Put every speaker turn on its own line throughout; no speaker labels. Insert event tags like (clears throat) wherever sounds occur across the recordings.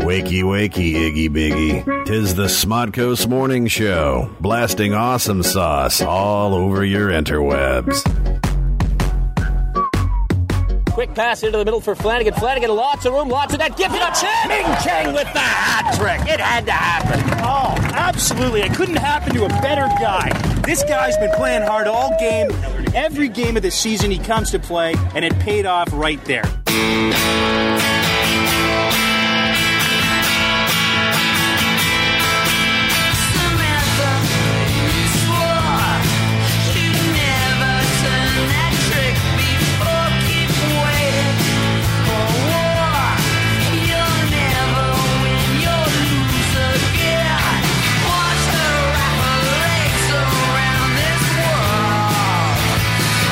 Wakey, wakey, Iggy Biggy. Tis the Smodcoast Morning Show, blasting awesome sauce all over your interwebs.
Quick pass into the middle for Flanagan. Flanagan, lots of room, lots of net. Give it a chance.
Ming Chang with the hat trick. It had to happen.
Oh, absolutely. It couldn't happen to a better guy. This guy's been playing hard all game. Every game of the season he comes to play, and it paid off right there.
Samantha, you swore you'd never turn that trick before. Keep waiting for war. You'll never win. You'll lose again. Watch her wrap her legs around this world.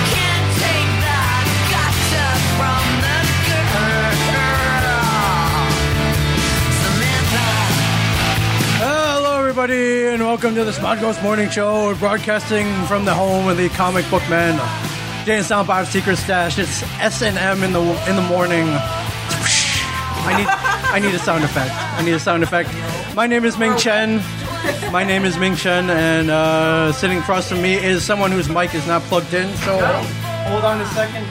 Can't take that gotcha from the girl, Samantha.
Hello, everybody, and welcome to the Spot Ghost Morning Show. We're broadcasting from the home of the comic book man, Jay and Silent Bob's Secret Stash. It's S and M in the in the morning. I need I need a sound effect. I need a sound effect. My name is Ming Chen. My name is Ming Chen, and uh, sitting across from me is someone whose mic is not plugged in. So hold on a second.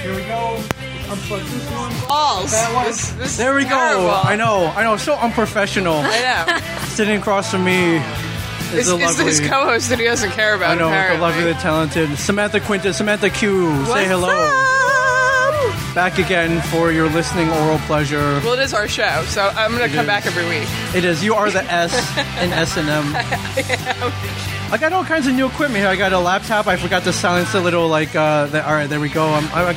Here we go. Unplug this one.
balls.
That one.
This- this
there we
is
go.
terrible.
I know. I know. So unprofessional.
I know.
Sitting across from me is
It's,
the
it's
lovely.
his co-host that he doesn't care about.
I know the
apparently.
lovely, the talented Samantha Quintus, Samantha Q. say
What's
hello.
up?
Back again for your listening oral pleasure.
Well, it is our show, so I'm gonna come
is.
back every week.
It is. You are the S in
(laughs)
S and M. I got all kinds of new equipment here. I got a laptop. I forgot to silence the little like. Uh, the, all right, there we go. I'm I'm,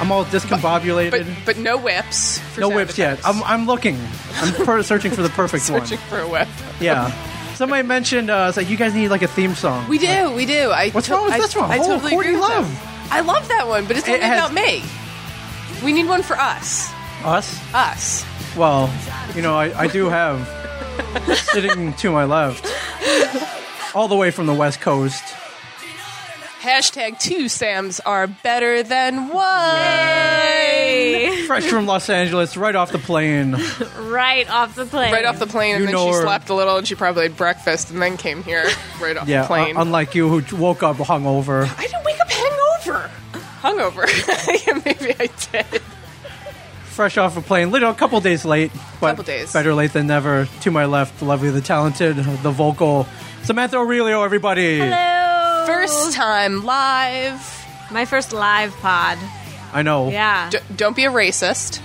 I'm all discombobulated.
But but no whips. For
no
sound
whips yet.
effects.
I'm I'm looking. I'm per- searching for the perfect
(laughs) searching
one.
for a whip.
Yeah. Somebody mentioned uh, it's like you guys need like a theme song.
We do, we do. I
What's
to-
wrong with
I-
this one?
I
Oh,
totally
Courtney
agree with
Love.
that. I love that one, but it's
It
not
has-
about me. We need one for us.
Us.
Us.
Well, you know, I, I do have sitting to my left, all the way from the West Coast.
Hashtag two Sams are better than one.
Fresh from Los Angeles, right off the plane.
Right off the plane.
Right off the plane, and
You
then
know
she
her.
slept a little, and she probably had breakfast, and then came here
(laughs)
right off
Yeah, uh, um,
the plane.
un- unlike you who woke up hungover.
I didn't wake up hangover. Hungover. (laughs) yeah, maybe I did.
Fresh off a plane, little a couple days late, but
Couple days.
better late than never. To my left, the lovely, the talented, the vocal, Samantha Aurelio, everybody.
Hello.
First time live.
My first live pod.
I know.
Yeah.
D- don't be a racist.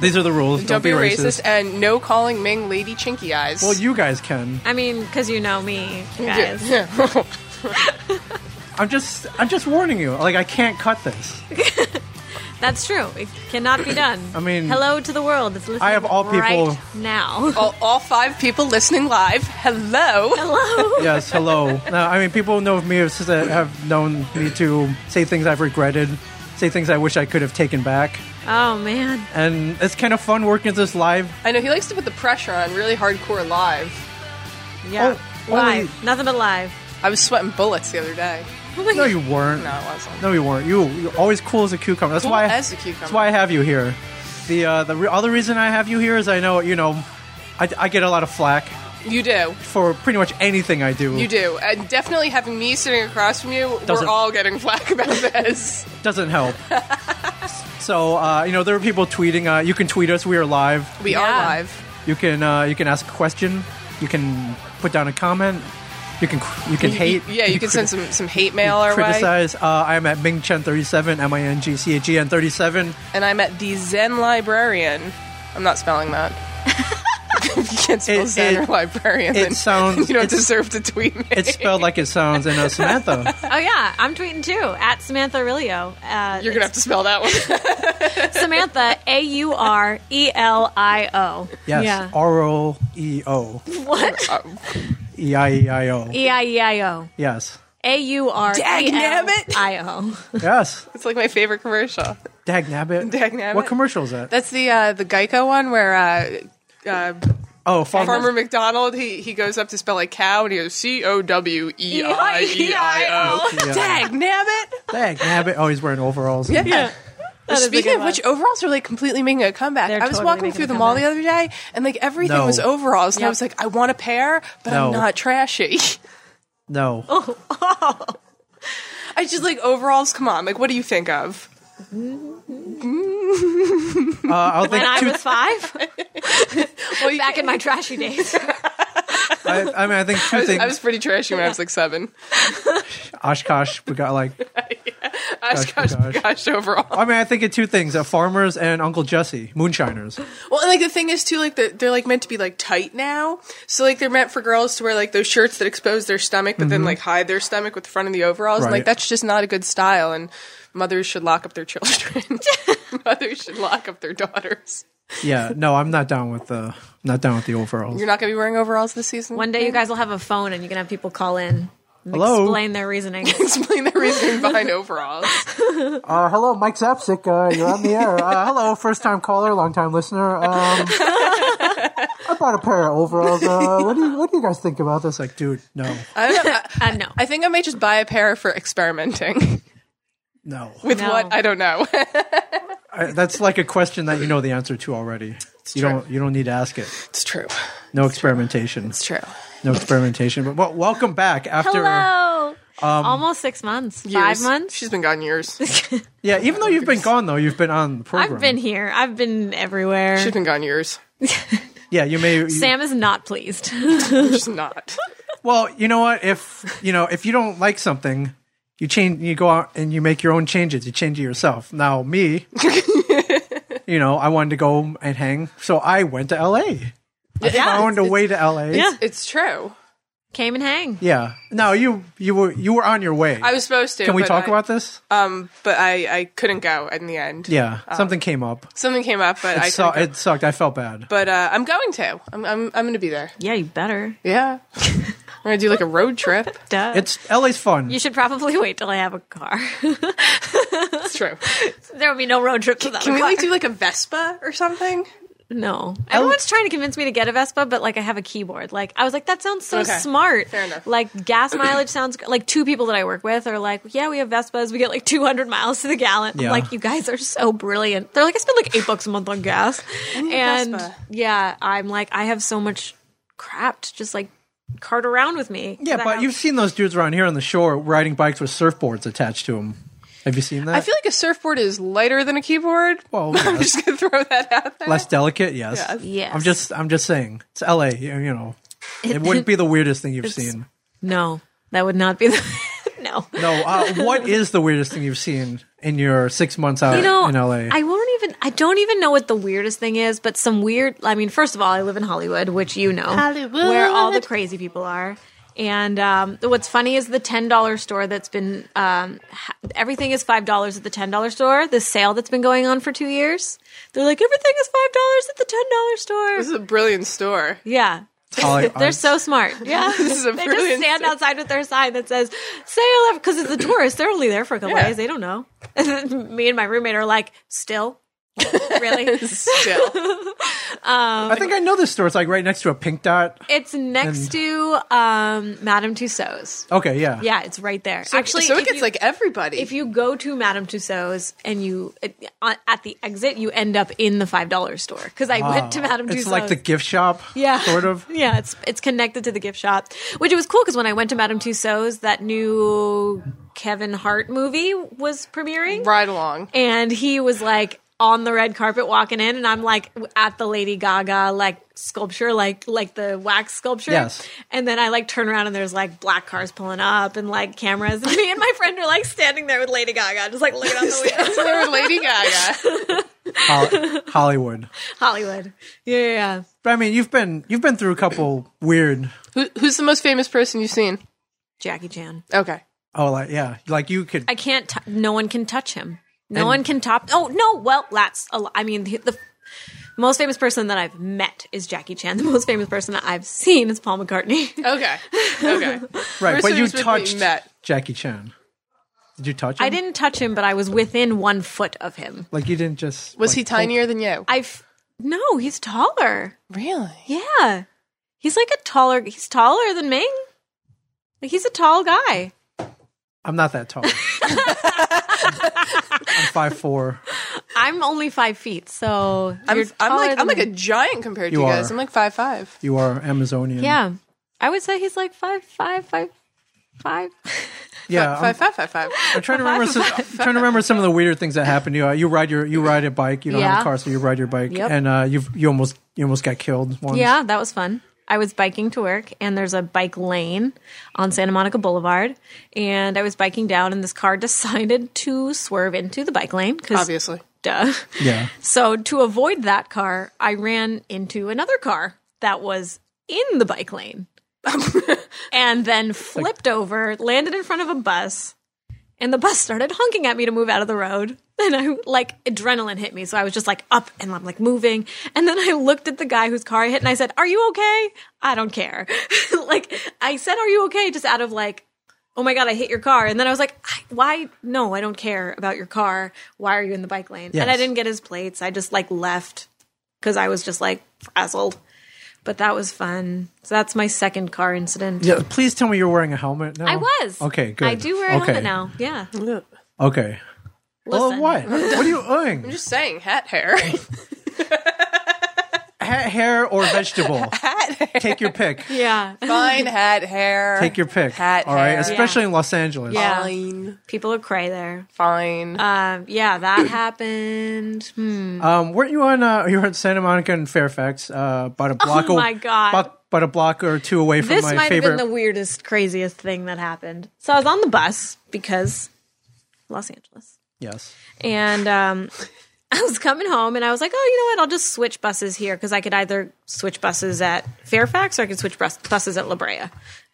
These are the rules.
Don't,
Don't,
be a racist. And no calling Ming Lady Chinky Eyes.
Well, you guys can.
I mean, because you know me, you
Yeah,
guys.
yeah.
I'm just, I'm just warning you. Like, I can't cut this.
That's true. It cannot be done.
I mean-
hello to the world. It's listening
I have all people-
right
(laughs)
now.
(laughs) all, all five people listening live, hello.
hello.
Yes, hello. No, I mean, people who know me have, said- have known me to say things I've regretted, say things I wish I could have taken back.
Oh man.
And it's kind of fun working at this live.
I know he likes to put the pressure on really hardcore live.
Yeah.
Oh, only-
live. Nothing but live.
I was sweating bullets the other day.
No, you weren't.
No, I wasn't.
No, you weren't. You, you're always cool as a cucumber. That's
Cool
why.
as a cucumber.
That's why I have you here. The uh, the re- other reason I have you here is I know you know, I, I get a lot of flack
You do.
for pretty much anything I do.
You do. And definitely having me sitting across from you,
Doesn't-
we're all getting flack about this.
Doesn't
(laughs)
help. so uh, you know there are people tweeting. Uh, you can tweet us. We are live.
We
Yeah.
are live.
You can uh, you can ask a question. You can put down a comment. You can you can
You-
hate.
you- (laughs) yeah, you, can
crit-
send some, some hate mail our way.
criticize. Uh, I'm at Ming Chen thirty seven. M I N G C A G N thirty seven.
And I'm at the Zen Librarian. I'm not spelling (laughs) that. if you can't spell
It-
Zen
it-
or librarian,
it
then
sounds-
(laughs) you don't
it's-
deserve to tweet me.
It's spelled like it sounds. And uh, Samantha,
(laughs) Oh yeah. I'm tweeting too at Samantha Aurelio. Uh,
(laughs) You're gonna have to spell
(laughs)
that one.
it's Samantha
(laughs)
A U R E L I O.
yes, Oh.
Yeah.
R O E O
What?
Uh,
E I E I O.
E I E I O.
Yes,
A U R E L
Dagnabbit.
I O.
yes.
it's like my favorite commercial.
Dag nabbit.
(laughs) Dag nabbit.
What commercial is that?
That's the uh, the Geico one where uh, uh,
oh, farmer.
Farmer McDonald he he goes up to spell like cow and he goes C O W
(laughs)
E I E I O.
E-I-E-I-O.
Yeah.
Dag nabbit.
Dag nabbit. Oh, he's wearing overalls.
Yeah.
is a
Speaking
good
of
one.
which, overalls are like completely making a comeback.
They're
I was
totally
walking
making
through
a
the mall the
comeback.
other day, and like everything
No.
was overalls, and I
Yep.
was like, I want a pair, but
No.
I'm not trashy. (laughs)
No.
Oh. I just like overalls. Come on, like what do you think of?
Uh,
(laughs)
I'll
oh,
think
when I
two,
was five,
Well, you
back
can-
in my trashy days.
I, I mean, I think two
(laughs) I was,
things.
I was pretty trashy when I was like seven.
Oshkosh, we got
(laughs)
like.
I was
Gosh,
gosh,
gosh.
gosh, overall.
I mean, I think of two things: uh, farmers and Uncle Jesse, moonshiners.
Well, and like the thing is too, like they're, they're like meant to be like tight now, so like they're meant for girls to wear like those shirts that expose their stomach, but then like hide their stomach with the front of the overalls, and
Mm-hmm. Right.
like that's just not a good style. And mothers should lock up their children. (laughs) mothers should lock up their daughters.
Yeah, no, I'm not down with the not down with the overalls.
You're not gonna be wearing overalls this season.
One day you guys will have a phone and you can have people call in and
Hello?
explain their
(laughs)
reasoning.
explain the
(laughs)
reasoning behind overalls.
Uh, hello, Mike Zapsik. Uh, you're on the air.
(laughs)
Uh, hello, first time caller, long time listener. Um, I bought a pair of overalls. Uh, what do you What do you guys think about this? Like, dude, no,
(laughs) I, don't- I,
Uh, no.
I think I may just buy a pair for experimenting (laughs)
no.
with
No.
what I don't know. (laughs)
I, that's like a question that you know the answer to already. you
true.
don't. You don't need to ask it.
it's true.
No experimentation.
It's true.
No experimentation. But well, welcome back after.
Hello.
Um,
Almost six months. Five
Years.
months.
She's been gone
(laughs)
years.
Yeah, even though you've been gone though, you've been on the program.
I've been here. I've been everywhere.
She's been gone years.
(laughs)
Yeah, you may. you-
Sam is
(laughs)
not pleased.
She's not.
Well, you know what? If you know, if you don't like something, you change. You go out and you make your own changes. You change it yourself. Now,
(laughs)
me, you know, I wanted to go and hang, so I went to L.A.
yeah.
Found a way to L.A.
Yeah.
It's true.
Came and hang.
Yeah. No, you you were you were on your way.
I was supposed to.
Can we
but
talk
I-
about this?
Um, but I I couldn't go in the end.
yeah, something came up.
Something came up, but Uh, I
It, su-
couldn't go.
it sucked. I felt bad.
but uh, I'm going to. I'm I'm I'm going to be there.
Yeah, you better.
Yeah. I'm going to do like a road
(laughs)
trip.
Duh.
It's L.A.'s fun.
you should probably wait till I have a car. (laughs)
It's true.
there will be no road trips without
Can
a
we
car.
like do like a Vespa or something?
No.
Oh.
Everyone's trying to convince me to get a Vespa, but like I have a keyboard. Like I was like, that sounds so
Okay.
smart.
Fair enough.
Like gas mileage sounds gr- like two people that I work with are like, yeah, we have Vespas. We get like 200 miles to the gallon. I'm
Yeah.
like, you guys are so brilliant. They're like, I spend like eight bucks a month on gas.
need a
And
Vespa.
yeah, I'm like, I have so much crap to just like cart around with me.
yeah,
That
but
house- (laughs)
you've seen those dudes around here on the shore riding bikes with surfboards attached to them. Have you seen that?
I feel like a surfboard is lighter than a keyboard.
Well,
(laughs) I'm
yes.
just going to throw that out there.
less delicate. Yes.
Yes.
I'm just I'm just saying it's LA. You you
(laughs)
know, it wouldn't be the weirdest thing you've seen.
No, that would not be (laughs) the. no.
No, uh,
(laughs)
what is the weirdest thing you've seen in your six months out
you know,
in LA?
I won't even. I don't even know what the weirdest thing is, but some weird. I mean, first of all, I live in Hollywood, which you know, Hollywood, where all the crazy people are. And um, what's funny is the ten dollar store that's been um, ha- everything is five dollars at the ten dollar store. The sale that's been going on for two years, they're like everything is five dollars at the ten dollar store.
This is a brilliant (laughs) store.
yeah.
Holly-
(laughs) They're
(laughs)
so smart. Yeah,
This is a
they just
brilliant
stand outside with their sign that says "sale"
(clears throat)
because it's the tourists. They're only there for a couple
Yeah.
days. They don't know. (laughs) And then me and my roommate are like, "Still,
(laughs)
really?
Still.
I think I know this store. It's like right next to a pink dot.
it's next to um, Madame Tussauds.
Okay, yeah.
Yeah, it's right there. Actually,
so it
if
gets
you-
like everybody.
if you go to Madame Tussauds and you it- on- at the exit, you end up in the five dollar store because I went
Ah.
to Madame Tussauds.
It's like the gift shop,
Yeah.
sort of.
(laughs) Yeah, it's it's connected to the gift shop, which it was cool because when I went to Madame Tussauds, that new Kevin Hart movie was premiering,
ride along. (laughs)
and he was like on the red carpet walking in, and I'm like w- at the Lady Gaga like sculpture, like like the wax sculpture,
Yes.
and then I like turn around and there's like black cars pulling up and like cameras, (laughs) and me and my friend are like standing there with Lady Gaga, just like
(laughs)
looking out the window.
So there was Lady (laughs) Gaga.
Hol- Hollywood.
Hollywood, yeah, yeah, yeah.
But I mean, you've been you've been through a couple weird.
Who, who's the most famous person you've seen?
Jackie Chan.
Okay.
Oh, like yeah, like you could.
I can't. T- no one can touch him. No one can top. Oh no! Well, that's. A lo- I mean, the, the most famous person that I've met is Jackie Chan. (laughs) The most famous person that I've seen is Paul McCartney. (laughs)
Okay. (laughs) Okay.
right,
First
but you
times we
touched
met.
Jackie Chan. Did you touch him?
I didn't touch him, but I was within one foot of him.
Like you didn't just.
Was
like,
he
hold-
tinier than you?
I've no. He's taller.
Really?
Yeah, he's like a taller. He's taller than Ming. Like he's a tall guy. (laughs)
I'm not that tall. I'm five four.
I'm only five feet, so
I'm,
you're
I'm
taller
like I'm
than
like a
me.
giant compared to
You
you guys.
are.
I'm like five five.
You are Amazonian.
yeah. I would say he's like five, five, five, five. (laughs)
yeah. I'm-
Five five five five.
I'm trying to remember. Some, I'm trying to remember some of the weird things that happened to you. Uh, You ride your you ride a bike. You don't have
Yeah.
a car, so you ride your bike,
Yep.
and uh, you you almost you almost got killed once.
Yeah, that was fun. I was biking to work, and there's a bike lane on Santa Monica Boulevard. And I was biking down, and this car (laughs) decided to swerve into the bike lane. 'cause
Obviously.
Duh.
Yeah.
(laughs) So to avoid that car, I ran into another car that was in the bike lane and then flipped over, landed in front of a bus, and the bus started honking at me to move out of the road. (laughs) And I like adrenaline hit me, so I was just like up and I'm like moving. And then I looked at the guy whose car I hit and I said, "Are you okay?" I don't care. (laughs) like I said, "Are you okay?" Just out of like oh my god i hit your car and then i was like I- why no i don't care about your car why are you in the bike lane
Yes.
and i didn't get his plates i just like left because i was just like frazzled but that was fun so that's my second car incident
Yeah. Please tell me you're wearing a helmet now.
i was
Okay. Good.
i do wear a
okay.
helmet now yeah listen
Okay. Well, what? What are
(laughs)
you doing?
Just saying, hat hair.
Hat, hair or
(laughs)
vegetable? Take your pick.
yeah
(laughs) Fine hat hair.
Take your pick.
Hat
All right.
hair.
Especially in Los Angeles.
Yeah.
Fine.
people are cray there
Fine.
um, yeah
(coughs)
that happened hmm.
Um, weren't you on? Uh, you were at Santa Monica and Fairfax, uh, about a block.
Oh
a-
my God.
About, about a block or two away from
this
my
might
favorite.
have been the weirdest craziest thing that happened so i was on the bus because los angeles
yes.
and um, (laughs) I was coming home and I was like, oh, you know what? I'll just switch buses here because I could either switch buses at Fairfax or I could switch bus- buses at La Brea.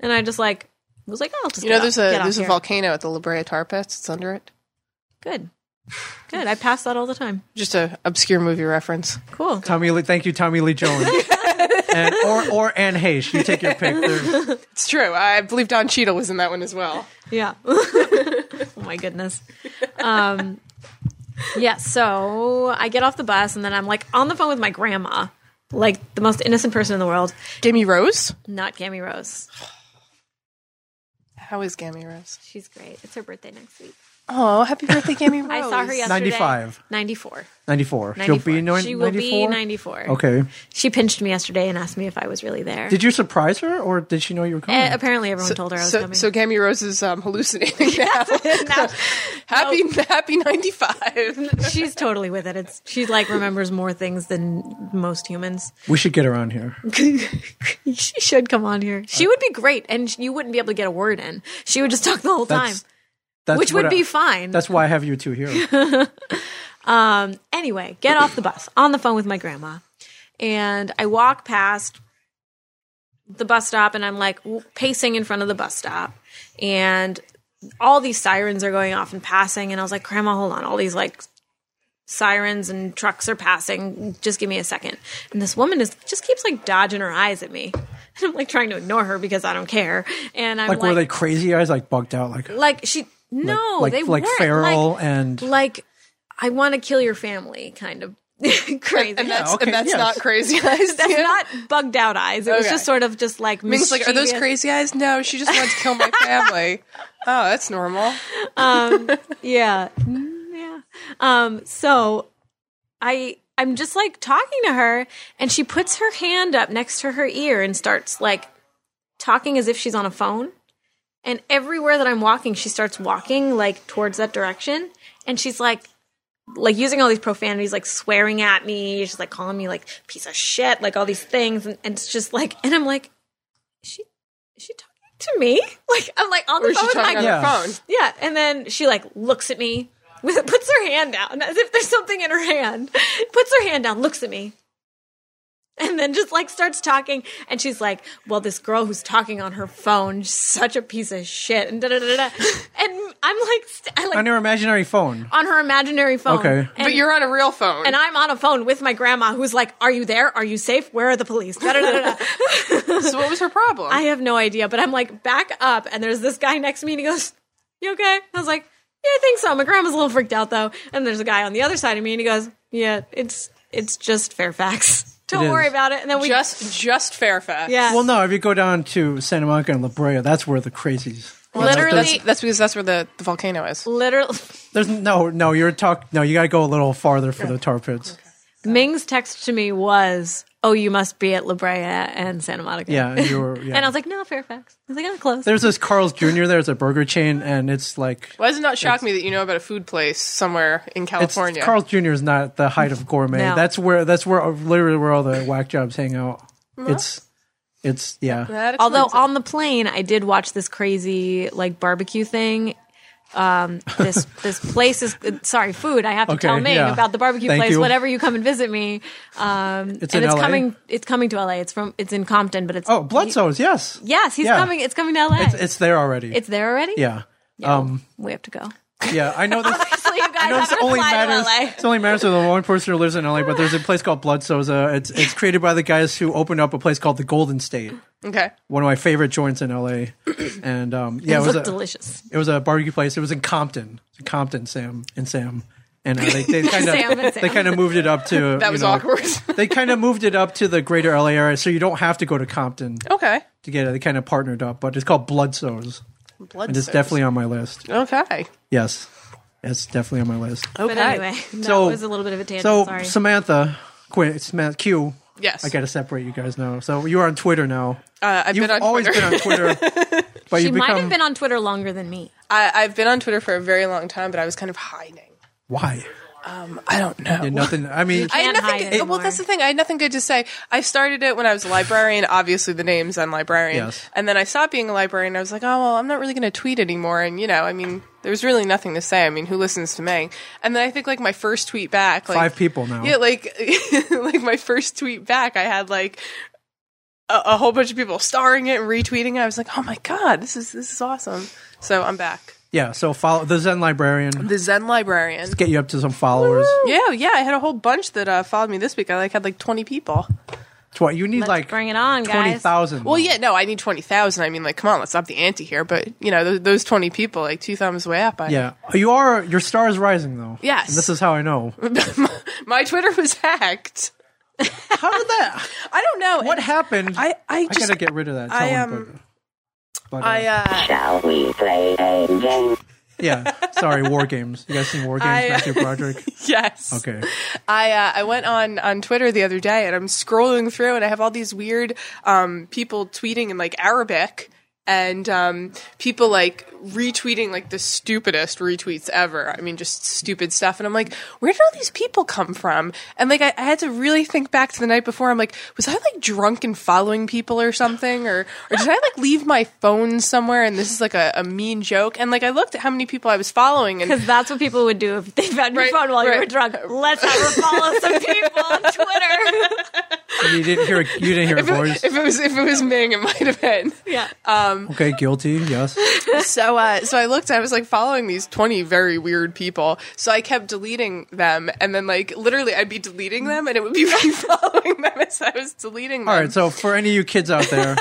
And I just like was like, oh, I'll just
you know,
get
there's
off-
a
get off
there's a
here.
volcano at the La Brea Tar Pits. It's under it.
Good, good. I pass that all the time.
Just a obscure movie reference.
Cool.
Tommy Lee, thank you, Tommy Lee
(laughs)
Jones, and, or or Anne Heche. You take your pick. They're-
It's true. I believe Don Cheadle was in that one as well.
Yeah.
(laughs)
oh my goodness. Um, yeah. So I get off the bus and then I'm like on the phone with my grandma, like the most innocent person in the world.
Gammy Rose.
Not Gammy Rose.
How is Gammy Rose?
She's great. It's her birthday next week.
Oh, happy birthday, Gammy Rose.
I saw her yesterday.
95.
94.
94.
94.
She'll be no- 94.
She will be 94.
Okay.
She pinched me yesterday and asked me if I was really there.
Did you surprise her, or did she know you were coming?
Eh, apparently, everyone told her I was
so,
coming.
so
(laughs)
Gammy Rose is um, hallucinating now.
Now
happy, happy ninety five.
she's totally with it. It's she like remembers more things than most humans.
we should get her on here.
(laughs) she should come on here. She would be great, and sh- you wouldn't be able to get a word in. She would just talk the whole time,
That's, that's
which would
what I-
be fine.
That's why I have you two
(laughs)
here.
Um, anyway, get off the bus on the phone with my grandma, and I walk past the bus stop, and I'm like w- pacing in front of the bus stop, and all these sirens are going off and passing, and I was like, Grandma, hold on, all these like sirens and trucks are passing. Just give me a second. And this woman is just keeps like dodging her eyes at me. (laughs) And I'm like trying to ignore her because I don't care. And I'm
Like,
like,
were they crazy eyes? Like bugged out? Like
like she no,
like
they
like
weren't.
feral
Like-
and
like I want to kill your family kind of (laughs) crazy.
And that's
okay,
and that's
yes.
not crazy eyes.
that's
yeah?
not bugged out eyes. It was
Okay.
just sort of just like
Ming's like, are those
mischievous-
crazy eyes? No, she just wanted to kill my family. oh, that's normal.
Um,
(laughs)
Yeah. Mm, Yeah. Um so I I'm just like talking to her and she puts her hand up next to her ear and starts like talking as if she's on a phone. And everywhere that I'm walking, she starts walking like towards that direction and she's like like using all these profanities, like swearing at me, she's like calling me like piece of shit, like all these things, and, and it's just like, and I'm like, is she, is she talking to me? (laughs) Like I'm like on the
Or is
phone,
she
with my
talking on
Yeah.
her phone?
yeah, and then she like looks at me, (laughs) with, puts her hand down as if there's something in her hand, (laughs) puts her hand down, looks at me, and then just like starts talking. And she's like, "Well, this girl who's talking on her phone, she's such a piece of shit." And da da da da. And I'm like, st- I like
on her imaginary phone.
on her imaginary phone.
Okay.
and,
But you're on a real phone.
and I'm on a phone with my grandma, who's like, "Are you there? Are you safe? Where are the police?" Da da da da. da.
so what was her problem?
I have no idea, but I'm like back up, and there's this guy next to me, and he goes, "You okay?" I was like, "Yeah, I think so." My grandma's a little freaked out though, and there's a guy on the other side of me, and he goes, "Yeah, it's it's just Fairfax. (laughs) Don't
is.
worry about it." And then we
just just Fairfax.
yeah,
Well, no. If you go down to Santa Monica and La Brea, that's where the crazies.
That's,
Literally,
that's because that's where the, the volcano is.
literally, (laughs)
There's no, no. You're talk. No, you gotta go a little farther for the tar pits.
Ming's text to me was, "Oh, you must be at La Brea and Santa Monica."
Yeah, you were. Yeah.
and I was like, "No, Fairfax." I was like, "I'm
(laughs)
close."
There's this Carl's Jr. There's a burger chain, and it's like
Why does it not shock me that you know about a food place somewhere in
it's
California?
Carl's Jr. is not the height of gourmet.
No.
That's where that's where literally where all the whack jobs hang out. It's it's yeah.
That
Although
explains it.
on the plane, I did watch this crazy like barbecue thing. Um,
(laughs)
this this place is sorry food. I have to
Okay,
tell Ming
yeah.
about the barbecue
Thank
place
you.
whenever you come and visit me. Um,
It's in
and it's
LA?
coming. It's coming to LA. It's from. It's in Compton, but it's
Oh, Bloodstones, yes.
Yes, he's
Yeah.
coming. It's coming to LA.
It's it's there already.
It's there already.
yeah. Um
we have to go. (laughs)
yeah, I know this
So you guys
(laughs) I know
have
it's
to
only
fly
matters.
to LA.
It's only matters to the one person who lives in LA. But there's a place called Blood Soza. It's it's created by the guys who opened up a place called the Golden State,
okay,
one of my favorite joints in LA. And um, yeah, it
These
was
look
a,
delicious.
it was a barbecue place. It was in Compton, Compton, Sam and Sam, and uh, they they kind
Sam
of
and
they
Sam.
kind of moved it up to
that
you
was
know,
awkward.
They kind of moved it up to the greater LA area, so you don't have to go to Compton
okay,
to get it. They kind of partnered up, but it's called Blood Sows,
blood.
and it's
source.
definitely on my list.
okay.
Yes, it's definitely on my list.
Okay.
But anyway, that
So-
was a little bit of a tangent.
So
sorry.
Samantha, quit. Samantha Q.
Yes.
I got to separate you guys now. So you are on Twitter now.
Uh, I've
You've
been on
always
Twitter.
been on Twitter, but
she
you
might
become
have been on Twitter longer than me.
(laughs) I, I've been on Twitter for a very long time, but I was kind of hiding.
why? Um,
I don't know.
Yeah, nothing. I mean,
I had
Can't
nothing.
hide
good- well,
anymore.
that's the thing. I had nothing good to say. I started it when I was a librarian. Obviously, the name's on librarian.
Yes.
And then I stopped being a librarian. I was like, oh well, I'm not really going to tweet anymore. And you know, I mean, there's really nothing to say. I mean, who listens to me? And then I think like my first tweet back, like,
Five people now.
Yeah, like (laughs) like my first tweet back, I had like. A, a whole bunch of people starring it and retweeting it. I was like, "Oh my god, this is this is awesome!" So I'm back.
yeah. So follow the Zen Librarian.
The Zen librarian.
Get you up to some followers.
Yeah, yeah. I had a whole bunch that uh, followed me this week. I like had like twenty people.
Twi- you need
Let's
like
bring it on,
twenty
guys.
thousand.
Well, yeah, no, I need twenty thousand. I mean, like, come on, let's up the ante here. But you know, those, those twenty people, like, two thumbs way up. I,
yeah. You are your star is rising though.
Yes.
And this is how I know.
(laughs) my Twitter was hacked.
How did that?
I don't know
(laughs) What happened?
I, I
I
just,
gotta get rid of that. Tell
I,
him,
um,
but, but, uh,
I, uh,
yeah. Sorry, War Games. You guys seen War Games?
I, uh,
Matthew Broderick.
(laughs) yes,
Okay.
I, uh, I went on on Twitter the other day, and I'm scrolling through, and I have all these weird um, people tweeting in like Arabic. And um, people like retweeting like the stupidest retweets ever. I mean, just stupid stuff. And I'm like, where did all these people come from? And like, I, I had to really think back to the night before. I'm like, was I like drunk and following people or something, or or did I like leave my phone somewhere? And this is like a, a mean joke. And like, I looked at how many people I was following,
(laughs)
and
Because that's what people would do if they found your
Right,
phone while you were
right.
drunk. Let's have her
(laughs)
follow some people on Twitter.
You didn't hear. You didn't hear a
if
voice.
it, if it was if it was Ming, it might have been.
yeah.
Okay, guilty. Yes.
(laughs) So, uh, so I looked. I was like following these twenty very weird people. So I kept deleting them, and then like literally, I'd be deleting them, and it would be (laughs) re-following them as I was deleting them.
All right. So for any of you kids out
(laughs)
there,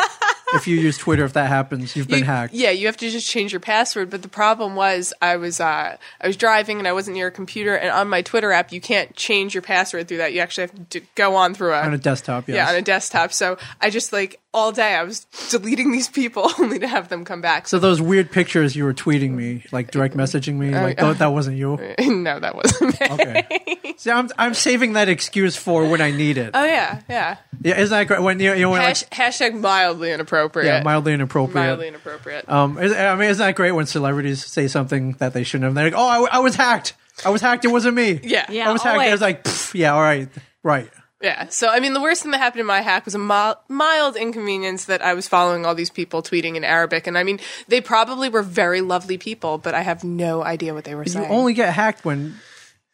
if you use Twitter, if that happens, you've been
You-
hacked.
Yeah, you have to just change your password. But the problem was, I was uh, I was driving and I wasn't near a computer. And on my Twitter app, you can't change your password through that. You actually have to d- go on through a
On a desktop. Yes.
yeah on a desktop. So I just like all day I was deleting these people (laughs) only to have them come back.
so those weird pictures you were tweeting me, like direct messaging me, like
yeah.
"Oh, that wasn't you.
(laughs) no, that wasn't me.
Okay.
(laughs)
See, I'm I'm saving that excuse for when I need it.
Oh yeah, yeah.
Yeah, isn't that great? When you, you know, when like,
Hash, hashtag mildly inappropriate.
yeah, mildly inappropriate.
Mildly inappropriate.
Um, is- I mean, isn't that great when celebrities say something that they shouldn't have? They're like, "Oh, I, w- I was hacked. I was hacked. It wasn't me.
yeah,
Yeah.
I was hacked." I was
always.
like, "Pff, "Yeah, all right, right."
yeah. So I mean, the worst thing that happened in my hack was a mild, mild inconvenience that I was following all these people tweeting in Arabic, and I mean, they probably were very lovely people, but I have no idea what they were
You
saying.
only get hacked when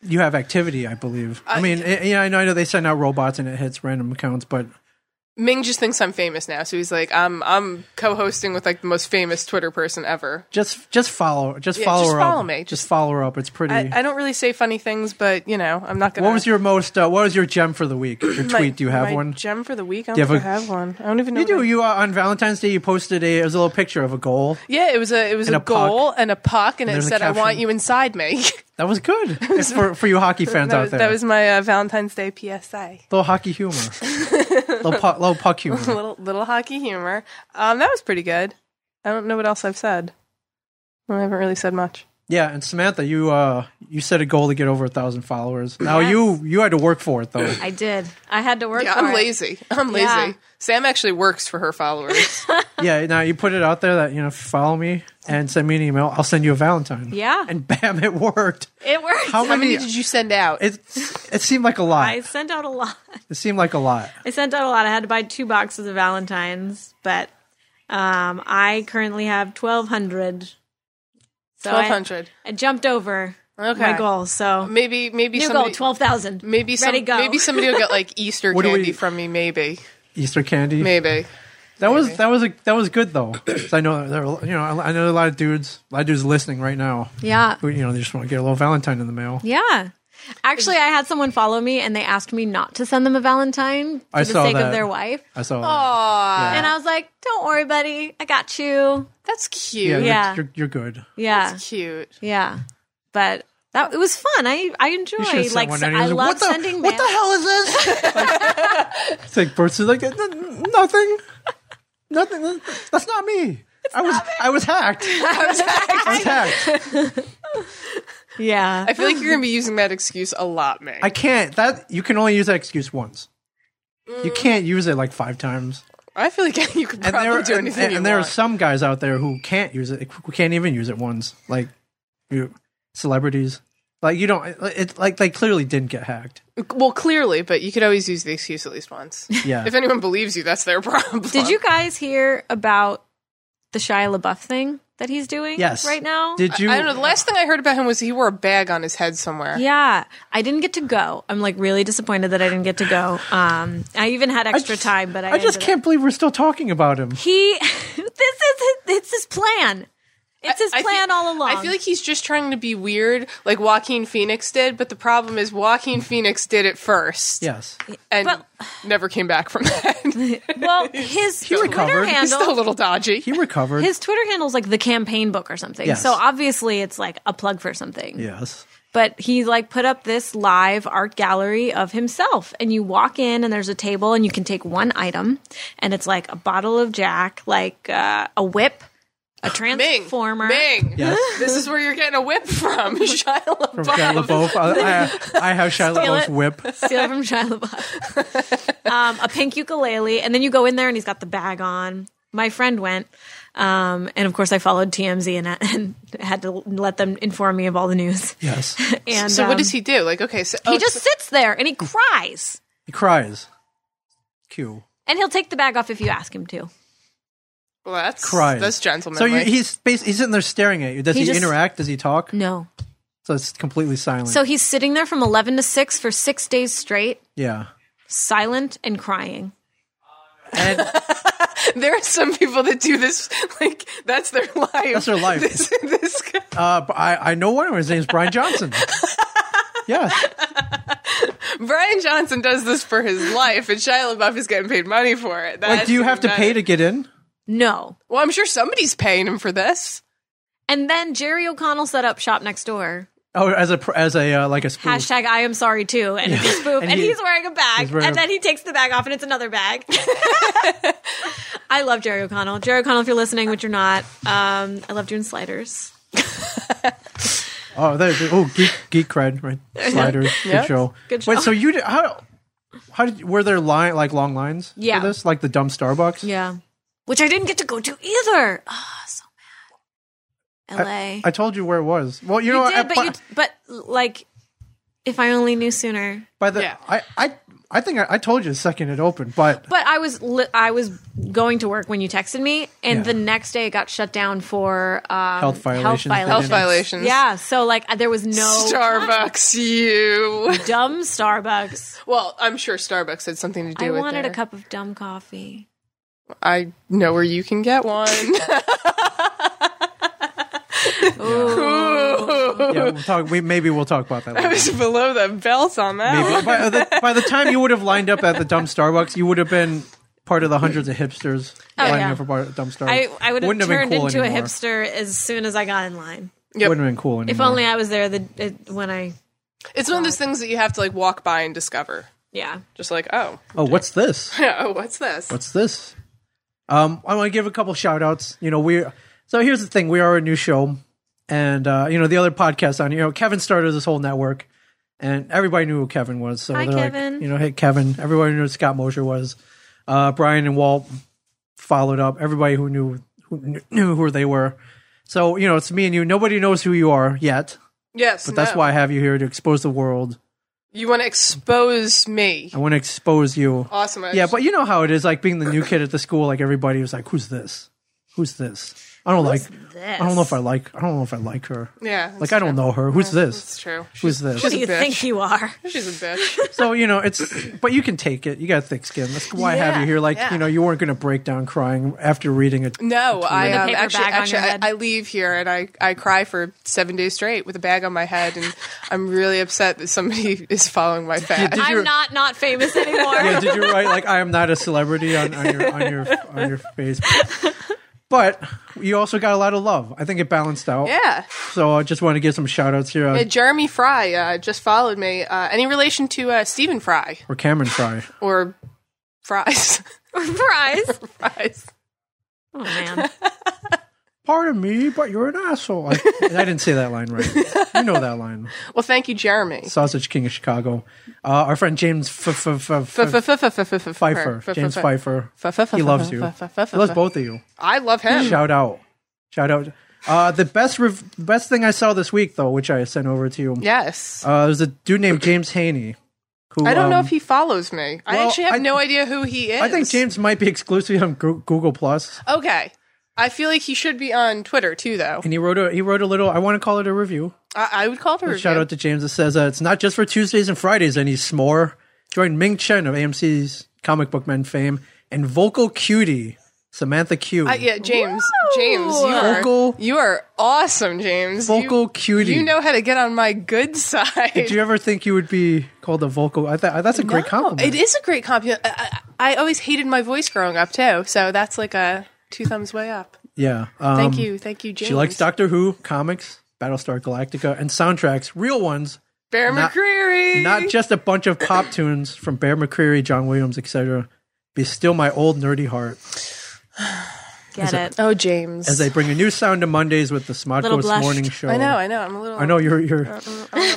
you have activity, I believe.
Uh,
I mean, it, yeah, I know, I know they send out robots and it hits random accounts, but
Ming just thinks I'm famous now, so he's like, I'm I'm co-hosting with like the most famous Twitter person ever.
just just follow, just
Yeah,
follow
just
her
follow
up.
me.
Just,
Just-
follow her up. It's pretty.
I, I don't really say funny things, but you know, I'm not gonna.
Mm. what was your most? Uh, what was your gem for the week?
(clears throat)
Your tweet?
my-
do you have
my
one?
Gem for the week. I
Do you
don't
have
think I
a-
have one. I don't even know.
You
what I-
do. You uh, on Valentine's Day, you posted a. It was a little picture of a goal.
Yeah, it was a it was
And
a,
a puck.
goal and a puck, and, it
there's a
said, "I want
caption.
you
(laughs)
inside me."
That was
(laughs)
good It's for for you hockey fans
that,
out
was,
there.
that was my uh, Valentine's Day (laughs) PSA.
little hockey humor, little, puck, little
(laughs)
puck humor.
little little hockey humor. Um, that was pretty good. I don't know what else I've said. I haven't really said much.
Yeah, and Samantha, you uh, you set a goal to get over a thousand followers. Now you you had to work for it though.
I did. I had to work.
Yeah,
for
I'm
it.
lazy. I'm lazy.
Yeah.
Sam actually works for her followers.
(laughs)
yeah, now you put it out there that you know if you follow me and send me an email, I'll send you a Valentine.
Yeah.
and bam, it worked.
It worked.
How
How many
many?
did you send out?
It it seemed like a lot.
I sent out a lot.
It seemed like a lot.
I sent out a lot. I had to buy two boxes of Valentines, but um, I currently have twelve hundred. So I-
Twelve hundred.
I, jumped over
Okay.
my goal. So
Maybe maybe
new
somebody
goal twelve thousand.
maybe some,
ready go.
maybe somebody will get like Easter
What do we-
candy from me. Maybe
Easter candy.
maybe.
That was that was a, that was good though. 'Cause I know there are, you know I know a lot of dudes, a lot of dudes listening right now.
yeah.
Who, you know they just want to get a little Valentine in the mail.
Yeah. Actually, I had someone follow me and they asked me not to send them a Valentine for
I
the
saw
sake
that.
of their wife.
I saw.
Oh,
Aw,
And I was like, don't worry, buddy. I got you.
that's
yeah,
cute.
you're-
Yeah.
You're, you're good.
Yeah.
Cute.
yeah. But that it was fun. I I
You should
enjoy
send
like
one.
se-
and he
I
was
love
like, what the,
sending
What the
mail.
hell is this? it's like Bert's like "N- n- nothing, nothing. That's not me. I was I was hacked. I was hacked.
Yeah.
I feel like you're gonna be using that excuse a lot, Meg.
I can't. That you can only use that excuse once. You can't use it like five times.
I feel like (laughs) you could
And
probably
there
do
and,
anything.
and,
you
there are
want.
some guys out there who can't use it. Who can't even use it once. Like you, celebrities. Like you don't. It's like they clearly didn't get hacked.
Well, clearly, but you could always use the excuse at least once.
(laughs) Yeah.
If anyone believes you, that's their (laughs) problem.
Did you guys hear about the Shia LaBeouf thing that he's doing
yes.
right now?
Did you?
I don't know. The last thing I heard about him was he wore a bag on his head somewhere.
yeah, I didn't get to go. I'm like really disappointed that I didn't get to go. Um, I even had extra
just-
time, but I,
I just
ended up-
can't believe we're still talking about him.
He, (laughs) this is his, it's his plan. It's his
I
plan
feel-
all along.
I feel like he's just trying to be weird, like Joaquin Phoenix did. But the problem is Joaquin Phoenix did it first,
Yes.
and
(sighs) But-
never came back from that. (laughs)
(laughs)
well, his Twitter
recovered. He's
he's
handle,
still a little dodgy.
He recovered.
his Twitter handle's like the campaign book or something.
Yes.
So obviously, it's like a plug for something.
yes.
but he like put up this live art gallery of himself and you walk in and there's a table and you can take one item and it's like a bottle of jack like uh, a whip
(laughs)
a
Ming,
transformer (laughs)
Ming,
Yes.
this is where you're getting a whip from,
(laughs)
Shia LaBeouf.
Shia LaBeouf. I, I, I have Shia
Steal
LaBeouf's
it.
whip.
steal from Shia
(laughs)
LaBeouf. um, a pink ukulele, and then you go in there, and he's got the bag on. My friend went, um, and of course I followed TMZ and, (laughs) and had to let them inform me of all the news. (laughs)
Yes.
And
So what
um,
does he do? Like, okay, so
He
oh,
just
so-
sits there and he cries,
He cries. Q.
and he'll take the bag off if you ask him to.
well, that's
Cries.
That's gentleman.
So you, he's bas- he's sitting there staring at you. Does
He
he,
just-
interact? Does he talk?
No.
So it's completely silent.
So he's sitting there from 11 to 6 for six days straight,
yeah.
silent and crying.
And
there are some people that do this. Like, that's their life.
that's their life.
(laughs)
This, this guy.
uh, but I I know one of them. His name's Brian
(laughs)
Johnson. Yes.
Brian Johnson does this for his life, and Shia LaBeouf is getting paid money for it.
Like, do you have to pay to get in?
No.
Well, I'm sure somebody's paying him for this.
And then Jerry O'Connell set up shop next door.
Oh, as a pr- as a uh, like a spoof.
Hashtag I am sorry too. And it's a spoof.
And
And,
he-
he's wearing a bag.
he's wearing
and
a-
then he takes the bag off and it's another bag. (laughs) I love Jerry O'Connell. Jerry O'Connell, if you're listening, which you're not, um, I love doing sliders.
Oh, there, there- oh, geek, geek cred,
(laughs)
right? Sliders, good show.
Good
Wait,
show.
so you did how? How did were there line like long lines?
Yeah.
for this like the dumb Starbucks.
Yeah. Which I didn't get to go to either. Ah, so mad. LA.
I told you where it was. Well, you, know, Uh,
you
I-
did, but,
by,
you, but like, if I only knew sooner.
by the
Yeah.
I, I I think I, I told you the second it opened,
(laughs)
but
But I was li- I was going to work when you texted me, and
Yeah.
the next day it got shut down for um,
Health violations, they
Health
Yes.
violations.
Yeah, so like I- there was no
Starbucks, you.
dumb Starbucks.
Well, I'm sure Starbucks had something to do
I
with
wanted
it.
a cup of dumb coffee.
I know where you can
(laughs)
get one.
yeah, we'll talk. We maybe we'll talk about that later.
It's below the belt on that.
Maybe. by, the, by the time you would have lined up at the dumb Starbucks, you would have been part of the hundreds of hipsters lining
Oh, yeah.
up for bar- dumb Starbucks.
I, I would have
Wouldn't
turned
been cool
into
anymore.
a hipster as soon as I got in line.
Yep.
Wouldn't have been cool anymore.
If only I was there the it, when I
It's one of those things that you have to like walk by and discover.
yeah.
Just like, oh, (laughs)
oh, what's this?
yeah, oh, what's this?
what's this? Um, I want to give a couple shout outs. You know, we so here's the thing. We are a new show. and uh, you know the other podcasts on. You know, Kevin started this whole network, and everybody knew who Kevin was. So
Hi,
they're like,
Kevin.
you know, hey Kevin. Everybody knew who Scott Mosher was. Uh, Brian and Walt followed up. Everybody who knew who kn- knew who they were. So you know, it's me and you. Nobody knows who you are yet,
Yes,
but that's
no.
why I have you here to expose the world.
you want to expose me.
I want to expose you.
Awesome. I
Yeah, but you know how it is. Like being the new kid at the school, like everybody was like, "Who's this? Who's this? I don't like. I don't know if I like. I don't know if I like her.
Yeah, that's
like I don't
true.
know her. Who's
That's
this?
true.
Who's this?
Who do you
bitch.
think you are?
She's
(laughs)
a bitch.
so you know, it's. But you can take it. You got thick skin. That's why I have you
Yeah,
here. Like
yeah.
you know, you weren't going to break down crying after reading it.
No, I
With a
um,
paper
actually,
bag on your
actually I,
head.
I leave here and I, I cry for seven days straight with a bag on my head, and I'm really upset that somebody (laughs) is following my fad.
did- you-
I'm not not famous anymore.
Yeah, did you write like I am not a celebrity on, on your on your on your Facebook? But you also got a lot of love. I think it balanced out.
yeah.
So I just want to give some shout outs here.
Uh, Jeremy Fry uh, just followed me. Uh, any relation to uh, Stephen Fry
or Cameron Fry.
or Fries? (laughs)
(laughs) Surprise!
Fries.
Oh man,
pardon me, but you're an asshole. I, and I didn't say that line right. You know that
(laughs)
line.
Well, thank you, Jeremy.
Sausage King of Chicago. Uh, our friend James F- F- F- F- Pfeiffer.
Pfeiffer.
James Pfeiffer.
Pfeiffer.
He loves you. He loves both of you.
I love him.
Shout out. Shout out. Uh, the best rev- best thing I saw this week, though, which I sent over to you,
Yes.
uh, there's a dude named James Haney. Who,
I don't know
um,
if he follows me. I
well,
actually have
I-
no idea who he is.
I think James might be exclusive on Goo- Google Plus,
Okay. I feel like he should be on Twitter too, though.
and he wrote a he wrote a little. I want to call it a review.
I, I would call it a review.
Shout out to James that says uh, it's not just for Tuesdays and Fridays. Any s'more. Join Ming Chen of AMC's Comic Book Men fame and vocal cutie Samantha Q.
Uh, yeah, James. James, you are
Vocal-
you are awesome, James. You-
vocal cutie.
You know how to get on my good side.
Did you ever think you would be called a vocal? I thought that's a great compliment.
It is a great compliment. I, I, I always hated my voice growing up too, so that's like a two thumbs way up.
Yeah. Um,
Thank you, thank you, James.
She likes Doctor Who comics, Battlestar Galactica, and soundtracks, real ones,
Bear
not-
McCreary.
not just a bunch of pop tunes from Bear McCreary, John Williams, etc. Be still my old nerdy heart.
get it.
oh, James.
As they bring a new sound to Mondays with the
Little
Smodco's
blushed.
Morning Show.
I know, I know. I'm (laughs) a little.
I know you're. you're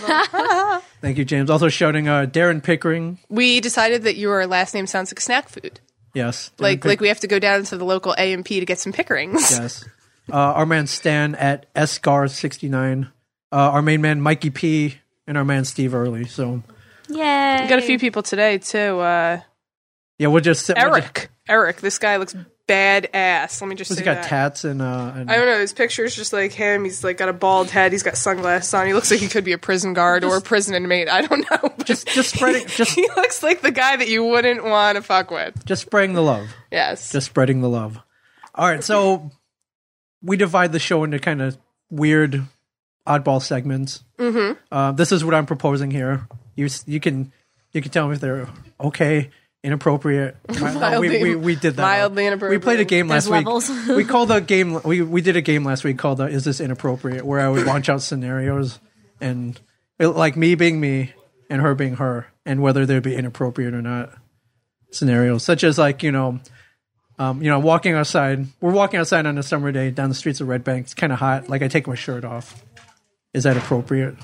Thank you, James. Also shouting uh, Darren Pickering.
We decided that your last name sounds like snack food.
Yes. Darren
Like,
Pick-
like we have to go down to the local A and P to get some pickerings.
Yes. Uh, our man Stan at Sgar69. Uh, our main man Mikey P. And our man Steve Early. So
Yay!
We got a few people today too. Uh,
yeah, we'll just sit. We'll just,
Eric, Eric, this guy looks badass. Let me just
he's
say
got
that.
tats and. Uh, and
I don't know. His picture's just like him. He's like got a bald head. He's got sunglasses on. He looks like he could be a prison guard or a prison inmate. I don't know. but
just just
(laughs)
spreading just
he looks like the guy that you wouldn't want to fuck with.
just spreading the love.
Yes.
Just spreading the love. All right, so we divide the show into kind of weird, oddball segments. Mm-hmm. Uh, this is what I'm proposing here. You s- you can you can tell me if they're okay, inappropriate. Mildly, we, we, we did that.
mildly
We played a
inappropriate.
game last
There's levels.
week. we called a game. We we did a game last week called uh, "Is This Inappropriate?" where I would launch out scenarios and it, like me being me and her being her, and whether they'd be inappropriate or not scenarios, such as like you know. Um, you know, walking outside. We're walking outside on a summer day down the streets of Red Bank. It's kind of hot. Like I take my shirt off. Is that appropriate?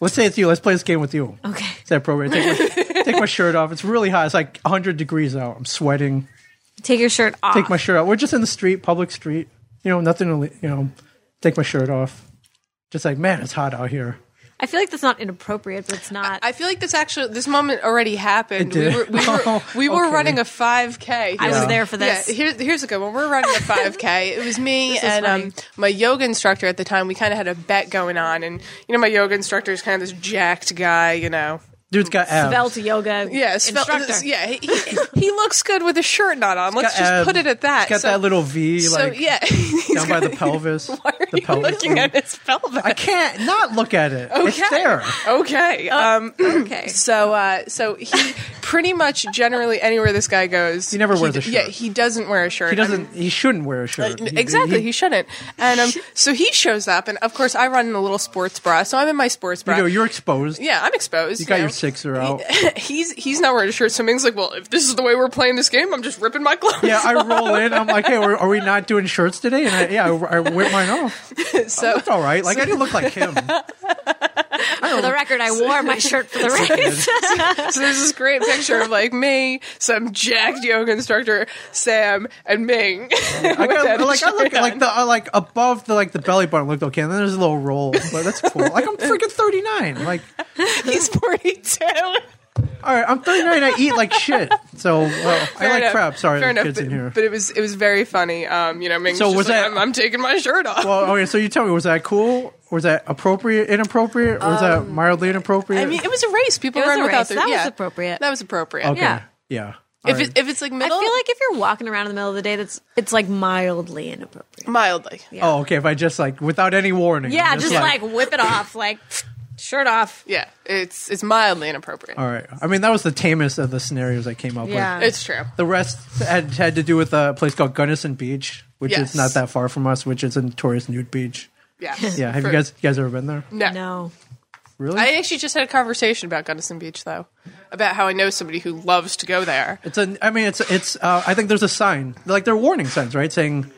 Let's say it's you. Let's play this game with you.
Okay.
Is that appropriate? Take
(laughs)
my, take my shirt off. It's really hot. It's like 100 degrees out. I'm sweating.
Take your shirt off.
Take my shirt off. We're just in the street, public street. You know, nothing. to le- You know, take my shirt off. Just like man, it's hot out here.
I feel like that's not inappropriate, but it's not.
I feel like this actually this moment already happened.
It did.
We were
(laughs)
we were,
Oh,
we were
okay.
running a 5k.
I was Yeah. there for this.
Yeah, here, here's a good one. We're running
(laughs)
a 5k. It was me
This is
and
funny.
um, my yoga instructor at the time. We kind of had a bet going on, and you know my yoga instructor is kind of this jacked guy, you know.
Dude's got abs.
Svelte yoga
Yeah, spell-
instructor.
Yeah, he, he looks good with a shirt not on. Let's
Got
just
abs.
put it at that.
He's got
So-
that little V,
So
like
yeah, (laughs) he's
down by the
got-
pelvis.
(laughs) Why are
the
you looking at his pelvis?
I can't not look at it. It's there.
Okay.
Uh,
Um,
Okay.
So, uh, so he pretty much generally anywhere this guy goes, he
never wears
d-
a shirt.
Yeah, he doesn't wear a shirt.
He
I mean,
doesn't. He shouldn't wear a shirt. He-
exactly,
he-
he shouldn't. And um, so he shows up, and of course, I run in a little sports bra, so I'm in my sports bra.
you know, you're exposed.
yeah, I'm exposed.
You got
know.
your sixer
(laughs)
out.
He's he's not wearing a shirt, so Ming's like, "Well, if this is the way we're playing this game, I'm just ripping my (laughs) clothes."
Yeah, I roll in. I'm like, hey, are, are we not doing shirts today? And I, yeah, I, I whip mine off.
so
It's all right. Like I didn't look like
(laughs)
him.
For the record, I wore my shirt (laughs) for the race.
So there's this great picture of like me, some jacked yoga instructor, Sam, and Ming.
(laughs) I got, like I look like the I like above the like the belly button looked okay. And then there's a little roll, but that's cool. Like I'm freaking 39. Like
he's 42.
all right, I'm 39. I eat like shit. So well, I like
enough.
crap. Sorry,
Fair
the
enough,
kids
but,
in here.
but it was it was very funny. Um, you know, Ming's
So
just
was
like,
that-
I'm, I'm taking my shirt off.
well, okay. So you tell me, was that cool? Was that appropriate? Inappropriate? Or was that mildly inappropriate?
Um, I mean, it was a race. People
It was
ran
a
without
race.
their
That was
yeah.
appropriate.
That was appropriate.
okay.
yeah.
yeah.
If
All right.
it, if it's like
I
middle,
feel like if you're walking around in the middle of the day, that's it's like mildly inappropriate.
mildly.
oh, okay. If I just like without any warning.
Yeah,
I'm
just, like, whip it off, like shirt off.
Yeah, it's it's mildly inappropriate.
All right. I mean, that was the tamest of the scenarios I came up
Yeah.
with.
It's true.
The rest had had to do with a place called Gunnison Beach, which
Yes.
is not that far from us, which is a notorious nude beach.
Yeah.
(laughs)
Yeah, have
For-
you guys you guys ever been there?
No.
No.
Really?
I actually just had a conversation about Gunnison Beach though, about how I know somebody who loves to go there.
it's a. I mean, it's it's. Uh, I think there's a sign, like there are warning signs, right, saying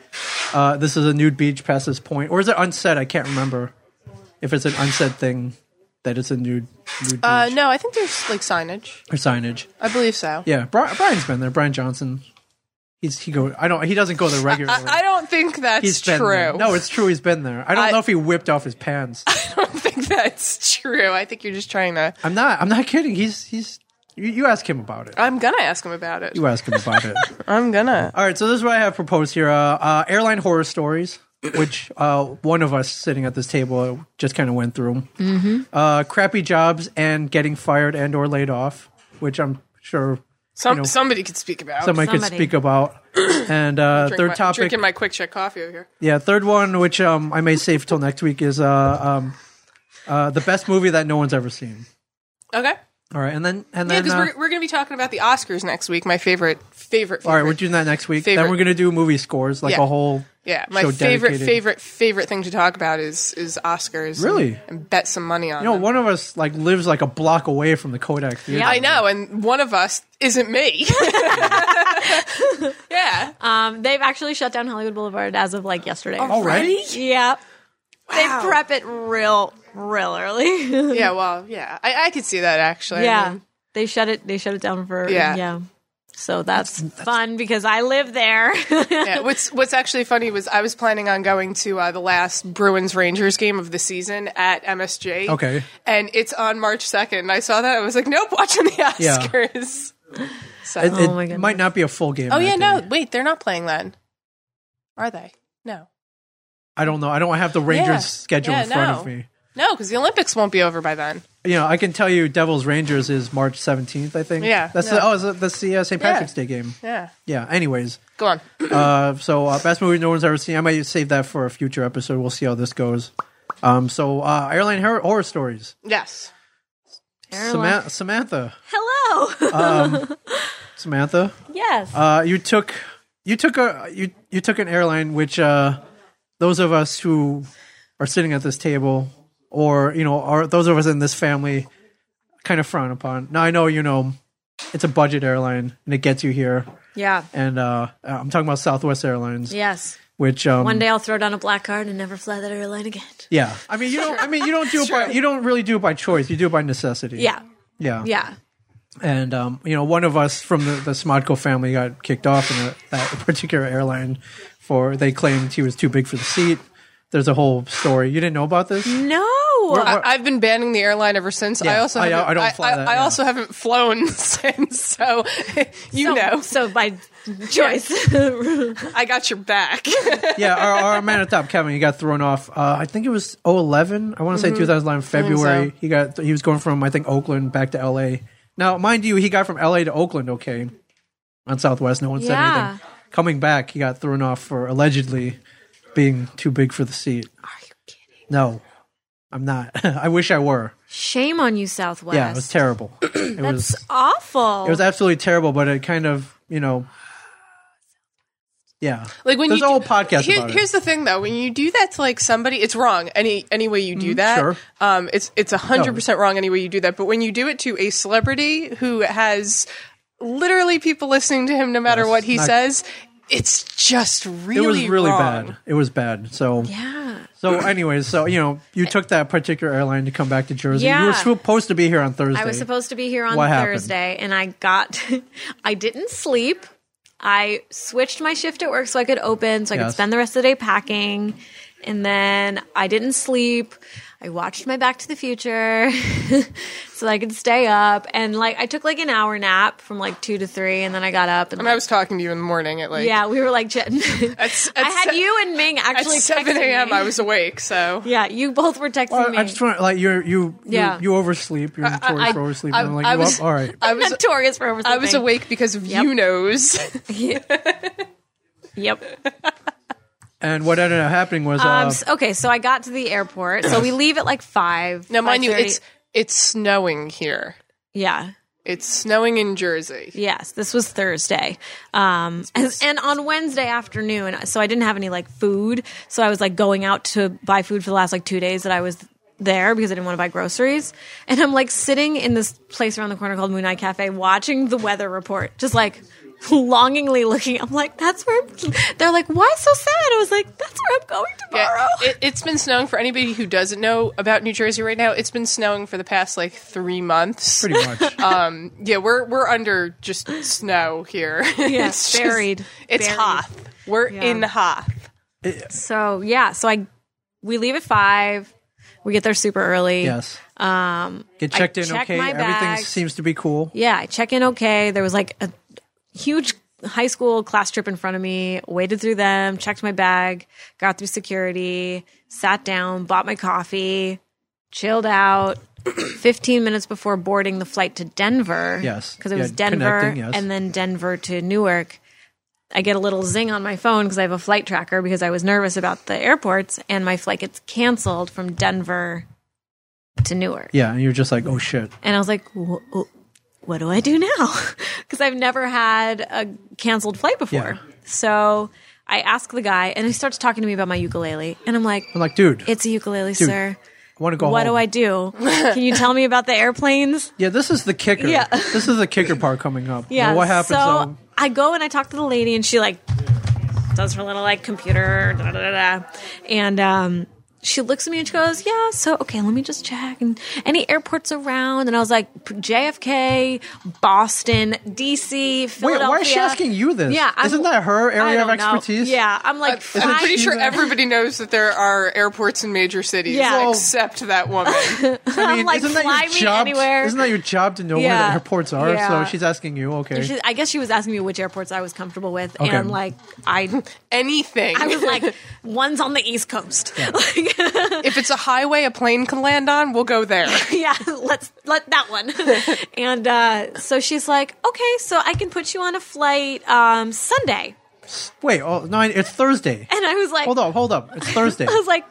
uh, this is a nude beach past this point, or is it unsaid? I can't remember if it's an unsaid thing that it's a nude nude beach
Uh, no, I think there's like signage.
or signage.
I believe so.
Yeah, Bri- Brian's been there. Brian Johnson. He's he go. I don't. He doesn't go there regularly.
(laughs) I, I don't think that's
He's been
true.
There. No, it's true. He's been there. I don't
I-
know if he whipped off his pants.
(laughs) I don't think that's true. I think you're just trying to.
I'm not. I'm not kidding. He's he's. You, you ask him about it.
I'm gonna ask him about it.
You ask him about it.
I'm gonna.
All right. So this is what I have proposed here: uh, uh, airline horror stories, (clears throat) which uh, one of us sitting at this table uh, just kind of went through. Mm-hmm. Uh, crappy jobs and getting fired and or laid off, which I'm sure
Some
know,
somebody could speak about.
somebody, could
Somebody.
speak
(clears throat)
about. And uh,
Oh, Drink
third
my,
topic,
Drinking my quick check coffee over here.
yeah, third one, which um, I may save till next week, is uh, um, uh, the best movie that no one's ever seen.
Okay.
All right, and then and
Yeah,
then
because
uh,
we're, we're going to be talking about the Oscars next week. My favorite, favorite, favorite.
All right, we're doing that next week. Then
Favorite.
we're gonna do movie scores, like
Yeah.
a whole
yeah, my
show
favorite,
dedicated-
favorite, favorite thing to talk about is is Oscars.
Really?
and, and bet some money on.
You know,
them.
one of us like lives like a block away from the Kodak Theater.
I know, and one of us isn't me. (laughs) yeah,
Um, they've actually shut down Hollywood Boulevard as of like yesterday.
Oh,
Already?
Yeah. They prep it real, real early. (laughs)
yeah. Well, yeah, I, I could see that actually. I
yeah.
mean,
They shut it. They shut it down for.
Yeah.
Yeah. So that's, fun because I live there. (laughs)
yeah. What's What's actually funny was I was planning on going to uh, the last Bruins Rangers game of the season at MSG.
Okay.
and it's on March second. And I saw that I was like, nope, watching the
Yeah.
Oscars. (laughs) So.
It, it
my goodness.
might not be a full game.
oh
that
yeah,
day.
no, wait, they're not playing then, are they? No,
I don't know. I don't have the Rangers
Yeah.
schedule
Yeah,
in front
no.
of me.
no, because the Olympics won't be over by then.
You know, I can tell you, Devils Rangers is March seventeenth. I think.
Yeah,
That's
no.
the oh, is it- that's the uh, St. Patrick's Day game.
Yeah,
Yeah. Anyways, (clears throat)
go on.
uh, so uh, best movie no one's ever seen. I might save that for a future episode. We'll see how this goes. Um, so uh, airline horror, horror stories.
yes.
Samantha, Samantha,
Hello.
Uh, Samantha.
(laughs) yes.
Uh, you took you took a you you took an airline which uh, those of us who are sitting at this table or you know are those of us in this family kind of frown upon. Now I know you know it's a budget airline and it gets you here.
yeah.
And uh, I'm talking about Southwest Airlines,
Yes.
which um,
One day I'll throw down a black card and never fly that airline again.
yeah. I mean you don't I mean you don't do it
(laughs)
by you don't really do it by choice. You do it by necessity.
Yeah.
Yeah.
Yeah.
and um, you know one of us from the, the Smodco family got kicked off in a, that (laughs) particular airline for they claimed he was too big for the seat. There's a whole story. You didn't know about this?
No. Uh,
I, I've been banning the airline ever since. I
Yeah,
also
I-
haven't,
I don't fly
I,
that,
I
yeah.
also haven't flown (laughs) since, so (laughs) you
so,
know,
So by choice.
I got your back.
Yeah, our, our man at top, Kevin, he got thrown off. Uh, I think it was 011. I want to say
Mm-hmm.
2011 February. He got he was going from I think Oakland back to L.A. Now, mind you, he got from L.A. to Oakland. Okay, on Southwest, no one said
Yeah.
anything. Coming back, he got thrown off for allegedly being too big for the seat.
Are you kidding?
No, I'm not. (laughs) I wish I were.
(laughs) Shame on you, Southwest.
Yeah, it was
(clears throat)
terrible. It was
That's awful.
it was absolutely terrible, but it kind of you
(sighs)
know, yeah.
like when
there's
you
a whole
do-
podcast
here-
about
Here's
it.
the thing, though: when you do that to like somebody, it's wrong. Any any way you do that,
Mm-hmm. sure.
um, it's it's hundred
No.
percent wrong. Any way you do that, but when you do it to a celebrity who has literally people listening to him, no matter what he
not-
says, it's just really
it was really
wrong.
bad. It was bad. So
yeah.
So, anyways, so you know, you took that particular airline to come back to Jersey. You
Yeah.
were supposed to be here on Thursday.
I was supposed to be here on
What happened?
Thursday, and I got, (laughs) I didn't sleep. I switched my shift at work so I could open, so I
Yes.
could spend the rest of the day packing. And then I didn't sleep. I watched my Back to the Future (laughs) so I could stay up. And like, I took like an hour nap from like two to three, and then I got up. And,
And I was talking to you in the morning at like
yeah, we were like chatting. (laughs)
At-
I
at
had
se-
you and Ming
at
actually
seven
texting
a.m.
me.
I was awake.
(laughs)
So
Yeah, you both were texting
Well,
me.
Uh, I just want like you're you
Yeah.
you, you oversleep. You're notorious
I-
for oversleeping.
I-
I'm like,
I
you
was-
up? all right.
I was
notorious for oversleeping.
I was awake because of you
(laughs)
knows.
Yep.
And what ended up happening was, uh,
Um, so- okay, so I got to the airport. So we leave at like five.
now, mind you,
5:30.
it's it's snowing here.
yeah,
It's snowing in Jersey.
yes. This was Thursday, um, and, and on Wednesday afternoon. So I didn't have any like food. So I was like going out to buy food for the last like two days that I was there because I didn't want to buy groceries. And I'm like sitting in this place around the corner called Moon Eye Cafe, watching the weather report, just like longingly looking. I'm like, that's where. I'm-" They're like, why so sad? I was like, that's where I'm going tomorrow. (laughs)
it, it's been snowing for anybody who doesn't know about New Jersey right now. It's been snowing for the past like three months.
pretty
(laughs)
much.
um,
Yeah, we're we're under just snow here. (laughs)
Yeah,
it's just-
buried.
it's
Buried.
Hoth. We're
Yeah.
in Hoth.
So yeah, so I we leave at five. We get there super early.
yes.
Um.
Get
I
checked in.
checked
okay,
my
everything
bags.
seems to be cool.
Yeah, I check in okay. There was like a huge high school class trip in front of me. Waded through them, checked my bag, got through security, sat down, bought my coffee, chilled out. (clears throat) Fifteen minutes before boarding the flight to Denver.
Yes.
because it
Yeah,
was Denver
connecting, yes.
and then Denver to Newark. I get a little zing on my phone because I have a flight tracker because I was nervous about the airports and my flight gets canceled from Denver to Newark.
Yeah, and you're just like, oh shit.
And I was like, "Wh- wh- what do I do now? (laughs) Because I've never had a canceled flight before.
Yeah.
So I ask the guy and he starts talking to me about my ukulele. And I'm like,
I'm like, dude,
it's a ukulele,
Dude,
sir.
I want to go.
What
home.
do
(laughs)
I do? Can you tell me about the airplanes?
Yeah, this is the kicker.
Yeah.
this is the kicker part coming up.
(laughs) Yeah.
Now, what happens? um,
So
though-
I go and I talk to the lady, and she like does her little like computer, da, da, da, da. and um, she looks at me and she goes, "Yeah, so okay, let me just check and any airports around." And I was like, "JFK, Boston, DC,
wait,
Philadelphia."
why is she asking you this?
Yeah, I'm-
isn't that her
I
area of
don't know.
expertise?
Yeah, I'm like,
I'm
"Fine."
pretty sure
Even-
everybody knows that there are airports in major cities,
Yeah.
except that
(laughs)
woman.
I mean,
like,
isn't that
fly
your
me
job?
anywhere.
Isn't that your job to know where
Yeah.
the airports are?
Yeah.
So she's asking you. Okay,
She- I guess she was asking me which airports I was comfortable with,
Okay.
and like I,
Anything.
I
(laughs)
was like, one's on the East Coast. (laughs) Like,
if it's a highway a plane can land on, we'll go there.
yeah, (laughs) let's let that one. and uh, so she's like, okay, so I can put you on a flight um, Sunday.
wait. Oh no, it's Thursday.
And I was like,
Hold up, hold up. It's Thursday.
(laughs) I was like,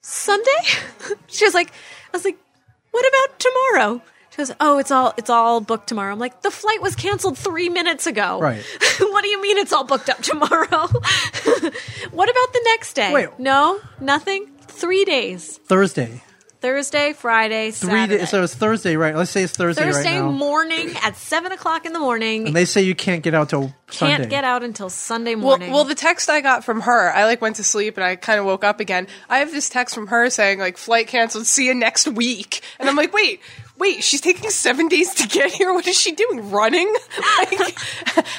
Sunday? (laughs) she was like, I was like, what about tomorrow? She goes, oh, it's all it's all booked tomorrow. I'm like, the flight was canceled three minutes ago.
Right.
(laughs) what do you mean it's all booked up tomorrow? (laughs) what about the next day?
Wait.
No, nothing. Three days:
Thursday.
Thursday, Friday,
Three
Saturday.
days. So it's Thursday, right? Let's say it's Thursday,
Thursday
right now.
morning at seven o'clock in the morning.
and they say you can't get out till Sunday.
can't get out until Sunday
Well,
morning.
well, the text I got from her, I like went to sleep and I kind of woke up again. I have this text from her saying like flight canceled, see you next week, and I'm like, wait, wait, she's taking seven days to get here. What is she doing? Running? (laughs) Like,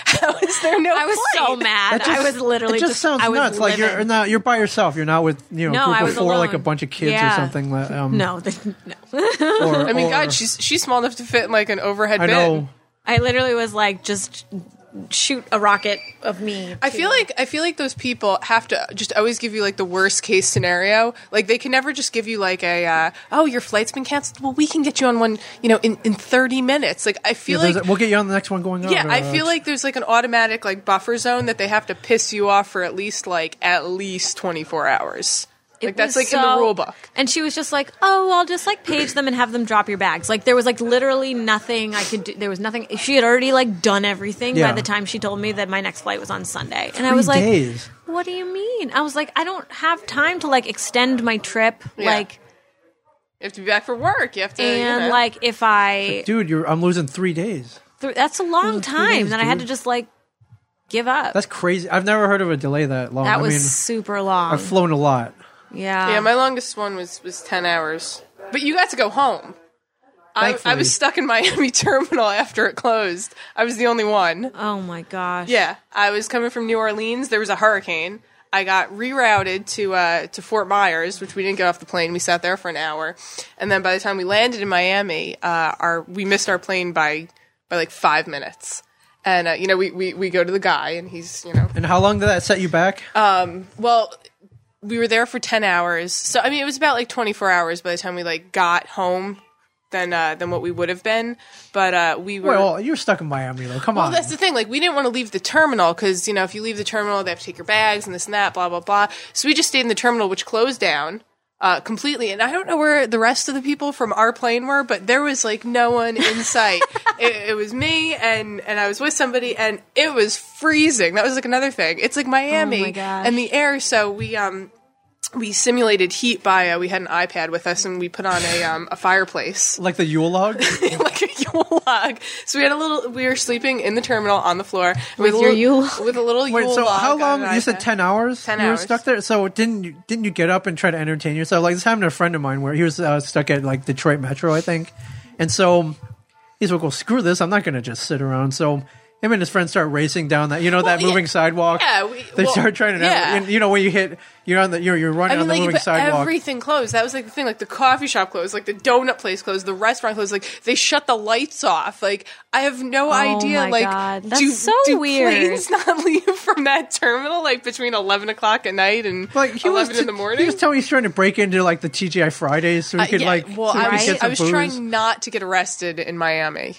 how is there no?
I was so
flight?
mad.
That just-
I was literally
It just, sounds
I was
nuts. Like you're
livid.
not. You're by yourself. You're not with you know
No,
a
I
group of
was
four, like a
alone.
bunch of kids
Yeah.
or something. Like, um,
no, (laughs) the, no.
Or,
(laughs) I mean,
or,
Oh God, she's she's small enough to fit in like an overhead
I
bin.
know.
I literally was like, just shoot a rocket of me.
I feel like I feel like those people have to just always give you like the worst case scenario. Like they can never just give you like a uh, oh your flight's been canceled. Well, we can get you on one you know in, in thirty minutes. Like I
Yeah,
feel
there's
like
a- we'll get you on the next one going on.
yeah I
uh,
feel like there's like an automatic like buffer zone that they have to piss you off for at least like at least twenty four hours.
It
like that's
was
like in the
so-
rule book.
And she was just like, "Oh, I'll just like page them and have them drop your bags." Like there was like literally nothing I could do. There was nothing. She had already like done everything
Yeah.
by the time she told me that my next flight was on Sunday, and I was
three
like,
days.
"What do you mean?" I was like, "I don't have time to like extend my trip."
Yeah.
Like
You have to be back for work. You have to
and
you know.
like if I
dude, you're, I'm losing three days.
th- that's a
Mm,
long time.
days,
Then I had to
dude.
just like give up.
That's crazy. I've never heard of a delay that long.
that
I
was
mean,
super long.
I've flown a lot.
Yeah.
Yeah, my longest one was was ten hours, but you got to go home. I, I
Thankfully.
was stuck in Miami (laughs) terminal after it closed. I was the only one.
oh my gosh.
Yeah, I was coming from New Orleans. There was a hurricane. I got rerouted to uh, to Fort Myers, which we didn't get off the plane. We sat there for an hour, and then by the time we landed in Miami, uh, our we missed our plane by by like five minutes. And uh, you know, we, we we go to the guy, and he's you know
And how long did that set you back?
well we were there for 10 hours so i mean it was about like 24 hours by the time we like got home than uh than what we would have been but uh we were
well, you're stuck in Miami though. Come
well,
on.
that's the thing. Like, we didn't want to leave the terminal because, you know, if you leave the terminal, they have to take your bags and this and that, blah, blah, blah. So we just stayed in the terminal, which closed down uh, completely. And I don't know where the rest of the people from our plane were, but there was like no one in
(laughs)
sight. it, it was me and, and I was with somebody, and it was freezing. That was like another thing. It's like
Oh
Miami
gosh.
and the air. So we, um, we simulated heat by uh, we had an iPad with us and we put on a um, a fireplace
like the Yule log.
(laughs) like a Yule log. So we had a little. We were sleeping in the terminal on the floor with, a
your
little,
Yule?
with a little Yule
Wait, so
log.
how
on
long?
an
You said
iPad.
ten hours.
10
you were
hours.
stuck there. So didn't you didn't you get up and try to entertain yourself? Like this happened to a friend of mine where he was uh, stuck at like Detroit Metro, I think, and so he's like, "Well, screw this! I'm not going to just sit around." So. Him and his friends start racing down that, you know, that
yeah.
moving sidewalk.
Yeah, we-
they
well,
start trying to,
yeah.
and, you know, when you hit, you're on the, you're, you're running
I mean,
on the
like,
moving
but
sidewalk.
everything closed. That was like the thing. Like the coffee shop closed, like the donut place closed, the restaurant closed. Like they shut the lights off. Like I have no idea.
Oh my
like
God. That's
do,
so
do
weird.
planes (laughs) not leave from that terminal like between eleven o'clock at night and
like he was,
eleven in the morning?
he was telling me he's trying to break into like the TGI Fridays so he
Uh,
could
yeah,
like,
well,
so he
I
could
was-
was,
get some
I was
booze.
trying not to get arrested in Miami.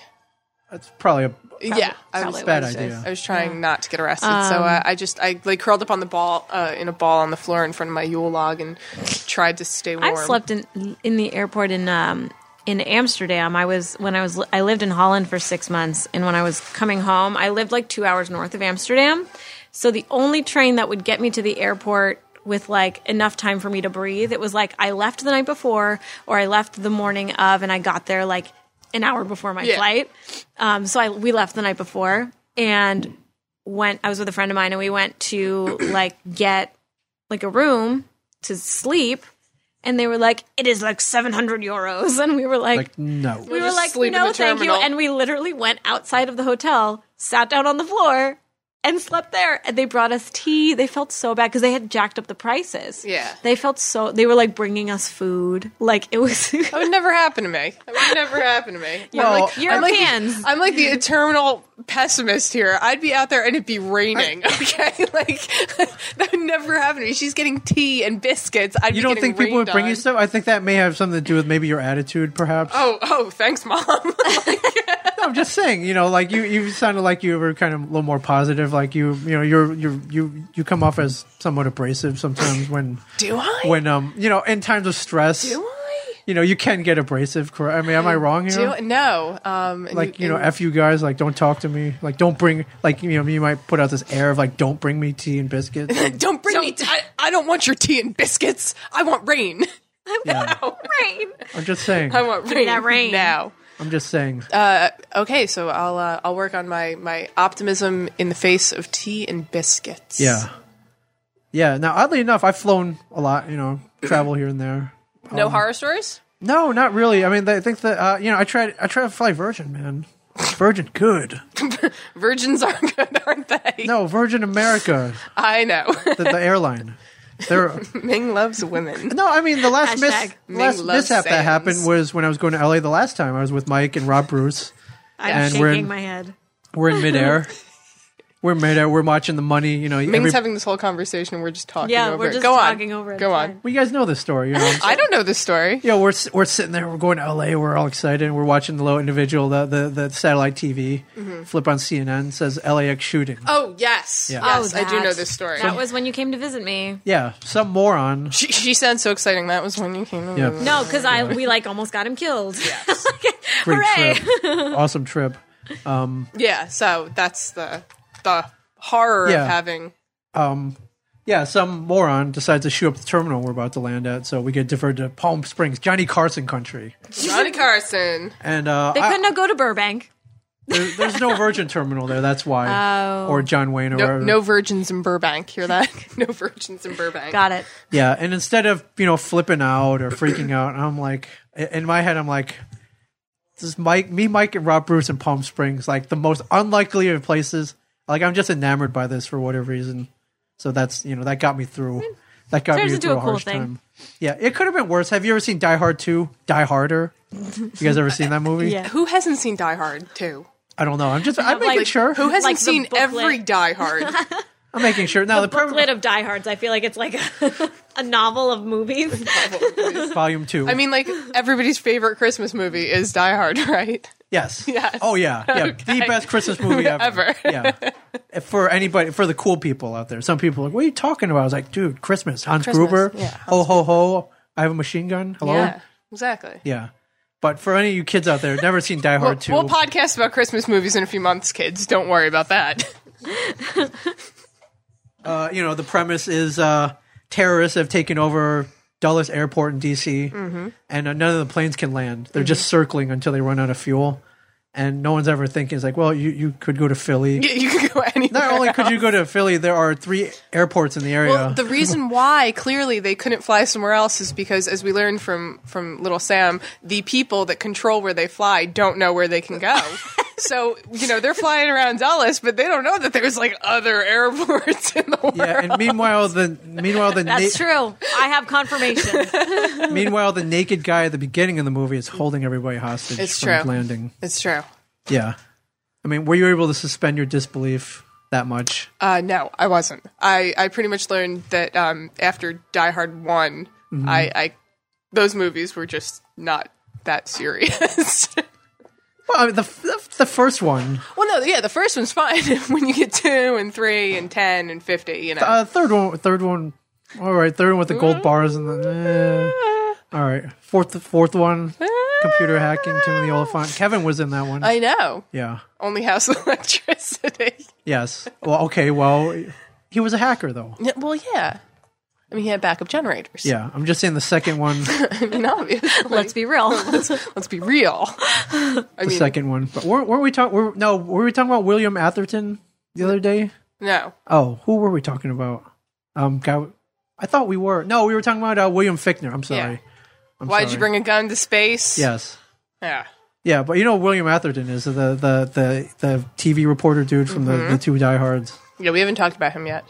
That's probably a
yeah, I was
probably
bad
was it.
idea.
I was trying not to get arrested, so uh, I just I like curled up on the ball uh, in a ball on the floor in front of my Yule log and tried to stay warm.
I've slept in in the airport in um in Amsterdam. I was when I was I lived in Holland for 6 months and when I was coming home, I lived like 2 hours north of Amsterdam. So the only train that would get me to the airport with like enough time for me to breathe, it was like I left the night before or I left the morning of and I got there like an hour before my
Yeah.
flight. Um so I we left the night before and went I was with a friend of mine and we went to like get like a room to sleep and they were like it is like 700 euros (laughs) and we were like,
like no.
we were
just
like
sleep in
no
the
thank you
terminal.
and we literally went outside of the hotel sat down on the floor and slept there and they brought us tea they felt so bad because they had jacked up the prices
Yeah.
they felt so they were like bringing us food like it was (laughs)
That would never happen to me. That would never happen to me.
Well,
like europeans
I'm like the eternal pessimist here. I'd be out there and it'd be raining. Okay, (laughs) like that would never happen to me. She's getting tea and biscuits. I'd
You
be
don't
getting
think people would
rained
bring you
on.
stuff? I think that may have something to do with maybe your attitude, perhaps.
Oh, oh, thanks, mom. (laughs)
No, I'm just saying, you know, like you, you sounded like you were kind of a little more positive. Like you, you know, you're, you, you, you come off as somewhat abrasive sometimes when,
Do I?
when, um, you know, in times of stress,
do I?
you know, you can get abrasive. Correct? I mean, am I wrong here?
Do I? no? Um, and
like you know,
and-
f you guys, like don't talk to me, like don't bring, like you know, you might put out this air of like don't bring me tea and
(laughs)
biscuits.
don't bring me. T- I, I don't want your tea and biscuits. I want rain.
yeah,
Rain.
I'm just saying.
I want rain,
that rain.
now.
I'm just saying.
Okay, so I'll uh, I'll work on my my optimism in the face of tea and biscuits.
Yeah. Yeah. Now, oddly enough, I've flown a lot, you
(clears throat)
know, travel here and there.
No
Um,
horror stories.
No, not really. I mean, I think that, uh, you know, I tried, I tried to fly Virgin, man. Virgin, good.
Virgins are (laughs) good, aren't they?
No, Virgin America,
I know. (laughs)
the, the airline. They're,
Ming loves women.
no, I mean, the last, mis-
Hashtag
Ming
last
loves
mishap that
Sam's.
happened was when I was going to LA the last time. I was with Mike and Rob Bruce.
i'm
And we're
shaking
in-
my head
We're in
(laughs)
midair. We're in midair. We're watching the money, you know.
Ming's
Every,
having this whole conversation. and We're just talking.
Yeah,
over
we're
it.
just
Go on.
talking over it.
Go
It's
on.
fine.
well, you guys know this story, you know.
I don't know this story.
Yeah, we're we're sitting there. We're going to LA. We're all excited. and We're watching the low individual, the the, the satellite TV.
Mm-hmm.
Flip on CNN says LAX shooting.
Oh yes, yes, I do know this story.
that was when you came to visit me
Yeah, some moron.
she, she sounds so exciting. That was when you came. over.
Yeah,
no because i we like almost got him killed
great
Hooray.
trip. awesome trip.
yeah. So that's the the horror
Yeah.
of having
Yeah, some moron decides to shoot up the terminal we're about to land at, so we get deferred to Palm Springs, Johnny Carson country.
Johnny Carson.
And uh,
(laughs) they
I-
couldn't go to burbank
There, there's
(laughs)
no Virgin terminal there. That's
Oh.
why. Or John Wayne or
No,
whatever.
no virgins in Burbank. Hear
(laughs)
that? no virgins in Burbank.
Got (laughs) it.
Yeah, and instead of you know flipping out or freaking out, I'm like in my head, I'm like, this is Mike, me, Mike, and Rob Bruce in Palm Springs, like the most unlikely of places. Like I'm just enamored by this for whatever reason. So that's you know that got me through. That got
Hmm. Turns
me
into
through a,
a cool
harsh
thing.
time. Yeah, it could have been worse. Have you ever seen Die Hard Two? Die Harder. You guys ever seen that movie?
(laughs) Yeah.
Who hasn't seen Die Hard too?
I don't know. I'm just I'm making
like,
sure.
Who hasn't
Like the
seen
booklet.
every Die Hard?
I'm making sure.
(laughs)
Now the, problem
Booklet of diehards. I feel like it's like a, (laughs) a novel of movies.
volume two.
I mean, like everybody's favorite Christmas movie is Die Hard, (laughs) right?
Yes.
(laughs) Yes.
Oh yeah. Yeah. The
Okay.
best Christmas
(laughs)
movie ever.
Ever.
yeah. For anybody, for the cool people out there. Some people are like, what are you talking about? I was like, dude, Christmas. Hans
Christmas,
Gruber.
yeah.
Ho ho ho. I have a machine gun. Hello.
Yeah, exactly.
Yeah. But for any of you kids out there never seen Die
We'll,
Hard two,
we'll podcast about Christmas movies in a few months, kids. Don't worry about that. (laughs)
uh, you know the premise is uh, terrorists have taken over. Dulles Airport in D.C.
Mm-hmm.
and uh, none of the planes can land. They're just circling until they run out of fuel, and no one's ever thinking. It's like, well, you, you could go to Philly.
You- You can go anywhere.
Not only could you
(laughs)
go to Philly, there are three airports in the area.
Well, the reason why clearly they couldn't fly somewhere else is because, as we learned from from Little Sam, the people that control where they fly don't know where they can go. so you know they're flying around Dallas, but they don't know that there's like other (laughs) airports in the world.
yeah,
(laughs)
and meanwhile the meanwhile the
(laughs) That's
na-
true. I have confirmation.
meanwhile the naked guy at the beginning of the movie is holding everybody hostage
It's
from
true.
landing.
It's true.
Yeah, I mean, were you able to suspend your disbelief that much?
Uh, no, I wasn't. I, I pretty much learned that um, after Die Hard one, I, I those movies were just not that serious. (laughs)
Well, I mean, the, the the first one,
well, no, yeah, the first one's fine (laughs) when you get two and three and ten and fifty. You know,
uh, third one, third one, all right, third one with the
Mm.
gold bars and the. eh. All right, fourth fourth one, computer hacking, Timothy Oliphant. Kevin was in that one.
(laughs) I know.
yeah.
Only house (laughs) electricity.
Yes. Well, okay. Well, he was a hacker though.
Yeah, well, yeah. I mean, he had backup generators.
Yeah, I'm just saying the second
(laughs)
one, the
I mean, obviously. (laughs)
Let's be real.
let's be real. I mean,
second one. But weren't, weren't we talking? No, were we talking about William Atherton the other day?
no.
Oh, who were we talking about? Um, guy, I thought we were. No, we were talking about uh, William Fickner. I'm sorry.
Yeah. Why did
sorry.
you bring a gun to space?
Yes.
Yeah.
Yeah, but you know who William Atherton is the the the, the TV reporter dude from
Mm-hmm.
the, the two diehards.
Yeah, we haven't talked about him yet.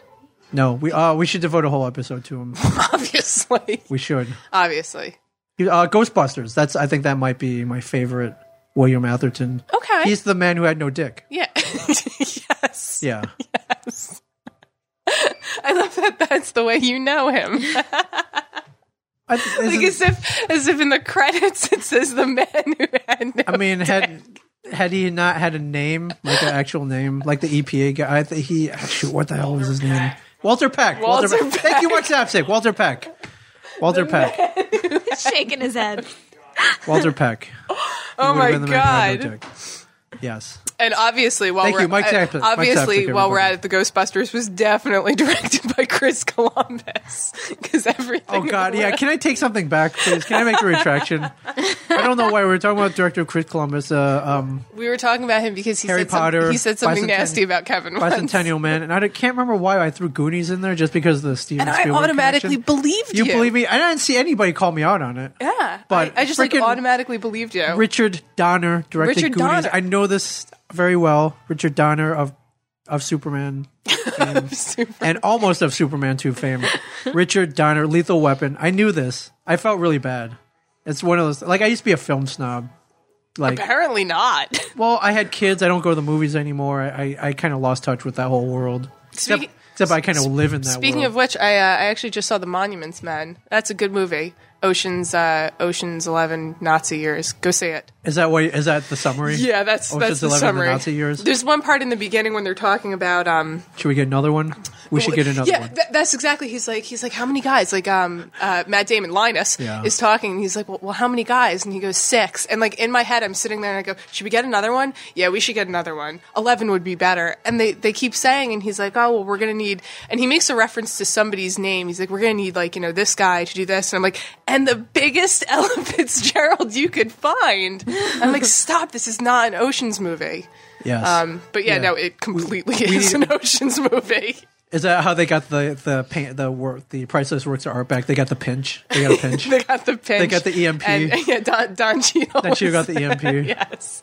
No, we uh we should devote a whole episode to him.
(laughs) Obviously.
we should.
Obviously.
Uh, Ghostbusters. That's I think that might be my favorite William Atherton.
Okay.
He's the man who had no
(laughs)
dick.
yeah. yes.
Yeah.
I love that that's the way you know him. (laughs)
I, isn't-
like as if as if in the credits it says the man who had no
I mean, had had he not had a name, like an actual name, like the EPA guy, I think he shoot. What the hell was his name? Walter Peck.
Walter
Thank you, what's Sapsick. Walter Peck. Walter Peck.
Shaking his head.
Walter Peck.
Oh my god.
Yes.
And obviously, while
Thank
we're
you, Mike
uh,
Tapsik- Mike
obviously
Tapsik,
while we're
everybody.
at it, the Ghostbusters was definitely (laughs) directed by Chris Columbus because everything.
Oh god. Yeah. Can I take something back, please? Can I make a retraction? I don't know why we were talking about director Chris Columbus. Uh, um,
we were talking about him because he
Harry
said some-
Potter,
he said something
Bicentennial-
nasty about Kevin once, and
Bicentennial Man, and I don't- can't remember why I threw Goonies in there just because of the Steven
I
Spielberg
automatically
connection.
believed you.
You believe me? I didn't see anybody call me out on it.
Yeah,
But
I, I just like
freaking-
automatically believed you.
Richard Donner directed
Oh. Richard
Goonies.
Donner.
I know this very well. Richard Donner of of
(laughs)
Superman
Super-
and almost of Superman 2
(laughs)
fame. Richard Donner, Lethal Weapon. I knew this. I felt really bad. It's one of those like I used to be a film snob. Like (laughs)
Apparently not.
well, I had kids. I don't go to the movies anymore. I I, I kind of lost touch with that whole world. Except,
Speaking-
except I kind of live in that
Speaking
world.
of which, I uh, I actually just saw The Monuments Men. That's a good movie. Ocean's uh, Ocean's Eleven Nazi years. Go see it.
is that why is that the summary?
Yeah, that's
Ocean's
that's the
11 and
summary.
Nazi years.
There's one part in the beginning when they're talking about um
Should we get another one? We should get another
yeah
one.
tha- that's exactly he's like he's like how many guys like um uh, Matt Damon Linus
Yeah.
is talking and he's like well, well how many guys and he goes six and like in my head I'm sitting there and I go should we get another one yeah we should get another one eleven would be better and they they keep saying and he's like oh well we're gonna need and he makes a reference to somebody's name he's like we're gonna need like you know this guy to do this and I'm like and the biggest (laughs) Ella Fitzgerald you could find I'm like stop this is not an Ocean's movie
Yes.
Um, but yeah,
Yeah.
no, it completely is an Ocean's movie.
Is that how they got the the paint the work the priceless works of art back? They got the pinch. They got a pinch.
(laughs) They got the pinch.
got the E EMP.
And, (laughs) yeah, Don, Don Cheadle.
That you
was
got the E EMP.
(laughs) yes.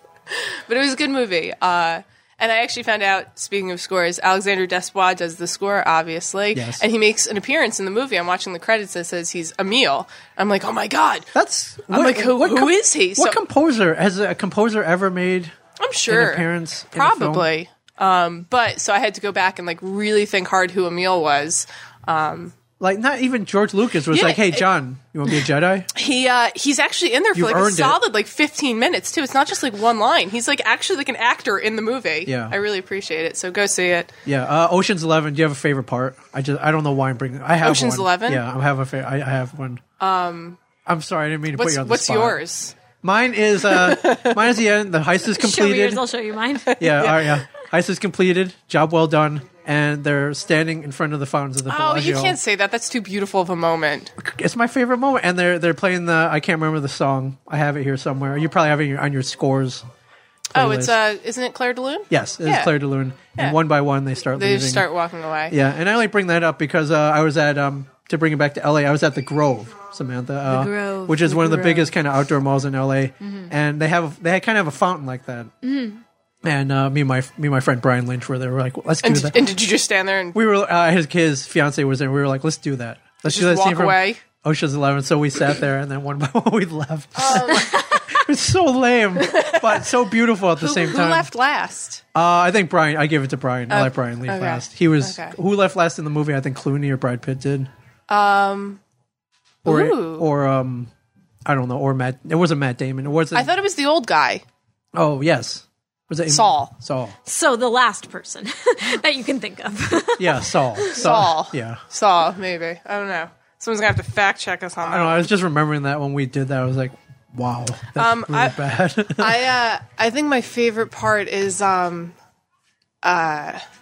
But it was a good movie. Uh, and I actually found out, speaking of scores, Alexander Despois does the score, obviously.
Yes.
And he makes an appearance in the movie. I'm watching the credits that says he's Emil. I'm like, oh my God.
That's
I'm like, who- who is he?
What
So-
composer has a composer ever made?
I'm sure.
appearance in a film?
Probably. Um, but so I had to go back and like really think hard who Emil was. Um,
Like not even George Lucas was
Yeah,
like, "Hey
it-
John, you want to be a
(laughs)
Jedi?"
he uh, he's actually in there for
You've
like a
earned it.
solid like 15 minutes too. It's not just like one line. He's like actually like an actor in the movie.
Yeah.
I really appreciate it. So go see it.
yeah. Uh, Ocean's Eleven. Do you have a favorite part? I just I don't know why I'm bringing. I have
Ocean's
one.
11?
Yeah, I have a fa- I, I have one. Um, I'm sorry, I didn't mean to put
What's
you on the
what's
spot.
yours?
Mine is
(laughs)
uh, mine is the end. The heist is
Show me
completed.
yours. I'll show you mine.
Yeah, yeah. yeah. Heist is completed. Job well done. And they're standing in front of the fountains of the
Oh, you
Bellagio.
can't say that. That's too beautiful of a moment.
It's my favorite moment. And they're they're playing the. I can't remember the song. I have it here somewhere. You probably have it on your- on your scores.
Oh, it's
playlist.
uh, isn't it Claire de Lune?
Yes, it's
yeah.
Claire de Lune.
Yeah.
And one by one, they start
They
leaving.
start walking away.
Yeah, and I only bring that up because uh, I was at um to bring it back to LA. I was at the Grove, Samantha, uh,
The Grove,
which is
the
one of the
Grove.
biggest kind of outdoor malls in LA,
Mm-hmm.
and they have they kind of have a fountain like that. And uh, me and my me and my friend Brian Lynch were there. We're like, well, let's do
And,
that.
did, and did you just stand there and
we were uh, his his fiance was there. We were like, let's do that. Let's do
Just
that scene
walk
from
away?
Ocean's Eleven. So we sat there, and then one (laughs) by one we left. (laughs) it's so lame, but so beautiful at the
Oh. who,
same
who
time.
left last?
Uh, I think Brian. I give it to Brian. I
Oh,
let Brian leave
okay.
last. He was
Okay.
who left last in the movie. I think Clooney or Brad Pitt did,
Um,
or
Ooh.
or um, I don't know, or Matt. It wasn't Matt Damon. It wasn't.
I thought it was the old guy.
oh yes, was it
Saul.
Saul.
So the last person (laughs) that you can think of.
Yeah,
(laughs)
Saul. Saul.
Saul.
Oh, Yeah.
Saul, maybe. I don't know. Someone's gonna have to fact check us on
I
that.
don't know. I was just remembering that when we did that, I was like, wow, that's
Um,
really
I-
bad. (laughs)
I uh, I think my favorite part is um,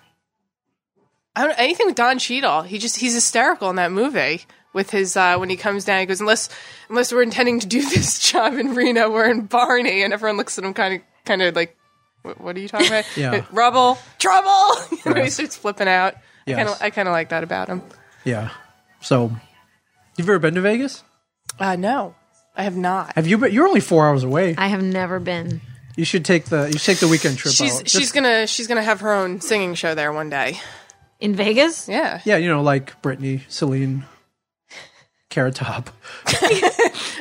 uh, I don't anything with Don Cheadle. He just he's hysterical in that movie with his uh, when he comes down. He goes unless unless we're intending to do this (laughs) job in Reno, we're in Barney, and everyone looks at him kind of kind of like, what, what are you talking about?
(laughs) Yeah.
(laughs) rubble, trouble. (laughs) You know, he
Yes.
starts flipping out. I kind
Yes.
of I kind of like that about him.
yeah. So, you've ever been to Vegas?
Uh, no, I have not.
Have you? Been, you're only four hours away.
I have never been.
You should take the you should take the weekend trip.
She's
out. Just-
she's gonna she's gonna have her own singing show there one day.
In Vegas?
Yeah,
yeah, you know, like Britney, Celine, Carrot Top. (laughs)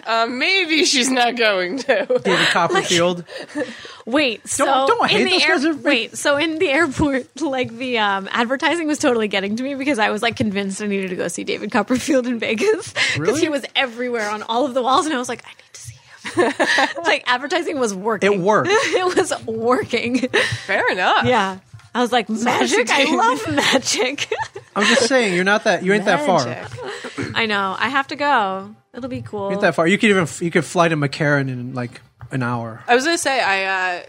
Uh, maybe she's not going to.
David Copperfield.
Wait, so
don't I hate
in the
those guys?
air-
They're-
wait, so in the airport, (laughs) like the um, advertising was totally getting to me because I was like convinced I needed to go see David Copperfield in (laughs) Vegas because
Really?
he was everywhere on all of the walls, and I was like, I need to see him. (laughs) like advertising was working.
It worked.
(laughs) it was working.
Fair enough.
Yeah, I was like magic. I
David.
love magic. (laughs)
I'm just saying, you're not that. You ain't that far. You
Magic.
I know. I have to go. It'll be cool.
ain't that far. You could even you could fly to McCarran in like an hour.
I was gonna say I uh,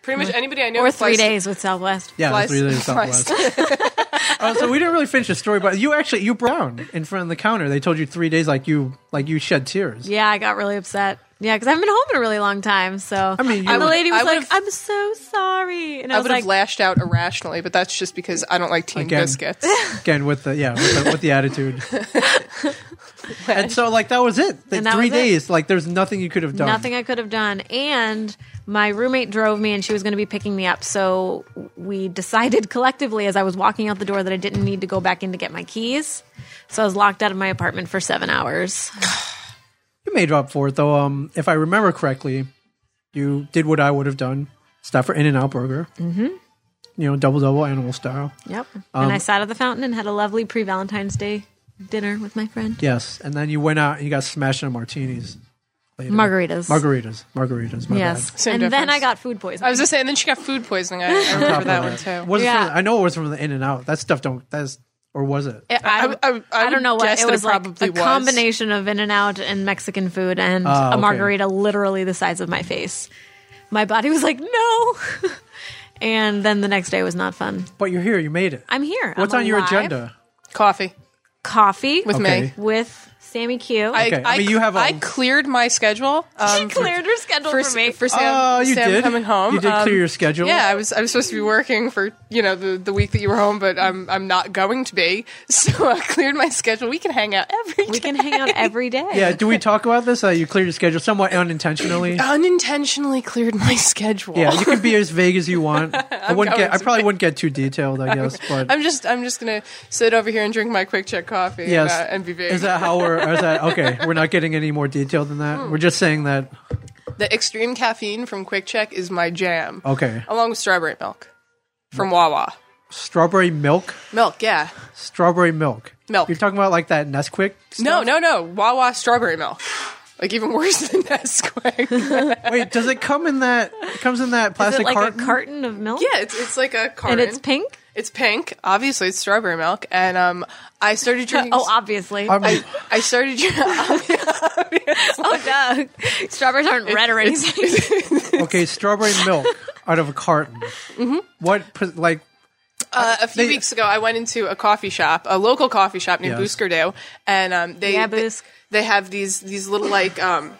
pretty much anybody I know
or
who
three
flies-
days with Southwest.
Yeah,
flies-
that's really the
flies- (laughs)
Southwest. Uh, so we didn't really finish the story, but you actually you brown in front of the counter. They told you three days, like you like you shed tears.
Yeah, I got really upset. Yeah, because I haven't been home in a really long time. So
I mean, you-
and the
I
lady was
I
like,
would've-
"I'm so sorry," and I,
I
was
would have
like,
lashed out irrationally, but that's just because I don't like team
Again.
biscuits. (laughs)
Again, with the yeah, with the, with the
(laughs)
attitude. and so like that was it. Like,
And that
three
was it.
days. Like there's nothing you could have done.
"Nothing I could have done." And my roommate drove me, and she was going to be picking me up. So we decided (laughs) collectively, as I was walking out the door, that I didn't need to go back in to get my keys. So I was locked out of my apartment for seven hours.
You made up for it though. Um, if I remember correctly, you did what I would have done. Stop for In and Out Burger. Mm-hmm. You know, double double animal style.
Yep. and I sat at the fountain and had a lovely pre Valentine's Day dinner with my friend.
Yes, and then you went out and you got smashed on martinis,
Margaritas.
margaritas, margaritas. My
Yes.
Same
and then
difference.
I got food poisoning.
I was gonna say, and then she got food poisoning. I, I remember that one too.
Was
Yeah.
I know it was from the In and Out. That stuff don't. That's or was it?
I, I,
I- I- I would
don't know what
guess
it
that it
was like.
probably
a
was.
combination of In and Out and Mexican food and
Ah,
a
okay.
margarita, literally the size of my face. My body was like, no. (laughs) and then the next day was not fun.
But you're here. You made it.
I'm here.
What's
I'm
on your
alive.
agenda?
Coffee
Coffee
with
Okay.
me.
with Sammy Q.
I,
Okay, I
I,
mean, you have
I
all-
cleared my schedule.
she
(laughs) Um, for-
cleared her schedule
for,
for, me.
for Sam,
Oh, you
Sam
did?
coming home. um,
You did clear your schedule?
Yeah, I was I was supposed to be working for you know the, the week that you were home, but I'm I'm not going to be. (laughs) So I cleared my schedule. We can hang out every
we can hang
(laughs)
out every day.
Oh. (laughs) Yeah, do we talk about this? Uh, you cleared your schedule somewhat unintentionally.
(laughs) unintentionally cleared my (laughs) schedule.
Yeah, you can be as vague as you
(laughs)
want. I wouldn't
going
get. I
to
probably
be-
wouldn't get too detailed. I guess, but
(laughs) I'm just I'm just gonna sit over here and drink my quick check coffee
yes,
and, uh, and be vague.
is that how we're? Is
(laughs)
that okay? We're not getting any more detailed than that. We're just saying that.
the extreme caffeine from Quick Check is my jam,
Okay,
along with strawberry milk from Wawa.
strawberry milk.
Milk, yeah.
Strawberry milk.
Milk.
You're talking about like that Nesquik.
(laughs) No, no, no. Wawa strawberry milk. Like even worse (laughs)
(laughs)
than Nesquik.
Wait, does it come in that? It comes in that
Is
plastic
it like
carton.
a carton of milk?
yeah, it's it's like a carton.
And it's pink?
It's pink. Obviously, it's strawberry milk. And um, I started drinking.
(laughs) Oh, obviously.
I'm-
I, I started drinking. (laughs)
oh, duh. Strawberries aren't red or anything.
okay, strawberry
(laughs)
milk out of a carton. Mm-hmm. What pos- like?
Uh, a few
They-
weeks ago, I went into a coffee shop, a local coffee shop named
Yes.
Buskerdale, and um, they,
Yeah,
they
Busk.
they have these these little like um,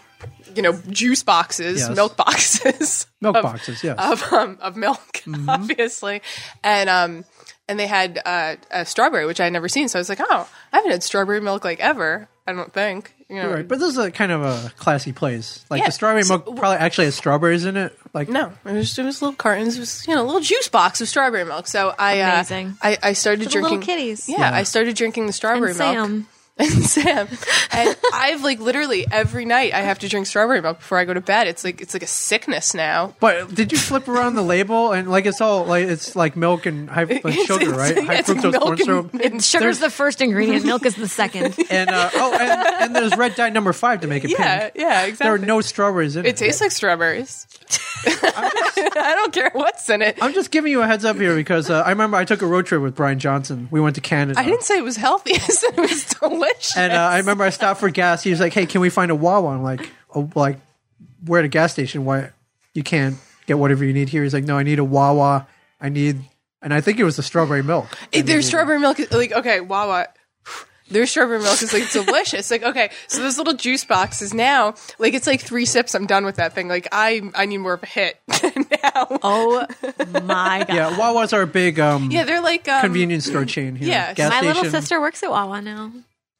you know juice boxes,
Yes.
milk boxes (laughs)
Milk
of-
boxes, yes.
of um, of milk,
Mm-hmm.
obviously, and um, and they had uh, a strawberry which I had never seen, so I was like, oh, I haven't had strawberry milk like ever. I don't think you know.
All right, but this is a kind of a classy place. Like
Um, Yeah,
the strawberry
so-
milk probably actually has strawberries in it. Like
No, it was, it was little cartons. It was you know a little juice box of strawberry milk. So I uh,
Amazing.
I, I started
the little
drinking
kitties.
Yeah, I started drinking the strawberry
And
milk.
Sam.
and (laughs) Sam. And I've like literally every night I have to drink strawberry milk before I go to bed. It's like it's like a sickness now.
But did you flip around the label and like it's all like it's like milk and high like
It's-
sugar,
it's-
right? High
it's
fructose
milk
corn
and-
syrup.
and
Sugar's
There's-
the first ingredient, milk is the second.
and uh, oh, and, and there's red dye number five to make it
Yeah,
pink.
yeah,
There are
exactly.
no strawberries in it.
it tastes like (laughs) strawberries. I don't care what's in it.
I'm just giving you a heads up here because uh, I remember I took a road trip with Brian Johnson. We went to Canada.
I didn't say it was healthy. (laughs) I said it was delicious.
and uh, I remember I stopped for gas. He was like, "Hey, can we find a Wawa?" I'm like, oh, "Like, we're at a gas station. Why you can't get whatever you need here?" He's like, "No, I need a Wawa. I need." And I think it was the strawberry milk.
It- their strawberry milk is like okay, Wawa. Their strawberry milk is like delicious. Like okay, so this little juice box is now like it's like three sips. I'm done with that thing. Like I I need more of a hit (laughs) now.
(laughs) Oh my god.
Yeah, Wawa's our big um,
Yeah, they're like um,
convenience store chain here.
yeah,
gas
My little
station.
sister works at Wawa now.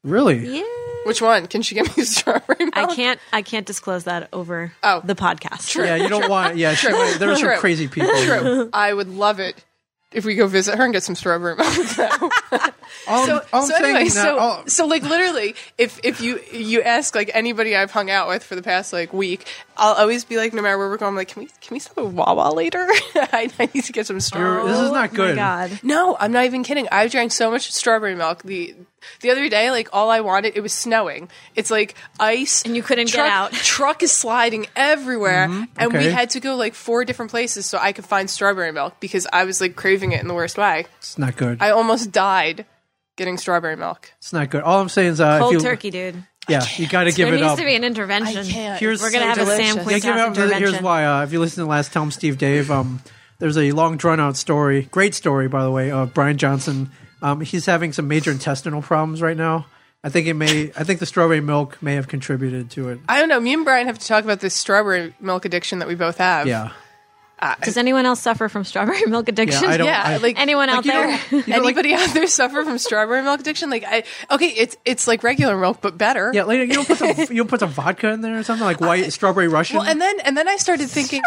Really?
Yeah.
Which one? Can she give me (laughs) strawberry milk?
I can't I can't disclose that over
Oh.
the podcast.
Yeah, you don't want. Yeah, she might- there were some
True.
crazy people. here.
(laughs) True. I would love it if we go visit her and get some strawberry (laughs) milk. so,
All, I'm- all I'm
so anyway,
saying
so,
that, oh, all-
so like literally, if if you you ask like anybody I've hung out with for the past like week, I'll always be like, no matter where we're going, I'm like, can we can we stop at Wawa later? (laughs) I, I need to get some strawberry.
this is
Oh my
not good.
God.
No, I'm not even kidding. I've drank so much strawberry milk the the other day. Like all I wanted, it was snowing. It's like ice,
And you couldn't get
truck,
out. (laughs)
Truck is sliding everywhere, and we
Mm-hmm. okay.
had to go like four different places so I could find strawberry milk because I was like craving it in the worst way.
It's not good.
I almost died getting strawberry milk.
it's not good. All I'm saying is, uh, if
Cold
you,
turkey, dude.
Yeah, you got to give
There
it
needs
up.
to be an intervention.
Here's-
We're gonna have a
delicious.
Sam
Yeah,
Quick
give it up.
intervention.
Here's why. Uh, if you listen to last Tom, Steve, Dave, um, there's a long drawn out story. Great story, by the way, of Brian Johnson. Um, he's having some major intestinal problems right now. I think it may. I think the strawberry milk may have contributed to it.
I don't know. Me and Brian have to talk about this strawberry milk addiction that we both have.
(laughs)
Yeah.
Does anyone else suffer from strawberry milk addiction?
Yeah, I don't-
Yeah,
I-
like
(laughs) Anyone out
you know-
there? (laughs)
you know, like-
(laughs) anybody out there suffer from strawberry milk addiction? Like, I okay, it's it's like regular milk but better.
yeah, later you don't put some you don't put some vodka in there or something like white strawberry Russian.
Well, and then and then I
(laughs)
started thinking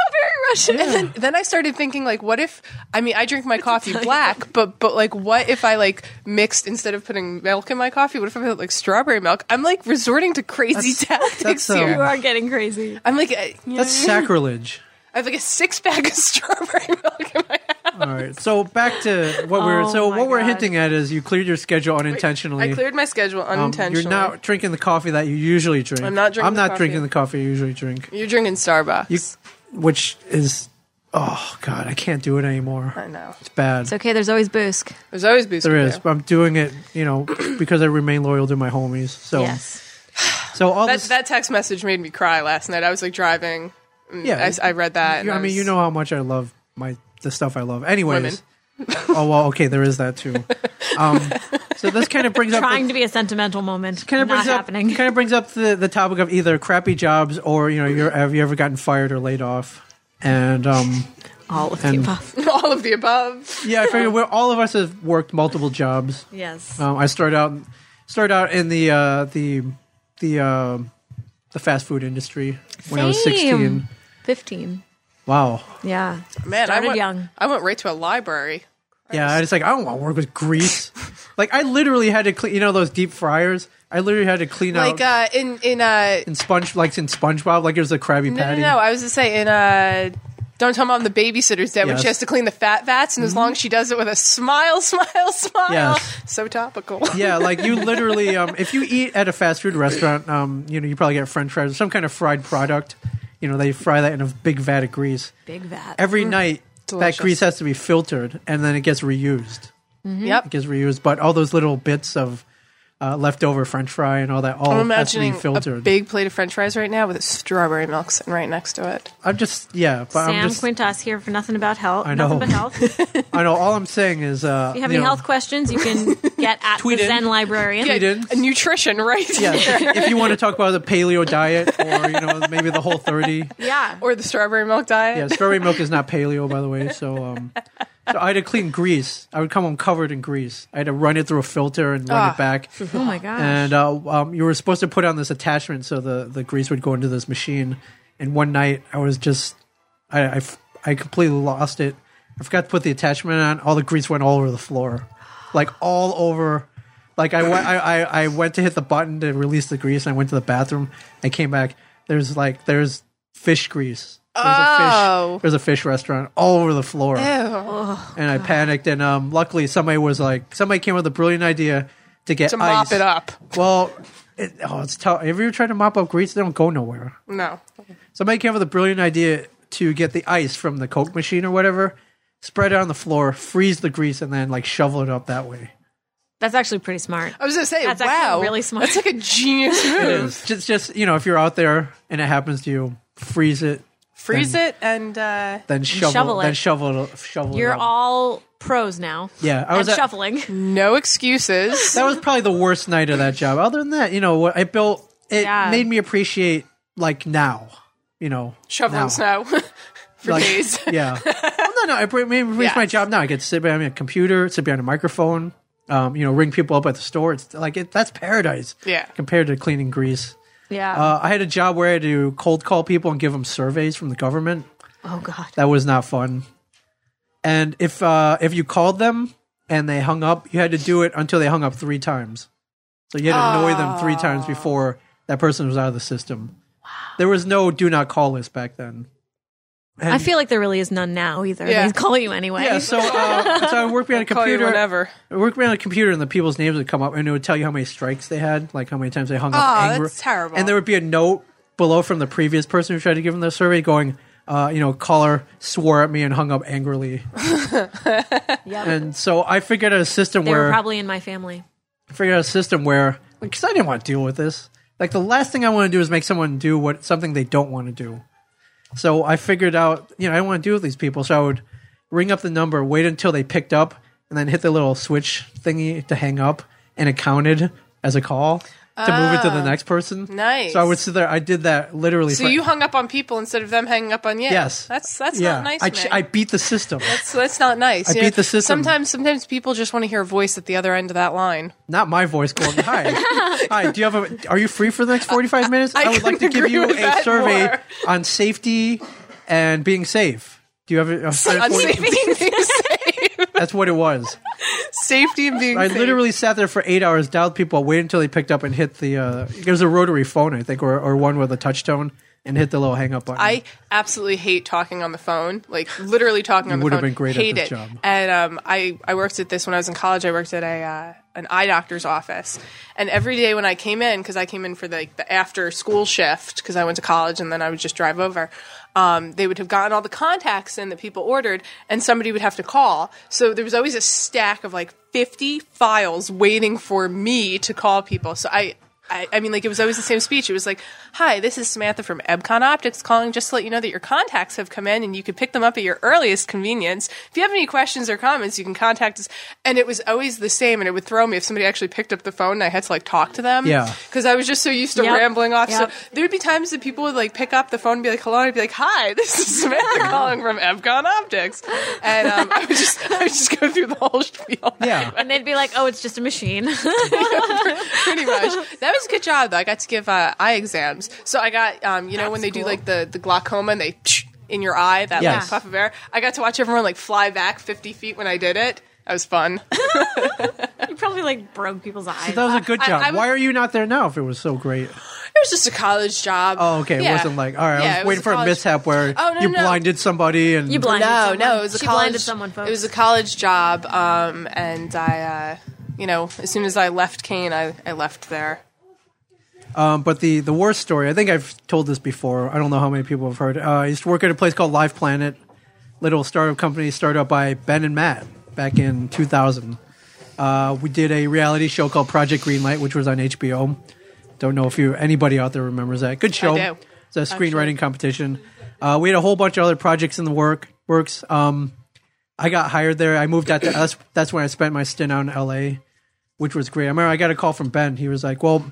Strawberry Russian.
And then, then I started thinking like, what if? I mean, I drink my coffee black, but but like, what if I like mixed instead of putting milk in my coffee? What if I put like strawberry milk? I'm like resorting to crazy tactics
that's, um,
You
here.
are getting crazy.
I'm like, uh, you know,
That's sacrilege.
I have like a six pack of (laughs) strawberry milk in my house.
All right. So back to what
(laughs)
we're
Oh
so
my
what we're
God.
hinting at is you cleared your schedule unintentionally.
I cleared my schedule
Um,
unintentionally.
You're not drinking the coffee that you usually drink.
I'm not drinking
I'm
the
not
coffee.
drinking the coffee I usually drink.
You're drinking Starbucks.
You, which is, oh god, I can't do it anymore.
I know.
It's bad.
It's okay. There's always Boosk.
There's always booze.
there
with
is,
you.
but I'm doing it, you know, (clears throat) because I remain loyal to my homies. So,
Yes.
so all
That
this,
that text message made me cry last night. I was like driving.
yeah.
I, I read that. and
you- I mean,
was-
you know how much I love my the stuff I love. Anyways,
Women. (laughs)
oh well, okay, there is that too. So this kind of brings up
Trying
the,
to be a sentimental moment.
kind of
not
brings up
happening.
kind of brings up the, the topic of either crappy jobs or you know you're, have you ever gotten fired or laid off? And um,
All of the
and-
above.
(laughs) All of the above.
yeah, I figure we're, all of us have worked multiple jobs.
Yes.
Um, I started out started out in the uh, the the uh, the fast food industry when I was
Same.
sixteen.
15.
Wow.
Yeah.
Man, I
Started
went,
young.
I went right to a library.
Yeah, I just like I don't want to work with grease. like I literally had to clean. You know those deep fryers. I literally had to clean
Like
out
uh, in in uh,
in sponge like in SpongeBob. Like it was a Krabby
no, no,
Patty.
no. I was to say in uh, don't tell mom the babysitter's dead when
Yes.
she has to clean the fat vats, and as long as she does it with a smile, (laughs) smile, smile,
Yes.
so topical.
yeah, like you literally, um, if you eat at a fast food restaurant, um, you know you probably get French fries or some kind of fried product. You know they fry that in a big vat of grease.
Big Mm. vat.
Every night,
delicious.
that grease has to be filtered and then it gets reused.
(laughs) Yep.
It gets reused, but all those little bits of uh, leftover French fry and all that all
I'm
has to be
imagining a
filtered.
big plate of French fries right now with a strawberry milk sitting right next to it.
I'm just yeah, but
Sam
I'm just
Quintas here for nothing about health.
I know.
Nothing but health. If
I know all I'm saying is uh, (laughs)
you have any
know,
health questions, you can get at
Tweet
the
in.
Zen Librarian.
Tweet in.
A nutrition, (laughs) right?
Yeah, if you want to talk about the paleo diet or you know maybe the whole thirty.
Yeah.
Or the strawberry milk diet.
(laughs)
Yeah, strawberry milk is not paleo, by the way. So, um, so I had to clean grease. I would come home covered in grease. I had to run it through a filter and run
Ah.
it back.
(laughs) oh my gosh.
And uh, um, you were supposed to put on this attachment so the, the grease would go into this machine. And one night I was just, I, I f- I completely lost it. I forgot to put the attachment on. All the grease went all over the floor, like all over. Like I went, I, I, I went to hit the button to release the grease. And I went to the bathroom. I came back. There's like there's fish grease. There's a
Oh.
fish. There's a fish restaurant all over the floor
Ew.
and I panicked. And um, luckily, somebody was like, somebody came with a brilliant idea to get
To mop
ice.
it up.
Well, it, oh, it's tough. Have you ever tried to mop up grease? They don't go nowhere.
No.
Somebody came with a brilliant idea to get the ice from the Coke machine or whatever, spread it on the floor, freeze the grease, and then like shovel it up that way.
That's actually pretty smart.
I was going to say,
That's actually
wow.
really smart.
That's like
(laughs)
a genius move.
Just, just you know, if you're out there and it happens to you, freeze it,
Freeze it and uh,
then shovel,
shovel it.
then shovel it, shovel
You're
it. up.
all pros now.
yeah. I
At
was at-
shuffling.
no excuses.
that was probably the worst night of that job. Other than that, you know, what I built it
Yeah.
made me appreciate like now, you know,
Shoveling
now.
snow (laughs) for
Like,
days.
(laughs) yeah. Well, no, no, I br- made me appreciate
Yeah.
my job now. I could sit behind a computer, sit behind a microphone, um, you know, ring people up at the store. It's like it, that's paradise.
Yeah.
compared to cleaning grease.
(laughs) Yeah.
Uh, I had a job where I had to cold call people and give them surveys from the government.
oh god.
That was not fun. And if uh, if you called them and they hung up, you had to do it until they hung up three times. So you had to annoy them three
Oh.
times before that person was out of the system. There was no do not call list back then.
I feel like there really is none now either.
Yeah.
They call you anyway.
Yeah, so
(laughs)
uh, so I worked behind a
Call you
computer.
whenever.
I worked behind a computer, and the people's names would come up, and it would tell you how many strikes they had, like how many times they hung up.
Aw,
angry.
that's terrible.
And there would be a note below from the previous person who tried to give them the survey, going, uh, you know, caller swore at me and hung up
(laughs)
angrily. And so I figured out a system
They were
where
probably in my family.
figured out a system where because I didn't want to deal with this. Like the last thing I want to do is make someone do what something they don't want to do. So I figured out, you know, I don't want to deal with these people. So I would ring up the number, wait until they picked up, and then hit the little switch thingy to hang up, and it counted as a call to move it to the next person.
Ah. nice.
So I would sit there. I did that literally.
So
for-
you hung up on people instead of them hanging up on you.
Yes.
That's that's
yeah.
not nice.
I,
man.
ch- I beat the
(laughs)
system.
So that's not nice.
I
you
beat the system.
Sometimes, sometimes people just want to hear a voice at the other end of that line.
Not my voice going,
(laughs)
hi. hi, do you have a are you free for the next 45 minutes?
I
would like to
couldn't
give
agree
you
with
a
that
survey
more.
on safety and being safe. Do you have
(laughs)
a, a
Unsafe
(laughs)
being safe.
That's what it was.
Safety and (laughs) being
I
safe.
literally sat there for 8 hours, dialed people, waited until they picked up and hit the uh it was a rotary phone, I think or or one with a touch tone and hit the little hang up button.
I absolutely hate talking on the phone. Like literally talking on the phone.
would have been great at
hate
this
it.
job.
And um, I I worked at this when I was in college. I worked at a uh, an eye doctor's office, and every day when I came in, because I came in for like the after school shift, because I went to college and then I would just drive over. Um, they would have gotten all the contacts in that people ordered, and somebody would have to call. So there was always a stack of like fifty files waiting for me to call people. So I. I, I mean, like it was always the same speech. It was like, "Hi, this is Samantha from Ebcon Optics calling just to let you know that your contacts have come in and you could pick them up at your earliest convenience. If you have any questions or comments, you can contact us." And it was always the same, and it would throw me if somebody actually picked up the phone and I had to like talk to them,
Yeah.
because I was just so used to
Yep.
rambling off.
Yep.
So there would be times that people would like pick up the phone and be like, "Hello," and I'd be like, "Hi, (laughs) this is Samantha calling from Ebcon Optics," and um, I would just I would just go through the whole spiel. (laughs)
Yeah.
And they'd be like, "Oh, it's just a machine." (laughs)
pretty much. That was a good job though. I got to give uh, eye exams. So I got, um, you know, when they do
cool.
like the the glaucoma and they in your eye that
Yes.
like puff of air. I got to watch everyone like fly back fifty feet when I did it. That was
(laughs)
fun.
you probably like broke people's eyes.
That was a good
I-
job.
I was-
Why are you not there now if it was so great?
It was just a college job.
Oh, okay. It
Yeah.
wasn't like, all right,
Yeah,
I
it
was waiting for a
college-
mishap where
Oh, no,
you
no.
blinded somebody and
You blinded
No,
someone.
no, it was a
she
college.
blinded someone, folks.
It was a college job, um, and I, uh, you know, as soon as I left Kane, I, I left there.
Um, but the, the worst story, I think I've told this before. I don't know how many people have heard. Uh, I used to work at a place called Live Planet, little startup company started up by Ben and Matt back in 2000. Uh, we did a reality show called Project Greenlight, which was on HBO. Don't know if you anybody out there remembers that. Good show.
do,
It's a screenwriting competition. Uh, we had a whole bunch of other projects in the work works. Um, I got hired there. I moved out to us. That's when I spent my stint out in LA, which was great. I remember I got a call from Ben. He was like, "Well,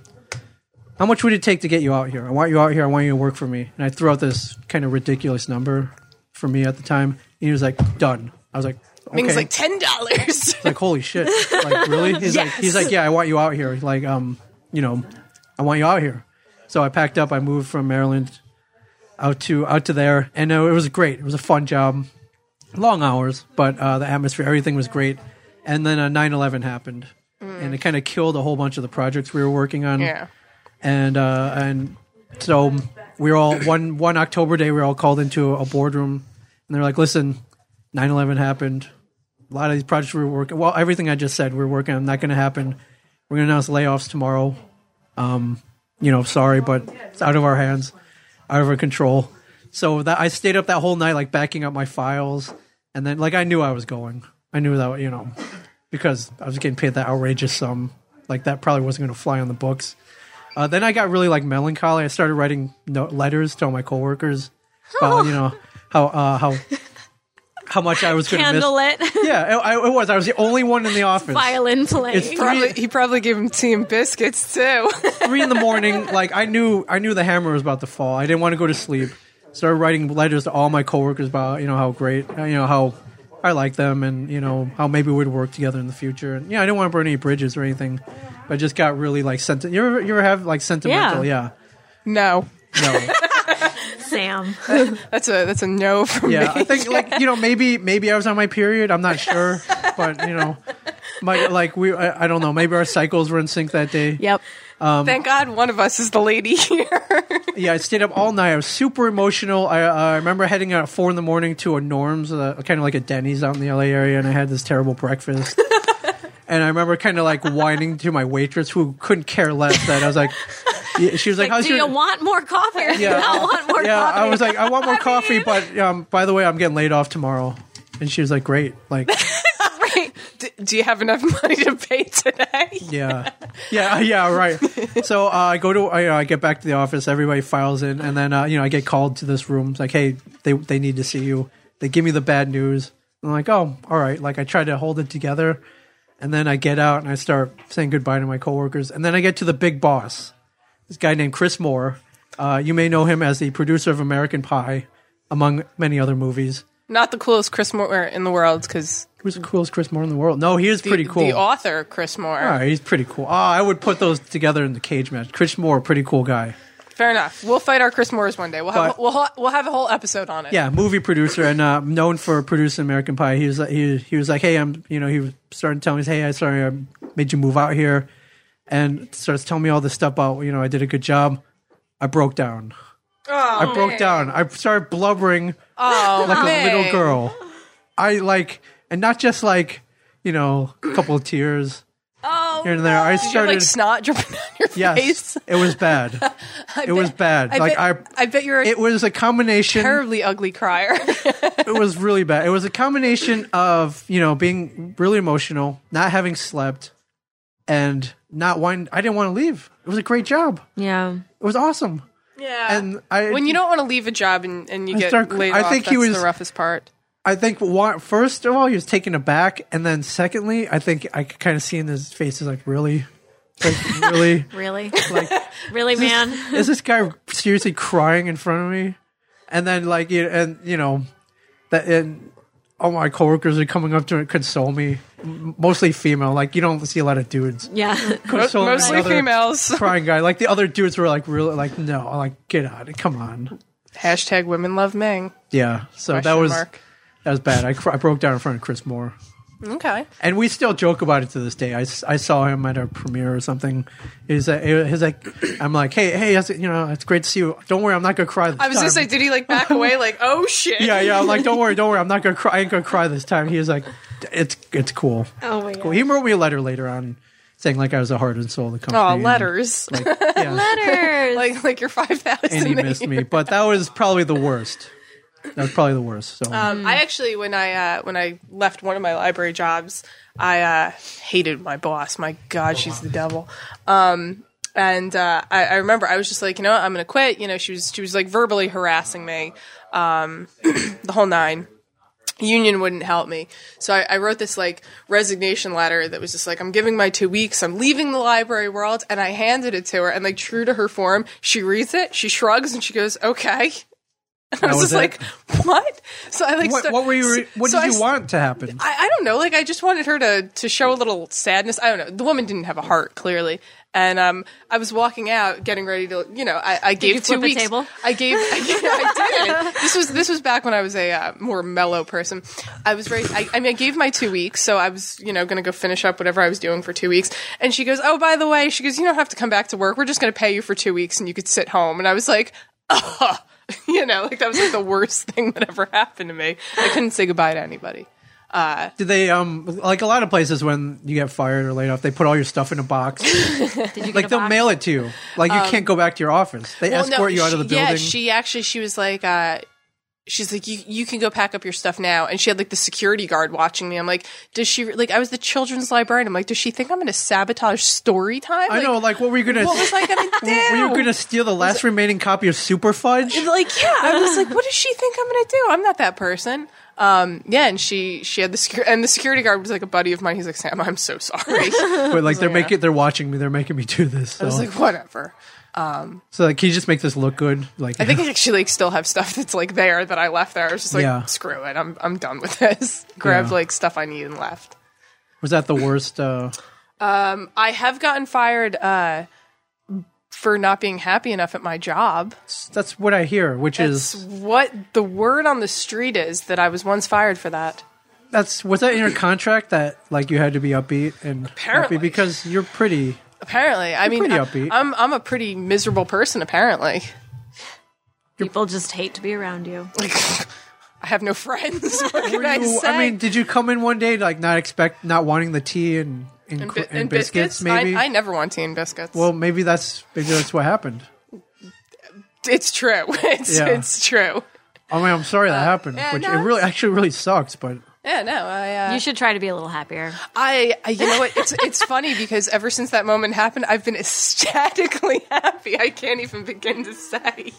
how much would it take to get you out here? I want you out here. I want you to work for me. And I threw out this kind of ridiculous number for me at the time. And he was like, done. I was like, okay.
I think it was like ten dollars. (laughs)
like, holy shit. Like, really? He's like, he's like, yeah, I want you out here. Like, um, you know, I want you out here. So I packed up. I moved from Maryland out to out to there, and uh, it was great. It was a fun job, long hours, but uh, the atmosphere, everything was great. And then uh, 9-11 happened, and it kind of killed a whole bunch of the projects we were working on
yeah.
and uh, and so we were all one one October day. We were all called into a boardroom, and they're like, "Listen, 9-11 happened. A lot of these projects we were working. Well, everything I just said we are working on not going to happen. We're going to announce layoffs tomorrow. Um, you know, sorry, but it's out of our hands, out of our control. So that I stayed up that whole night, like backing up my files, and then like I knew I was going. I knew that you know because I was getting paid that outrageous sum. Like that probably wasn't going to fly on the books. Uh, then I got really like melancholy. I started writing no- letters to all my coworkers about you know how uh, how how much I was going to miss.
Handle it. (laughs)
Yeah, it, I, it was. I was the only one in the office.
Violin playing.
It's three-
Probably, he probably gave him tea and biscuits too. (laughs)
(laughs) Three in the morning. Like I knew I knew the hammer was about to fall. I didn't want to go to sleep. Started writing letters to all my coworkers about you know how great uh, you know how I like them and you know how maybe we'd work together in the future. And yeah, I didn't want to burn any bridges or anything. But I just got really like sentiment. You ever you ever have like sentimental? Yeah.
no.
(laughs) No.
Sam.
That's a that's a no from
Yeah,
me.
I think like you know maybe maybe I was on my period. I'm not sure, but you know, my like we I, I don't know. Maybe our cycles were in sync that day.
Yep.
Thank God one of us is the lady here. (laughs)
Yeah, I stayed up all night. I was super emotional. I, uh, I remember heading out at four in the morning to a Norm's, uh, kind of like a Denny's out in the LA area, and I had this terrible breakfast.
(laughs)
and I remember kind of like whining to my waitress who couldn't care less that I was like, yeah, she was like,
Like,
"How's
do
your?"
you want more coffee? Or do you
Yeah.
(laughs) not want
(laughs)
more
yeah,
coffee?
I was like, I want
(laughs)
more coffee, but um, by the way, I'm getting laid off tomorrow. And she was like, "Great, like."
D- do you have enough (laughs) money to pay today?
Yeah, yeah, (laughs) yeah. Right. So uh, I go to I, uh, I get back to the office. Everybody files in, and then uh, you know I get called to this room. It's like, hey, they they need to see you. They give me the bad news. I'm like, oh, all right. Like I try to hold it together, and then I get out and I start saying goodbye to my coworkers, and then I get to the big boss, this guy named Chris Moore. Uh, you may know him as the producer of American Pie, among many other movies.
Not the coolest Chris Moore in the world because
Who's the coolest Chris Moore in the world? No, he is pretty cool.
The author Chris Moore.
All right, he's pretty cool. Ah, I would put those together in the cage match. Chris Moore, pretty cool guy.
Fair enough. We'll fight our Chris Moores one day. We'll have
But-
we'll, ha- we'll have a whole episode on it.
Yeah, movie producer and uh, known for producing American Pie. He was like, he, he was like, hey, I'm, you know, he was starting to tell me, hey, I sorry, I made you move out here, and starts telling me all this stuff about, you know, I did a good job. I broke down.
Oh,
I broke down. I started blubbering (laughs) like a little
man.
girl. I like, and not just like, you know, a couple of tears
oh,
here and there. I
You have,
started.
like snot dripping (laughs) down your
Yes,
face. (laughs)
it was bad. it was bad.
I
like
bet,
I,
I bet you're a
it was a combination.
terribly ugly crier. (laughs)
It was really bad. It was a combination of you know being really emotional, not having slept, and not wind. I didn't want to leave. It was a great job.
Yeah.
It was awesome.
Yeah.
And I-
when you don't want to leave a job and, and you
I
get
start-
laid
I
off,
think
that's
he was-
the roughest part.
I think why, first of all, he was taken aback, and then secondly, I think I could kind of see in his face is like, really, like
(laughs)
really,
Really?
like
really, man?
is this guy seriously crying in front of me? And then like, you and you know, that and all my coworkers are coming up to me, console me, m- mostly female. Like you don't see a lot of dudes
(laughs) Yeah.
console
Mostly
another
females.
(laughs) crying guy. Like the other dudes were like, really, like no, like get out, come on,
Hashtag women love Ming.
yeah. So that
Question
was
mark.
that was bad. I, cr- I broke down in front of Chris Moore.
Okay.
And we still joke about it to this day. I, s- I saw him at a premiere or something. He's like, he's like, I'm like, hey, hey, it's- you know, it's great to see you. Don't worry, I'm not gonna cry. This
I was
time.
gonna say, did he like back (laughs) away? Like, oh shit.
yeah, yeah. I'm like, don't worry, don't worry, I'm not gonna cry. I ain't gonna cry this time. He was like, it's it's cool.
Oh my
It's cool. He wrote me a letter later on saying like I was the heart and soul of the company.
Oh,
and,
letters. Like,
Like, yeah,
(laughs)
(laughs)
Letters.
like, your five
and he
(laughs) thousand.
missed me, but that was probably the worst. That was probably the worst. So
Um, I actually, when I uh, when I left one of my library jobs, I uh, hated my boss. My God, she's the devil. Um, and uh, I, I remember I was just like, you know, what? I'm gonna quit. You know, she was she was like verbally harassing me, um, (clears throat) the whole nine. Union wouldn't help me, so I, I wrote this like resignation letter that was just like, I'm giving my two weeks. I'm leaving the library world, and I handed it to her. And like true to her form, she reads it, she shrugs, and she goes, "Okay." I
was
was, just
it?
like, "What?" So I like,
what,
sta-
what were you? re- What
so
did
I
you
s-
want to happen?
I, I don't know. Like, I just wanted her to to show a little sadness. I don't know. The woman didn't have a heart, clearly. And um, I was walking out, getting ready to, you know, I, I gave
you
two
flip a
weeks.
table?
I gave, (laughs) I, gave- I did. This was this was back when I was a uh, more mellow person. I was very. I, I mean, I gave my two weeks, so I was, you know, going to go finish up whatever I was doing for two weeks. And she goes, "Oh, by the way," she goes, "You don't have to come back to work. We're just going to pay you for two weeks, and you could sit home." And I was like, "Ugh." (laughs) You know, like that was like the worst (laughs) thing that ever happened to me. I couldn't say goodbye to anybody.
Did they um like a lot of places when you get fired or laid off, they put all your stuff in a
(laughs)
box.
Did you get
like
a
they'll
box?
mail it to you. Like you can't go back to your office. They
Um, Well, no,
escort you out of the
she-
building.
Yeah, she actually she was like, uh, she's like, you you can go pack up your stuff now. And she had like the security guard watching me. I'm like, does she like? I was the children's librarian. I'm like, does she think I'm going to sabotage story time?
I know. Like what were you gonna?
what was I going to do?
(laughs) were you gonna steal the last remaining copy of Super Fudge?
like yeah i
(laughs)
was like what does she think i'm gonna do i'm not that person um yeah and she she had the secu- and the security guard was like a buddy of mine he's like sam i'm so sorry (laughs) i
But
(laughs)
like they're making, they're watching me. They're making me do this. So,
was like whatever
so like, can you just make this look good? Like
i think i actually like still have stuff that's like there that i left there i was just like
Yeah.
screw it i'm i'm done with this (laughs) grabbed
Yeah.
like stuff i need and left
was that the worst? Uh,
I have gotten fired uh, for not being happy enough at my job.
that's what I hear. Which
That's
is
what the word on the street is that I was once fired for that.
that's was that in your contract that like you had to be upbeat and happy
Apparently.
because you're pretty.
Apparently, I mean,
pretty
I,
upbeat.
I'm I'm a pretty miserable person. Apparently,
People just hate to be around you.
I have no (laughs) friends.
(laughs)
what can I
You-
say?
mean, did you come in one day like not expect, not wanting the tea and and,
and,
cr-
bi-
and
and
biscuits, Maybe.
I, I never want tea and biscuits.
well, maybe that's maybe that's what happened.
it's true. (laughs) It's
Yeah.
it's true.
I mean, I'm sorry that happened,
Uh, yeah,
which
no,
it really actually really sucks. But
Yeah, no, I uh,
You should try to be a little happier.
I, I you know what it's it's funny because ever since that moment happened I've been ecstatically (laughs) happy I can't even begin to say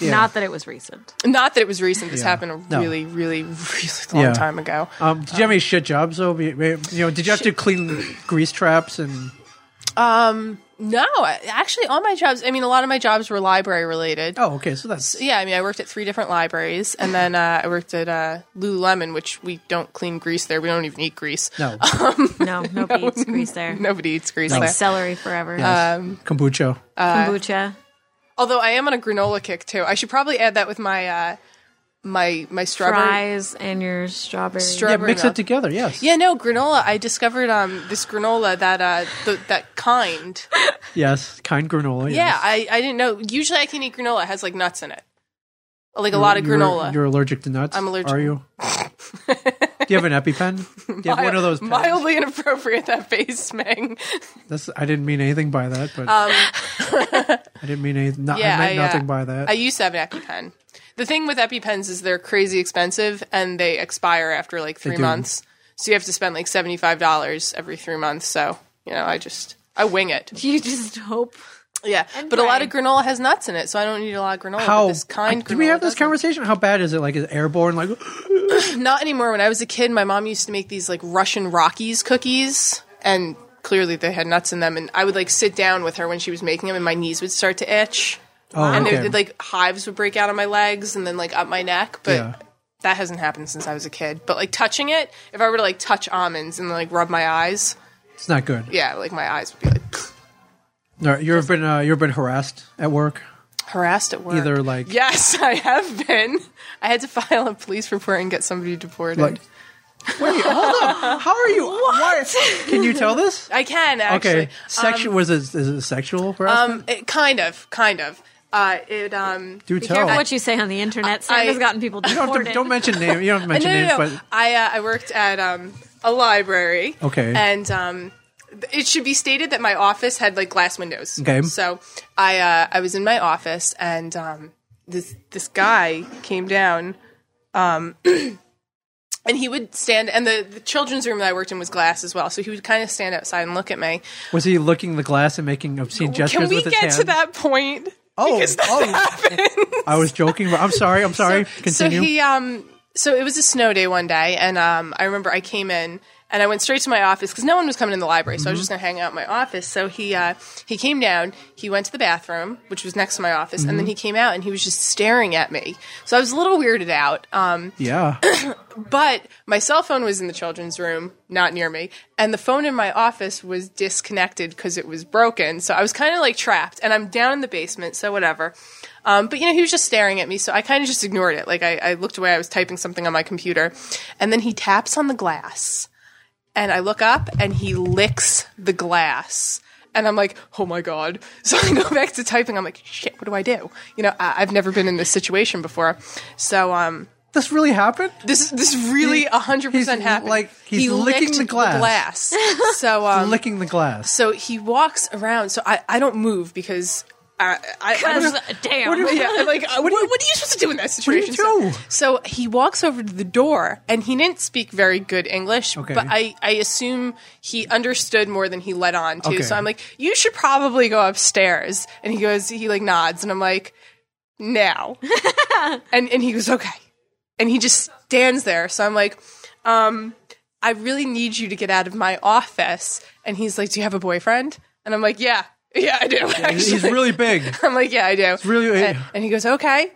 yeah.
Not that it was recent.
not that it was recent this
Yeah.
happened a
No.
really really really long
Yeah.
time ago
um, did you have any shit jobs though? You you know, did you have to clean grease traps and
no I- actually all my jobs I mean a lot of my jobs were library related
oh, okay, so that's
yeah I mean I worked at three different libraries and then uh, I worked at uh, Lululemon which we don't clean grease there we don't even eat grease (laughs)
no (laughs)
No, nobody eats grease there.
nobody eats grease there
Celery forever. Uh,
Um,
kombucha.
Kombucha.
although I am on a granola kick too I should probably add that with my uh, my my strawberry
Fries and your strawberry.
Yeah,
Strawberry
mix
milk.
it together. Yes.
Yeah, no granola. I discovered um this granola that uh th- that
(laughs)
kind.
Yes. Kind granola.
Yeah,
yes.
I I didn't know. Usually, I can eat granola. It has like nuts in it, like a lot of
You're-
granola.
You're allergic to nuts.
I'm allergic.
Are you?
(laughs)
Do you have an EpiPen? Do you have one of those? pens?
(laughs) mildly inappropriate that face, Meng. Um,
That's, I didn't mean anything by that, but (laughs) I didn't mean anything. No,
Uh, Yeah,
I meant
I, uh,
nothing by that.
I used to have an EpiPen. The thing with EpiPens is they're crazy expensive and they expire after like three
do.
months. So you have to spend like seventy five dollars every three months. So you know, I just I wing it.
(laughs) You just hope.
Yeah,
And
but a lot of
pray.
granola has nuts in it, so I don't need a lot of granola.
How
but this kind?
did we
granola
have this
doesn't.
conversation? How bad is it? Like, is it airborne? Like, (gasps) oh,
Not anymore. When I was a kid, my mom used to make these like Russian Rockies cookies, and clearly they had nuts in them. And I would like sit down with her when she was making them, and my knees would start to itch,
oh,
and
okay.
there, like hives would break out on my legs, and then like up my neck. But
Yeah.
that hasn't happened since I was a kid. But like touching it, if I were to like touch almonds and like rub my eyes,
it's not good.
yeah, like my eyes would be like (sniffs)
All right, you've been uh, you've been harassed at work.
harassed at work.
Either, like-
yes, (laughs) I have been. I had to (laughs) file a police report and get somebody deported.
Like, wait, hold up. How are
(laughs)
you? What? Can you tell this?
I can (laughs) actually.
okay, sexual was it? Is it sexual harassment?
Um, it, kind of, kind of. Uh, it um.
Do
be
tell.
careful what
What you say on the internet, Sam
I-
has gotten people
don't,
deported.
don't, don't mention name. You don't have
(laughs)
to
you-
mention
no, no,
names,
no.
but
I uh, I worked at um a library.
Okay.
And um. th- It should be stated that my office had like glass windows.
Okay.
So I uh, I was in my office and um, this this guy came down um, (clears throat) and he would stand and the, the children's room that i worked in was glass as well so he would kind of stand outside and look at me
was he licking the glass and making obscene gestures
can we
with his
get
hand?
to that point
Oh, oh. I was joking. But I'm sorry. I'm sorry. Continue.
So he um so it was a snow day one day and um I remember I came in and I went straight to my office because no one was coming in the library, so I was just gonna hang out in my office. So he uh, he came down, he went to the bathroom, which was next to my office, and then he came out and he was just staring at me. So I was a little weirded out. Um,
yeah.
but my cell phone was in the children's room, not near me, and the phone in my office was disconnected because it was broken. So I was kind of like trapped, and I'm down in the basement, so whatever. Um, but you know, he was just staring at me, so I kind of just ignored it. Like I, I looked away, I was typing something on my computer, and then he taps on the glass, and I look up, and he licks the glass. And I'm like, oh my God. (laughs) So I go back to typing. I'm like, shit, what do I do? You know, I- I've never been in this situation before. So, um,
This really happened.
this this really
He-
hundred percent
he's
happened.
like- he's
he
licking
licked
the glass. (laughs)
glass. so um,
licking the
(laughs)
glass.
so he walks around. So I, I don't move because I I, I don't know-
damn.
yeah, I'm like uh, what, do you, what are you supposed to do in that
do you
situation? So-
do?
So, he walks over to the door, and he didn't speak very good English,
Okay.
but I, I assume he understood more than he let on to.
Okay.
So I'm like, you should probably go upstairs. And he goes, he like nods, and I'm like, now. and and he goes, okay. And he just stands there. So I'm like, um, I really need you to get out of my office. And he's like, do you have a boyfriend? And I'm like, yeah, yeah, I do.
He's
actually."
really big.
(laughs) I'm like, yeah, I do. It's
really-
and, and he goes, okay.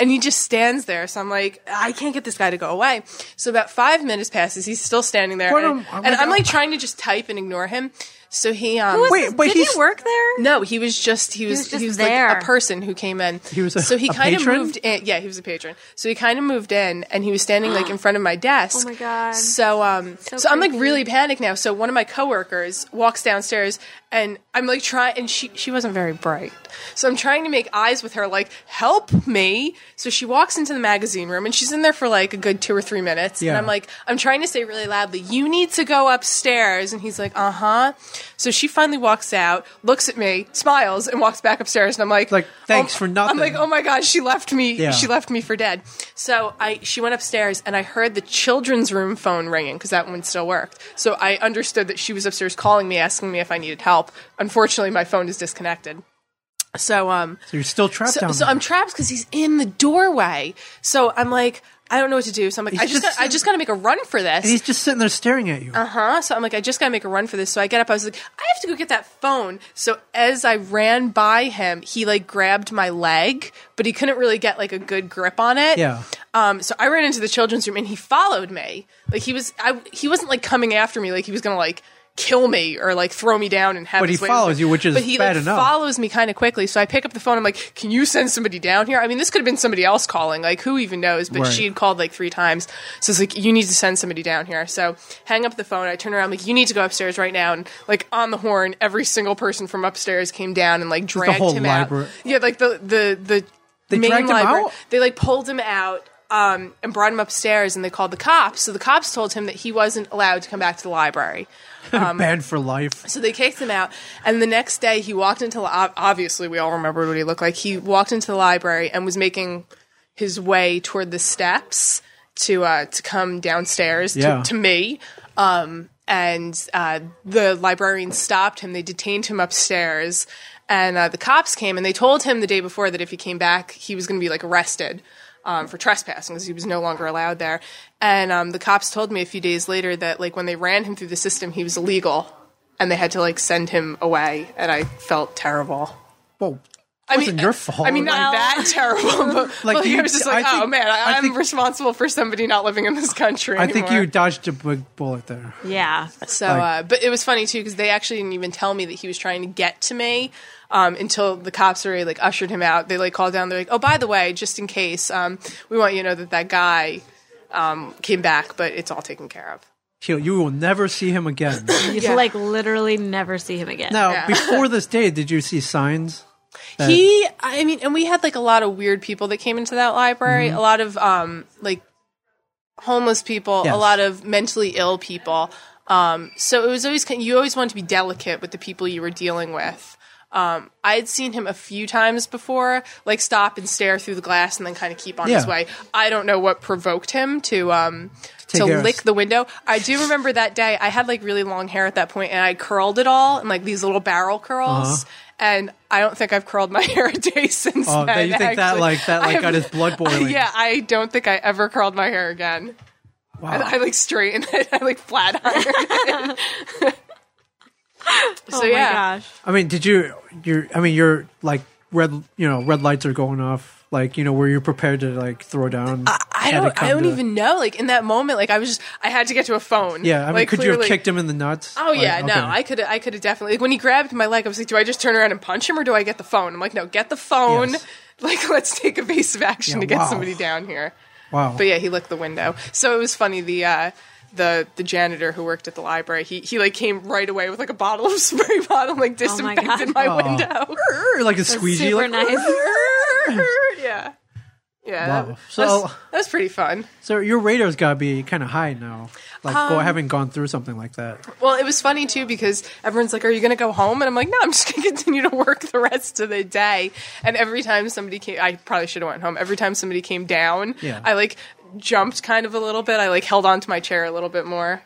And he just stands there. So I'm like, I can't get this guy to go away. So about five minutes passes. He's still standing there,
What
and,
am- oh my
and I'm
God.
like trying to just type and ignore him. So he, um,
Wait, but
Did
he's
he work there?
no, he was just he was he was,
was just
like
there.
a person who came in. He
was a-
so he
a
kind of
patron?
moved in. Yeah, he was a patron. So he kind of moved in, and he was standing like in front of my desk.
Oh my God.
Mm-hmm.
So um, so, I'm like
creepy.
really panicked now. So one of my coworkers walks downstairs, and I'm like trying, and she she wasn't very bright. So I'm trying to make eyes with her, like help me. So she walks into the magazine room, and she's in there for like a good two or three minutes.
Yeah.
And I'm like, I'm trying to say really loudly, you need to go upstairs. And he's like, uh huh. So she finally walks out, looks at me, smiles, and walks back upstairs. And I'm like,
Like, thanks
oh-
for nothing.
I'm like, oh my god, she left me.
Yeah.
She left me for dead. So I, she went upstairs, and I heard the children's room phone ringing because that one still worked. So I understood that she was upstairs calling me, asking me if I needed help. Unfortunately, my phone is disconnected. So um,
So you're still trapped
so,
down
so
there.
I'm trapped because he's in the doorway. So I'm like, I don't know what to do. So I'm like, I just,
just-
gotta, I just gotta make a run for
And
this.
he's just sitting there staring at you.
Huh? Uh-huh. So I'm like, I just gotta make a run for this. So I get up. I was like, I have to go get that phone. So as I ran by him, he like grabbed my leg, but he couldn't really get like a good grip on it.
Yeah.
Um. So I ran into the children's room and he followed me. Like he was, I he wasn't like coming after me. Like he was gonna like kill me or like throw me down and have.
But he
his way with
follows
me.
you, which is
but he
bad
like
enough.
follows me kind of quickly. So I pick up the phone. I'm like, can you send somebody down here? I mean, this could have been somebody else calling. Like, who even knows? But
Right.
she had called like three times. So it's like, you need to send somebody down here. So hang up the phone. I turn around, like, you need to go upstairs right now. And like on the horn, every single person from upstairs came down and like dragged
whole
him
libra-
out. Yeah, like the the the
They
main
dragged him
library.
out?
They like pulled him out. Um, and brought him upstairs, and they called the cops. So the cops told him that he wasn't allowed to come back to the library.
Banned for life.
Um, So they kicked him out, and the next day he walked into li- ob- obviously we all remembered what he looked like. He walked into the library and was making his way toward the steps to uh, to come downstairs
Yeah.
to, to me. Um, and uh, the librarian stopped him. They detained him upstairs, and uh, the cops came and they told him the day before that if he came back, he was going to be like arrested um, for trespassing because he was no longer allowed there. And um, the cops told me a few days later that like when they ran him through the system, he was illegal, and they had to like send him away. And I felt terrible.
Whoa.
I
wasn't your fault.
I mean, not
Well-
that (laughs) terrible, but
Like,
like,
you-
I was just like,
I
oh
think-
man, I,
I
I'm
think-
responsible for somebody not living in this country.
I think
anymore.
you dodged a big bullet there.
Yeah.
So,
Like-
uh, but it was funny too because they actually didn't even tell me that he was trying to get to me um, until the cops already like ushered him out. They like called down. They're like, "Oh, by the way, just in case, um, we want you to know that that guy um, came back, but it's all taken care of."
He'll- You will never see him again.
(laughs)
You
Yeah.
like literally never see him again.
now,
Yeah.
before this day, did you see signs?
He, I mean, and we had like a lot of weird people that came into that library.
Mm-hmm.
A lot of um, like homeless people,
Yes.
a lot of mentally ill people. Um, so it was always kin- you always wanted to be delicate with the people you were dealing with. Um, I had seen him a few times before, like stop and stare through the glass and then kind of keep on his
Yeah.
way. I don't know what provoked him to um,
Take
to
care of
lick
us.
the window. I do remember that day. I had like really long hair at that point, and I curled it all in like these little barrel curls. And I don't think I've curled my (laughs) hair a day since.
Uh-huh. Oh, that
then,
you think that,
actually.
like- that, like,
I've-
got his blood
(laughs)
boiling.
yeah, I don't think I ever curled my hair again.
Wow.
I, I like straightened it. (laughs) I like flat ironed it. (laughs) so
oh my
yeah,
gosh.
I mean, did you? You? I mean, you're like red. You know, red lights are going off. Like, you know, were you prepared to like throw down?
I
had it
don't.
come
I don't
to-
even know. Like in that moment, like I was just. I had to get to a phone.
Yeah, I mean,
like,
could you have
clearly-
kicked him in the nuts?
Oh
Like,
yeah,
okay.
no, I could I could have definitely like when he grabbed my leg, I was like, do I just turn around and punch him or do I get the phone? I'm like, no, get the phone.
Yes.
(laughs) Like let's take evasive action
Yeah,
to get
wow.
somebody down here.
Wow.
But yeah, he licked the window. So it was funny the uh the the janitor who worked at the library, he he like came right away with like a bottle of (laughs) spray bottle and like
Oh my
disinfected
God.
my,
Aw. (laughs)
window. (laughs)
Or, like a squeegee.
super
like,
nice.
yeah. Yeah.
Wow.
That,
So-
that was, that was pretty fun.
(laughs) So your radar's got to be kind of high now. Like,
Um,
go, having gone through something like that.
Well, it was funny too because everyone's like, "Are you going to go home?" And I'm like, "No, I'm just (laughs) going to continue to work the rest of the day." And every time somebody came, I probably should have went home. Every time somebody came down,
Yeah.
I like jumped kind of a little bit. I like held onto my chair a little bit more.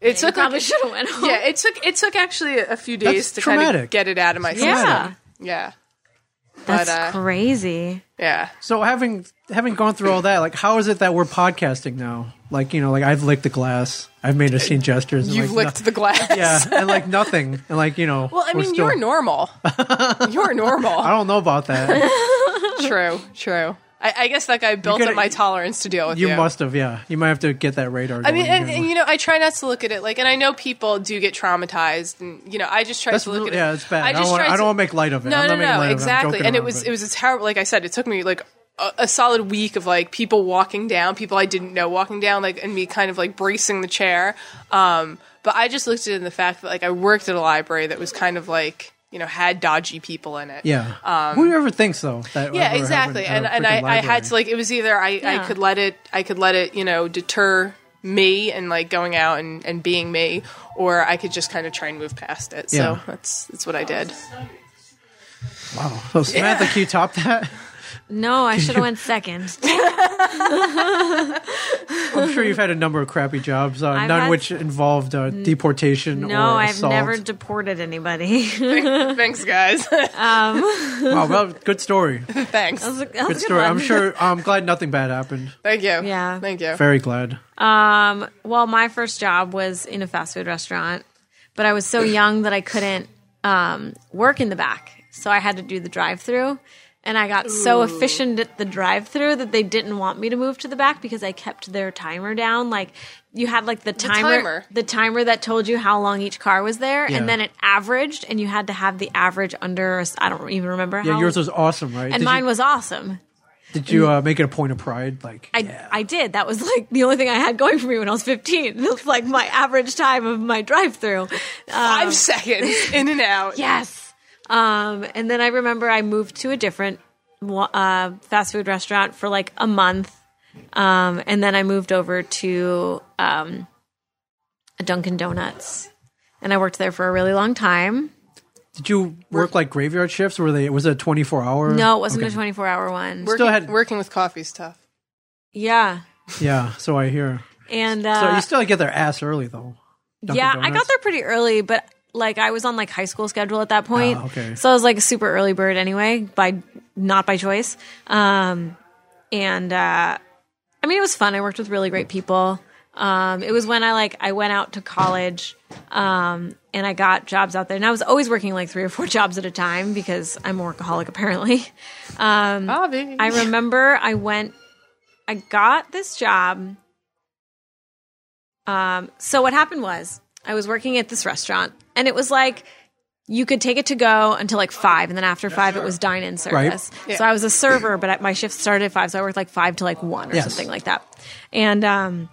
It
You
took
probably
like,
should have went home.
yeah, it took it took actually a few
That's
days to kind
traumatic.
of get it out of my
Yeah.
system. Yeah,
That's
but, uh,
crazy.
yeah.
So having having gone through all that, like, how is it that we're podcasting now? Like, you know, like I've licked the glass. I've made obscene gestures. and,
Uh, You've
like,
licked
no-
the
(laughs)
glass.
yeah, and like nothing, and like you know.
Well, I
we're
mean,
still- (laughs)
you're normal. You're normal.
I don't know about that.
True, true. I, I guess like I built
gotta-
up my tolerance to deal with
You
you.
must have, yeah. You might have to get that radar.
I mean,
going
and,
again.
and you know, I try not to look at it like, and I know people do get traumatized, and you know, I just try
That's
to look
real-
at it.
yeah, it's bad. I don't
just
wanna-
try
I don't wanna make light of it.
No,
I'm
no,
not making light
no,
of it. I'm
exactly.
joking
and it
around,
was
but-
it was it's terrible. Like I said, it took me like. A, a solid week of like people walking down, people I didn't know walking down, like and me kind of like bracing the chair. Um, but I just looked at it in the fact that like I worked at a library that was kind of like you know had dodgy people in it.
yeah. Whoever thinks though. That
Yeah,
we're
exactly.
having
And
a
and I,
freaking
I
library.
had to like it was either I,
Yeah.
I could let it I could let it, you know, deter me and like going out and, and being me, or I could just kind of try and move past it. So
Yeah.
that's that's what I did.
Wow. So Samantha, can you top that?
No, I should have
(laughs)
went second.
I'm sure you've had a number of crappy jobs, uh,
I've
none
had-
which involved uh, deportation or
No, I've
assault.
never deported anybody. (laughs)
Thanks guys. (laughs)
Wow, well, good story.
Thanks.
Good story. I'm sure. I'm glad nothing bad happened.
Thank you.
Yeah.
Thank you.
Very glad.
Um, well, my first job was in a fast food restaurant, but I was so young that I couldn't um, work in the back, so I had to do the drive-through. And I got so efficient at the drive-through that they didn't want me to move to the back because I kept their timer down. Like you had like the timer, the timer,
timer.
that told you how long each car was there,
Yeah.
and then it averaged, and you had to have the average under. I don't even remember
Yeah,
how.
yours was awesome, right?
and
did
mine
you,
was awesome.
Did you uh, make it a point of pride? Like,
I,
yeah.
I did. That was like the only thing I had going for me when I was (laughs) 15. It was like my average time of my drive through.
Five seconds (laughs) in and out.
Yes. Um, and then I remember I moved to a different wa- uh, fast food restaurant for like a month. Um, and then I moved over to um, a Dunkin' Donuts. And I worked there for a really long time.
did you work like graveyard shifts? Were they? Was it a 24 hour?
No, it wasn't a
Mm. Okay.
24 hour one.
Working,
Still had-
working with coffee's tough.
yeah. uh,
Yeah, so I hear.
And
So
uh,
you still get their ass early though. Dunkin'
yeah, I
Donuts?
got there pretty early, but like I was on like high school schedule at that point.
Ah, okay.
So I was like a super early bird anyway, by not by choice. Um, and uh, I mean, it was fun. I worked with really great people. Um, it was when I like I went out to college, um, and I got jobs out there. And I was always working like three or four (laughs) jobs at a time because I'm a workaholic apparently. Um,
Bobby.
I remember I went, I got this job. Um, so what happened was I was working at this restaurant, and it was like you could take it to go until like five, and then after five it was dine in service. So I was a server, but my shift started at five, so I worked like five to like one or
Yes.
something like that. And um,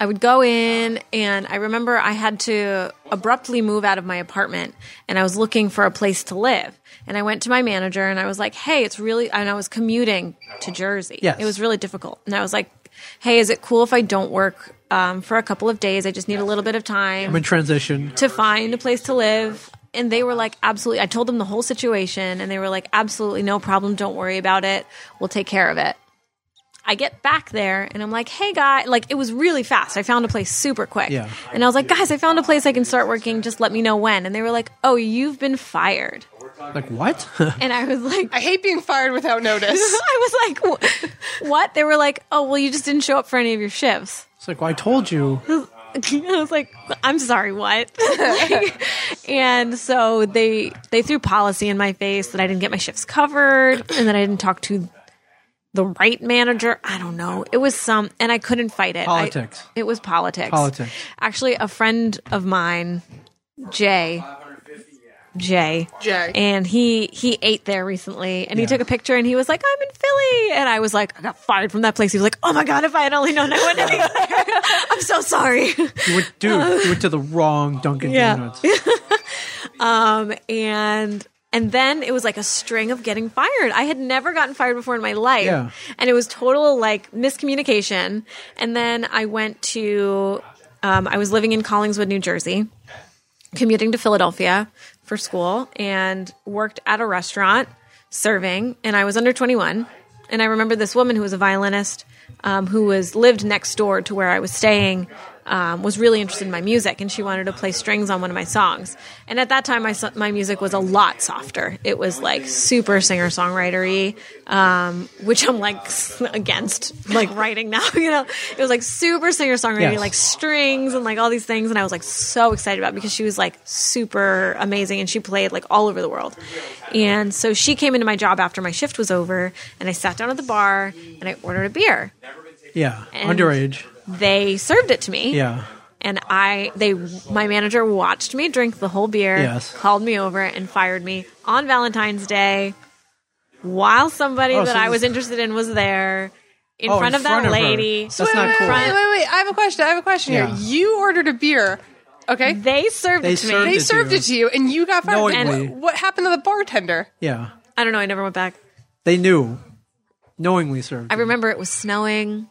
I would go in, and I remember I had to abruptly move out of my apartment, and I was looking for a place to live. And I went to my manager, and I was like, "Hey, it's really," and I was commuting to Jersey.
Yes.
It was really difficult, and I was like, "Hey, is it cool if I don't work um, for a couple of days? I just need a little bit of time."
I'm in transition.
to find a place to live. And they were like, absolutely. I told them the whole situation, and they were like, absolutely no problem. Don't worry about it. We'll take care of it. I get back there and I'm like, hey, guy, like it was really fast. I found a place super quick.
Yeah.
And I was like, guys, I found a place I can start working. Just let me know when. And they were like, oh, you've been fired.
Like what? (laughs)
And I was like,
I hate being fired without notice.
(laughs) I was like, "Wh- what? They were like, oh, well, you just didn't show up for any of your shifts.
it's like well, I told you.
I was like, I'm sorry, what? (laughs) Like, and so they they threw policy in my face that I didn't get my shifts covered and that I didn't talk to the right manager. I don't know. It was some, and I couldn't fight it. I-
Politics.
it was politics.
Politics.
Actually, a friend of mine, Jay. Jay.
Jay.
And he he ate there recently and he
Yeah.
took a picture and he was like, I'm in Philly. And I was like, I got fired from that place. He was like, Oh my God, if I had only known I went to there. (laughs) I'm so sorry. (laughs)
You went, dude. You went to the wrong Dunkin'
Yeah.
Donuts.
and and then it was like a string of getting fired. I had never gotten fired before in my life.
Yeah.
And it was total like miscommunication. And then I went to um, I was living in Collingswood, New Jersey, commuting to Philadelphia for school and worked at a restaurant serving and I was under 21 and I remember this woman who was a violinist um, who was lived next door to where I was staying um, was really interested in my music and she wanted to play strings on one of my songs and at that time my, so- my music was a lot softer it was like super singer songwritery um, which I'm like (laughs) against like writing now (laughs) you know it was like super singer songwritery
Yes.
like strings and like all these things and I was like so excited about it because she was like super amazing and she played like all over the world. And so she came into my job after my shift was over and I sat down at the bar and I ordered a beer.
Yeah,
(laughs) And-
underage.
They served it to me.
Yeah,
And I they my manager watched me drink the whole beer,
Yes.
called me over and fired me on Valentine's Day while somebody
Oh,
that
so
I
this-
was interested in was there in
Oh, in
front of
front
that
of her.
lady.
That's not
in
cool.
front-
Wait, wait, wait. I have a question. I have a question
Yeah.
here. You ordered a beer, okay? They,
They served
They
it to
served
me.
it.
served it to you, and you got fired.
Knowingly.
And what, what happened to the bartender?
yeah.
I don't know, I never went back.
They knew, knowingly served.
I remember it was snowing.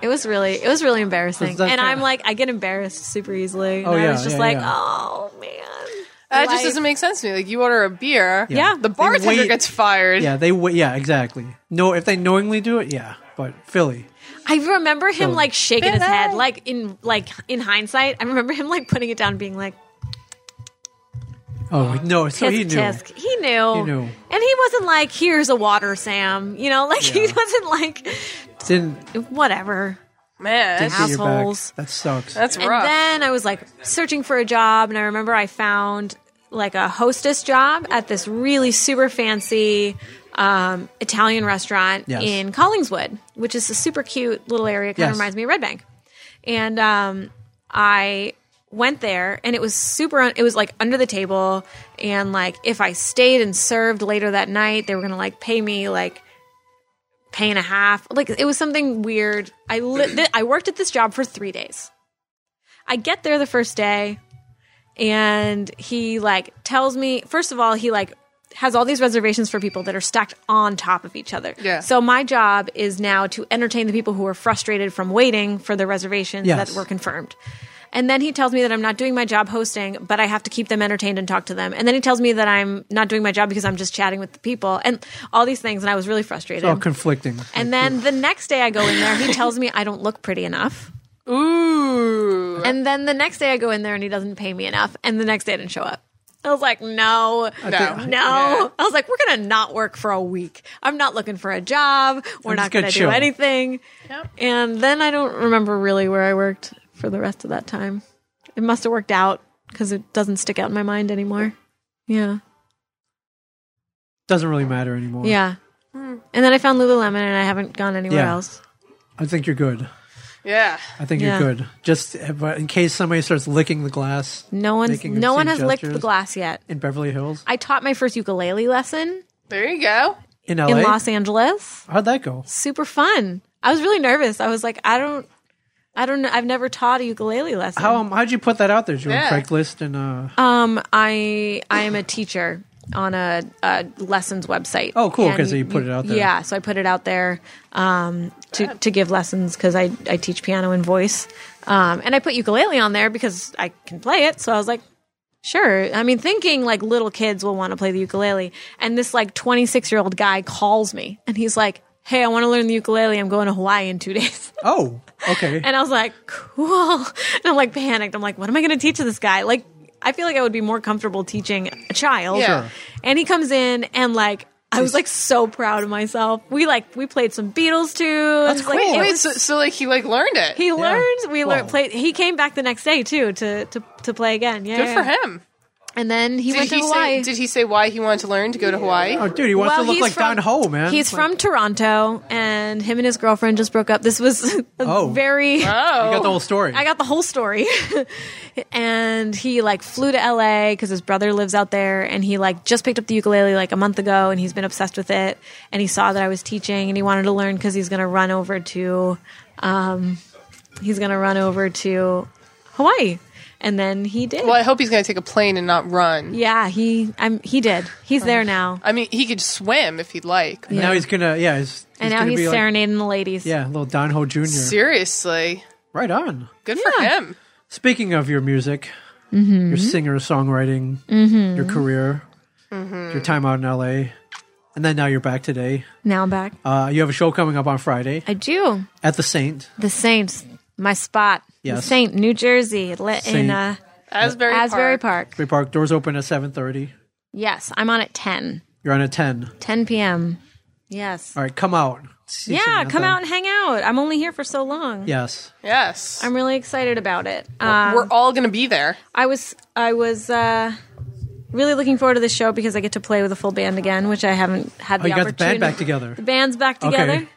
It was really, it was really embarrassing,
Is that
and I'm
kinda-
like, I get embarrassed super easily. And
Oh,
I
yeah,
was just
yeah,
like,
yeah.
oh man,
That
Life.
just doesn't make sense to me. Like you order a beer,
Yeah.
The bartender
They wait-
gets fired.
Yeah, they. w- Yeah, exactly. No, if they knowingly do it, yeah. But Philly,
I remember him
So-
like shaking his head,
Bye-bye.
like in like in hindsight, I remember him like putting it down, being like,
oh no, so
tisk,
he knew.
tisk. He knew,
He knew.
and he wasn't like, here's a water, Sam. You know, like he (laughs) wasn't like
Didn't
whatever.
Man,
didn't
that's,
get your back.
Assholes.
That sucks.
that's
And
rough.
then I was like searching for a job, and I remember I found like a hostess job at this really super fancy um, Italian restaurant
Yes.
in Collingswood, which is a super cute little area. Kind
Yes.
of reminds me of Red Bank. And um, I went there, and it was super. Un- it was like under the table, and like if I stayed and served later that night, they were gonna like pay me like pay and a half. Like it was something weird. I li- th- I worked at this job for three days. I get there the first day, and he like tells me first of all he like has all these reservations for people that are stacked on top of each other.
Yeah.
So my job is now to entertain the people who are frustrated from waiting for the reservations
Yes.
that were confirmed. And then he tells me that I'm not doing my job hosting, but I have to keep them entertained and talk to them. And then he tells me that I'm not doing my job because I'm just chatting with the people and all these things. And I was really frustrated.
It's all conflicting.
And then the next day I go in there, he tells me I don't look pretty enough.
(laughs)
Ooh.
And then the next day I go in there and he doesn't pay me enough. And the next day I didn't show up. I was like, no,
No.
no. I was like, we're going to not work for a week. I'm not looking for a job. We're
I'm just
not
gonna
going to
chill."
do anything.
Yep.
And then I don't remember really where I worked for the rest of that time. It must have worked out because it doesn't stick out in my mind anymore. Yeah.
Doesn't really matter anymore.
Yeah. And then I found Lululemon and I haven't gone anywhere
Yeah.
else.
I think you're good.
Yeah.
I think
Yeah.
you're good. Just but in case somebody starts licking the glass
No one's,
Making
no one has
obscene
licked the
gestures.
glass yet.
in Beverly Hills,
I taught my first ukulele lesson
There you go.
in LA.
in Los Angeles.
How'd that go?
super fun. I was really nervous. I was like, I don't, I don't, I've never taught a ukulele lesson.
How um, how'd you put that out there? Did you
Yeah.
on Craigslist and uh,
Um, I, I am a teacher on a, a lessons website.
Oh, cool, 'cause
And
so you put it out there.
Yeah, so I put it out there um, to to give lessons because I I teach piano and voice, um, and I put ukulele on there because I can play it. So I was like. Sure. I mean, thinking like little kids will want to play the ukulele. And this like 26 year old guy calls me and he's like, Hey, I want to learn the ukulele. I'm going to Hawaii in two (laughs) days.
oh okay
And I was like, cool. And I'm like panicked. I'm like, what am I going to teach this guy? Like, I feel like I would be more comfortable teaching a child.
Yeah. Sure.
And he comes in and like, I was like so proud of myself. We like we played some Beatles too. That's cool. Like, it
Wait,
was-
so, so like he like learned it.
he learned. We learned.
Wow.
Played. He came back the next day too to to, to play again. Yeah.
Good for
yeah.
him.
And then he
Did
went
he
to Hawaii.
say? Did he say why he wanted to learn to go to Hawaii?
oh dude he wants to look
he's
like
from-
Don Ho man
He's from Toronto, and him and his girlfriend just broke up. This was (laughs) a
Oh.
very
you got the whole story
I got the whole story. (laughs) and he like flew to LA because his brother lives out there and he like just picked up the ukulele like a month ago and he's been obsessed with it. And he saw that I was teaching and he wanted to learn because he's going to run over to, um, he's going to run over to Hawaii. And then he did.
Well, I hope he's going to take a plane and not run.
Yeah, he, I'm, he did. He's there now.
I mean, he could swim if he'd like.
now he's gonna yeah he's,
And now
gonna
he's
be like,
serenading the ladies.
yeah little Don Ho Jr.
Seriously,
right on
good
Yeah.
for him.
Speaking of your music,
Mm-hmm.
your singer songwriting, your career, your time out in LA, and then now you're back today.
Now I'm back.
Uh, you have a show coming up on Friday
I do.
at the Saint.
The Saints, my spot. The
Yes.
Saint, New Jersey, li-
Saint.
in uh,
Asbury,
Asbury
Park.
Park.
Great Park doors open at seven thirty.
Yes, I'm on at 10.
You're on at ten.
10 p.m. Yes.
All right, come out. See
Yeah,
Samantha.
come out and hang out. I'm only here for so long.
Yes,
Yes,
I'm really excited about it. Um,
we're all going to be there.
I was I was uh, really looking forward to this show because I get to play with a full band again, which I haven't had
oh,
the
you got the
opportunity.
band back together.
The band's back together.
Okay.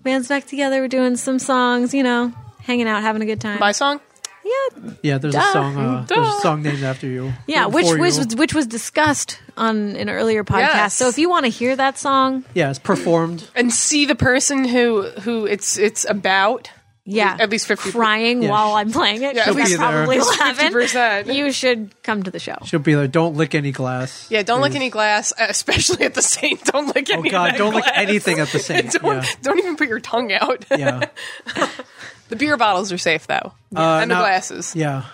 Band's back together. We're doing some songs, you know, hanging out, having a good time.
My song.
Yeah,
Yeah, there's a
Duh.
song. Uh, there's a
Duh.
song named after you.
yeah.
Or
Which
for
was
you.
which was discussed on an earlier podcast.
Yes.
So if you want to hear that song,
yeah, it's performed.
and see the person who who it's it's about.
Yeah,
At least 50%.
crying
Yeah.
while I'm playing it.
Yeah, at
Yeah,
least
that probably
there.
will happen.
50%.
You should come to the show.
She'll be there. Don't lick any glass.
Yeah, don't lick
There's- Oh,
any glass, (laughs) uh, especially at the Saint. Don't lick any. of
God,
that
don't lick
glass.
anything at the Saint,
(laughs) don't,
yeah.
don't even put your tongue out.
(laughs)
(laughs)
Yeah.
(laughs) the beer bottles are safe though,
Uh,
and the
now-
glasses.
Yeah.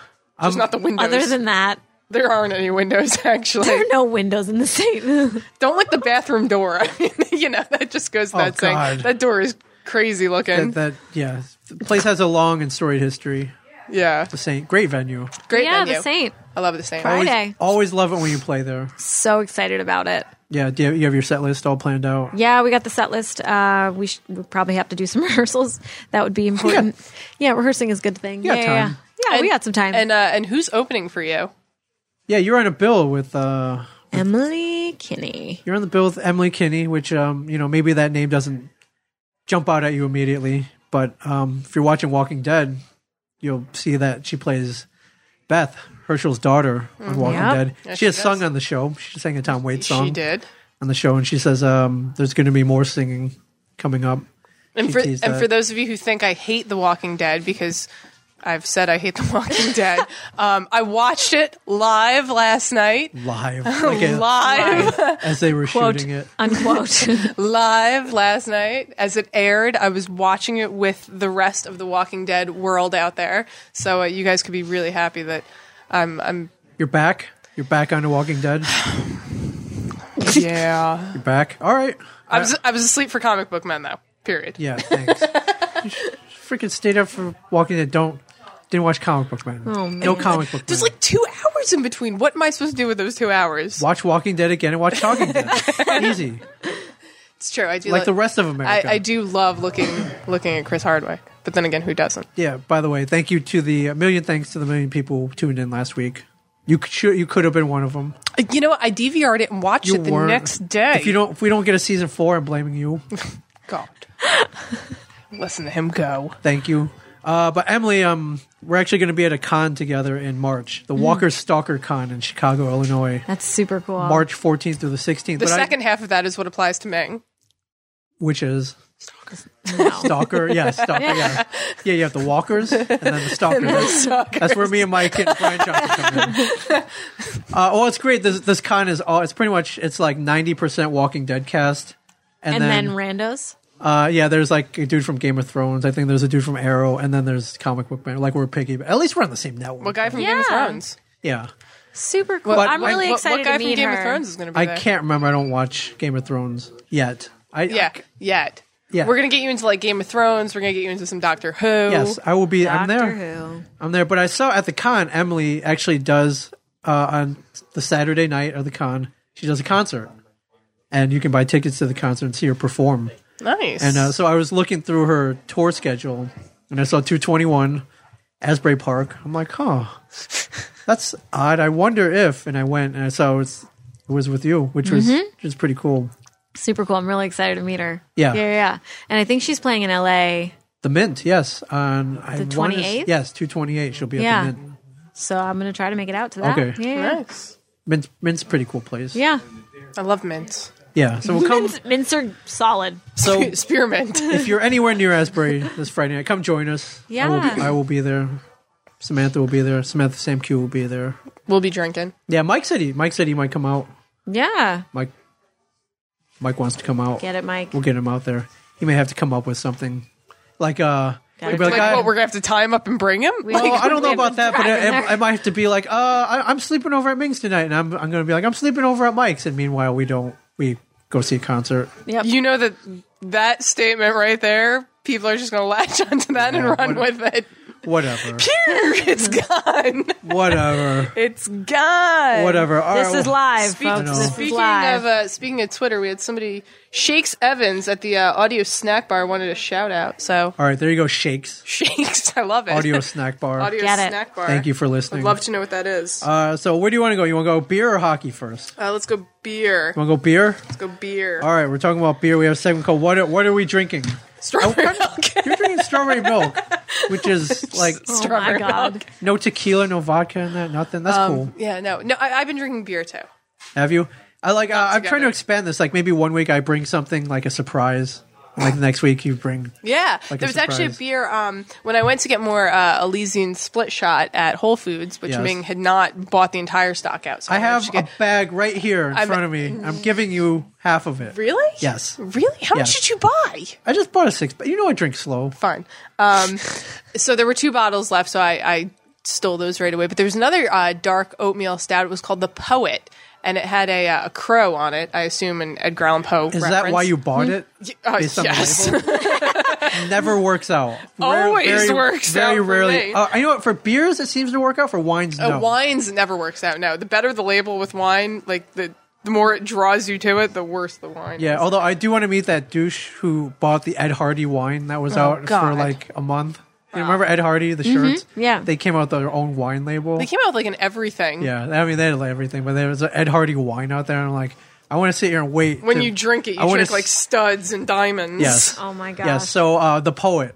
Just not the windows.
Other than that,
there aren't any windows (laughs) actually.
there are no windows in the state.
Don't lick the bathroom door. (laughs) I mean, you know that just goes without saying.
Oh, God.
That door is crazy looking.
that, that yeah, the place has a long and storied history.
yeah,
The Saint, great venue.
(laughs) great
yeah,
venue.
the Saint.
I love the Saint.
Right.
Always,
Friday.
always love it when you play there.
So excited about it.
Yeah, do you, you have your set list all planned out.
Yeah, we got the set list. Uh, we sh- we probably have to do some (laughs) rehearsals. That would be important. Yeah, rehearsing is a good thing.
You got
yeah,
time.
yeah, yeah. Yeah, we got some time.
And uh, and who's opening for you?
Yeah, you're on a bill with uh,
Emily Kinney.
you're on the bill with Emily Kinney, which um, you know maybe that name doesn't jump out at you immediately, but um, if you're watching Walking Dead, you'll see that she plays Beth Herschel's daughter on Walking
Yep.
Dead. she
she
has
does.
sung on the show. She sang a Tom Waits song
She did.
on the show, and she says um, there's going to be more singing coming up.
And
She
for,
teased
and
that.
for those of you who think I hate The Walking Dead because I've said I hate The Walking
(laughs)
Dead, um, I watched it live last night.
live, like uh, a-
Live,
(laughs) as they were
Quote
shooting it. (laughs)
unquote. (laughs)
live last night as it aired. I was watching it with the rest of the Walking Dead world out there, so uh, you guys could be really happy that
(laughs)
I'm. I'm
You're back. You're back on The Walking Dead.
yeah,
You're back. All right.
(laughs) I was. I was asleep for comic book men though. Period.
Yeah. Thanks. freaking stayed up for Walking Dead. Don't didn't watch comic book man. Oh, man. No comic book.
There's
man.
like two hours in between. What am I supposed to do with those two hours?
watch Walking Dead again and watch Talking
(laughs)
Dead. Easy,
It's true. I do
like
lo-
the rest of
I,
America.
I do love looking looking at Chris Hardwick, but then again, who doesn't?
Yeah. By the way, thank you to the a million thanks to the million people who tuned in last week. You should you could have been one of them.
You know, what? I DVR'd it and watched
You
it the
weren't.
next day.
If you don't, if we don't get a season four, I'm blaming you.
God. Listen to him go.
Thank you. Uh, but Emily, um, we're actually going to be at a con together in March, the Walker Stalker Con in Chicago, Illinois,
That's super cool.
March 14th through the 16th.
The
But I-
second half of that is what applies to Ming.
which is
No.
Stalker, yeah, Stalker, (laughs) yeah, yeah. You have the Walkers and then (laughs) the Stalkers. That's, that's where me and Mike and Brian Johnson come in. (laughs) Uh, well, it's great. This this con is all. It's pretty much it's like 90 percent Walking Dead cast, and,
and
then,
then randos.
uh, yeah, there's like a dude from Game of Thrones. I think there's a dude from Arrow, and then there's comic book man. Like we're picky, but at least we're on the same network.
What guy from Game of
Yeah.
Thrones?
Yeah.
Super cool.
But
I'm
I-
really
what,
excited
what guy
to
from
meet
Game
her.
of Thrones is going to be
I
there?
can't remember. I don't watch Game of Thrones yet. I
Yeah, yet.
Yeah.
We're going to get you into like Game of Thrones. We're going to get you into some Doctor Who.
yes, I will be. I'm
Doctor
there.
Who.
I'm there. But I saw at the con, Emily actually does uh, on the Saturday night of the con. She does a concert, and you can buy tickets to the concert and see her perform.
Nice.
And uh, so I was looking through her tour schedule, and I saw 221, Asbury Park. I'm like, huh, that's odd. I wonder if. And I went, and I saw it was, it was with you, which was
Mm-hmm.
which was pretty cool.
Super cool. I'm really excited to meet her.
Yeah.
Yeah, yeah. And I think she's playing in LA.
The Mint, yes, on the I wanna s-
28th?
yes, 228. She'll be
Yeah.
at the Mint.
So I'm going to try to make it out to that.
Okay.
Yeah. yeah.
nice.
Mint's, Mint's a pretty cool place.
Yeah.
I love mint.
Yeah, so we'll come.
Mints, mints are solid.
So (laughs)
(laughs) Spearmint.
if
(laughs)
you're anywhere near Asbury this Friday night, come join us. I will,
Yeah.
be- I will be there. Samantha will be there. Samantha Sam Q will be there.
we'll be drinking.
Yeah, Mike said he. Mike said he might come out.
Yeah.
Mike. Mike wants to come out.
Get it, Mike.
We'll get him out there. He may have to come up with something, like uh. he'll be
Like,
I-
what, we're going to have to tie him up and bring him?
We-
Like,
well, I don't
(laughs)
know about that, but
Right in
I,
there.
I might have to be like, uh, I, I'm sleeping over at Ming's tonight, and I'm I'm gonna be like, I'm sleeping over at Mike's, and meanwhile we don't we go see a concert.
Yep.
you know that that statement right there, people are just going to latch (laughs) onto that and run
what-
with it.
(laughs)
Whatever,
(laughs) it's gone.
whatever,
It's gone.
whatever. All
This
right,
is
well-
live,
Speaking,
folks. This is
speaking
live.
of uh, speaking of Twitter, we had somebody Shakes Evans at the uh, audio snack bar wanted a shout out. So
All right, there you go.
(laughs)
Shakes
(laughs) Shakes, I love it. (laughs)
audio snack bar.
audio
Get it.
snack bar.
Thank you for
I'd
listening.
love to know what that is. Uh,
Uh, so where do you want to go? You want to go beer or hockey first? You
let's go beer.
want to go beer?
Let's go beer.
All right, we're talking about beer. We have a segment called "What Are, what are We Drinking?"
Strawberry
Oh,
milk.
(laughs)
(laughs)
You're drinking strawberry milk, which is like
oh my God.
no tequila, no vodka in that, nothing. That's cool.
yeah, no, no. I, I've been drinking beer too.
Have you? I like. Uh, I'm trying
together.
to expand this. Like maybe one week I bring something like a surprise. and, Like next week you bring.
Yeah,
Like a
there was actually a
surprise.
beer um, when I went to get more uh, Elysian Split Shot at Whole Foods, which
Yes.
Ming had not bought the entire stock out. So
I
managed
have
to
a
get-
bag right here in
I'm-
front of me. I'm giving you half of it.
really.
Yes.
Really? How
Yes.
much did you buy?
I just bought a six, but you know I drink slow.
Fine. Um, (laughs) so there were two bottles left, so I, I stole those right away. But there was another uh, dark oatmeal stout. It was called the Poet, and it had a, uh, a crow on it. I assume an Edgar Allan Poe.
Is that why you bought it?
Uh,
Based on the
yes. (laughs)
Never works out.
Always works out for me.
Uh, I know what for beers it seems to work out. For wines, no.
Uh, Wines never works out. No, the better the label with wine, like the the more it draws you to it, the worse the wine.
Yeah,
is.
although I do want to meet that douche who bought the Ed Hardy wine that was out for
Oh, God. Mm-hmm.
like a month. You remember Ed Hardy, the shirts?
Yeah.
They came out with their own wine label.
they came out with like an everything.
yeah, I mean, they had like, everything, but there was an Ed Hardy wine out there, and I'm like, I want to sit here and wait.
When
to-
you drink it, you
I wanna
drink
s-
like (laughs) studs and diamonds.
Yes.
Oh my gosh.
Yeah, so uh, the poet.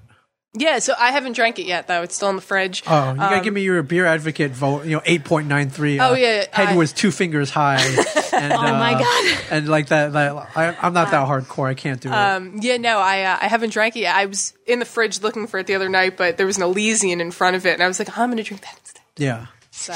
Yeah. So I haven't drank it yet, though. It's still in the fridge. Um,
Oh, you gotta give me your beer advocate vote. You know, eight point nine three.
Oh, yeah,
head
I-
was two fingers
(laughs)
high. And, oh
my God. (laughs)
And like that, that I, I'm not that hardcore. I can't do it.
Yeah, no, I uh, I haven't drank it yet. I was in the fridge looking for it the other night, but there was an Elysian in front of it, and I was like, "Oh, I'm gonna drink that instead.
yeah,
So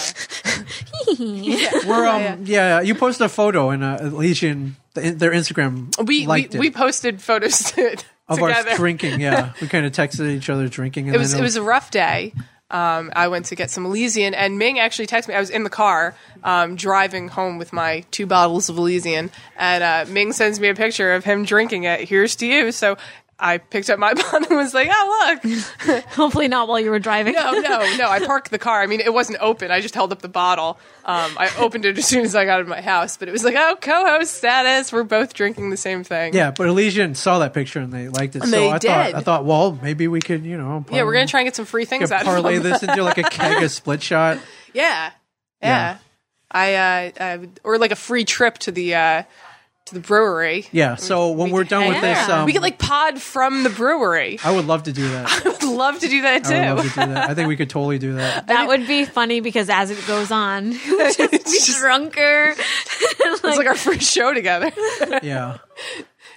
we're
(laughs) Oh,
um, yeah. You posted a photo in uh, Legion, the, their Instagram.
we we,
liked it
we posted photos (laughs) to,
of
together.
our drinking.
(laughs)
Yeah, we kind of texted each other drinking. And
It was it was a rough day. Um, I went to get some Elysian, and Ming actually texted me. I was in the car um, driving home with my two bottles of Elysian, and uh, Ming sends me a picture of him drinking it. Here's to you. So I picked up my (laughs) bun and was like, "Oh look,
Hopefully not while you were driving.
no,
(laughs)
no, no!" I parked the car. I mean, it wasn't open. I just held up the bottle. Um, I opened it as soon as I got out of my house, but it was like, "Oh, co-host status. We're both drinking the same thing."
Yeah, but Elysian saw that picture and they liked it. so
They
I thought
did.
I thought, well, maybe we could, you know,
yeah. We're
parlay-
gonna try and get some free things
could
out of
parlay
them.
this into
(laughs)
like a keg of split shot.
Yeah.
Yeah.
Yeah. I, uh, I would- or like a free trip to the uh to the brewery.
Yeah. So when we are done with this,
Yeah.
um,
we could like pod from the brewery. (laughs)
I would love to do that.
I would love to do that too.
I would love to do that. I think we could totally do that.
That would be funny because as it goes on, (laughs)
(laughs)
we'll just be drunker.
(laughs) it's like our first show together.
(laughs) Yeah.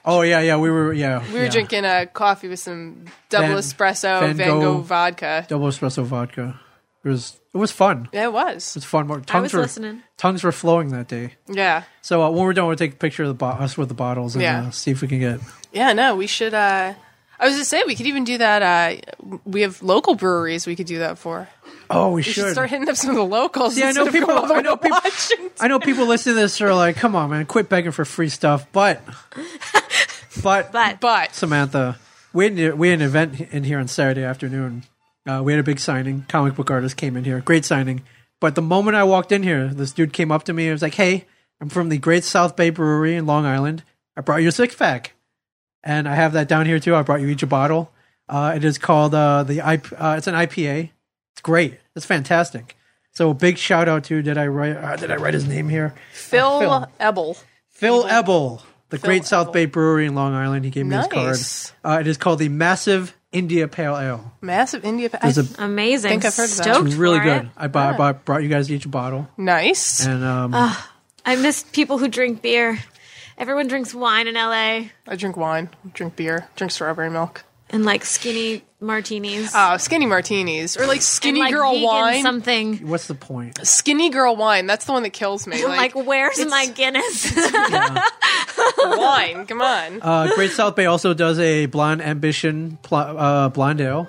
Oh yeah, yeah. We were yeah.
We were drinking a coffee with some double
Van-
espresso
Van
Van Gogh,
Gogh.
vodka.
double espresso vodka. It was it was fun. It
Yeah, it was.
was fun. Tongues
was
were
listening.
tongues were flowing that day.
Yeah.
So uh, when we're done, we'll take a picture of the bo- us with the bottles and
Yeah.
uh, see if we can get.
Yeah, no, we should uh I was gonna say we could even do that uh we have local breweries we could do that for.
Oh, we,
We
should.
should start hitting up some of the locals.
Yeah, I know
instead of
people-
going over
I know
to
people-
Washington.
I know people listening to this are like, "Come on, man, quit begging for free stuff." But, but,
but,
But
Samantha, we had, an- we had an event in here on Saturday afternoon. Uh, we had a big signing. Comic book artist came in here. Great signing. But the moment I walked in here, this dude came up to me and was like, "Hey, I'm from the Great South Bay Brewery in Long Island. I brought you a six pack, and I have that down here too. I brought you each a bottle. Uh, it is called uh, the IP, uh, it's an IPA. It's great. It's fantastic. So big shout out to did I write uh, did I write his name here?
Phil,
Phil.
Ebel.
Phil Ebel, the Great South
Ebel.
Bay Brewery in Long Island. He gave me his
Nice.
card. Uh, it is called the Massive India Pale Ale.
Massive India. Pa-
There's a
amazing.
Think I've heard of that.
Stoked
it's really
for
good.
it.
I bought, I bought brought you guys each a bottle,
nice.
and um,
I miss people who drink beer. Everyone drinks wine in LA
I drink wine, drink beer, drink strawberry milk.
and like skinny martinis.
Uh, skinny martinis or like
And,
skinny
like,
girl
vegan
wine.
Something.
what's the point?
skinny girl wine. That's the one that
(laughs)
kills me.
Like,
Like,
where's my
(laughs)
Guinness?
wine. Come on.
Uh, Great South Bay also does a Blonde Ambition pl- uh, Blonde Ale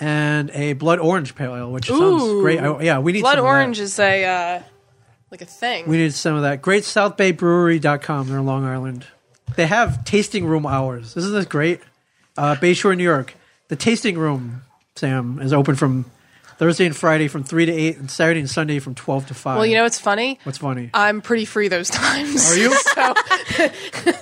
and a Blood Orange Pale Ale, which sounds
Ooh.
great. I, yeah, we need
Blood
some
orange
Of
is a uh, like a thing.
that. We need some of that. Great South Bay Brewery.com. They're in Long Island. They have tasting room hours. Isn't this great? Uh, Bayshore, New York. The tasting room, Sam, is open from Thursday and Friday from 3 to 8 and Saturday and Sunday from 12 to 5.
well, you know what's funny?
What's funny? Uh,
I'm pretty free those (laughs) times.
Are you?
so,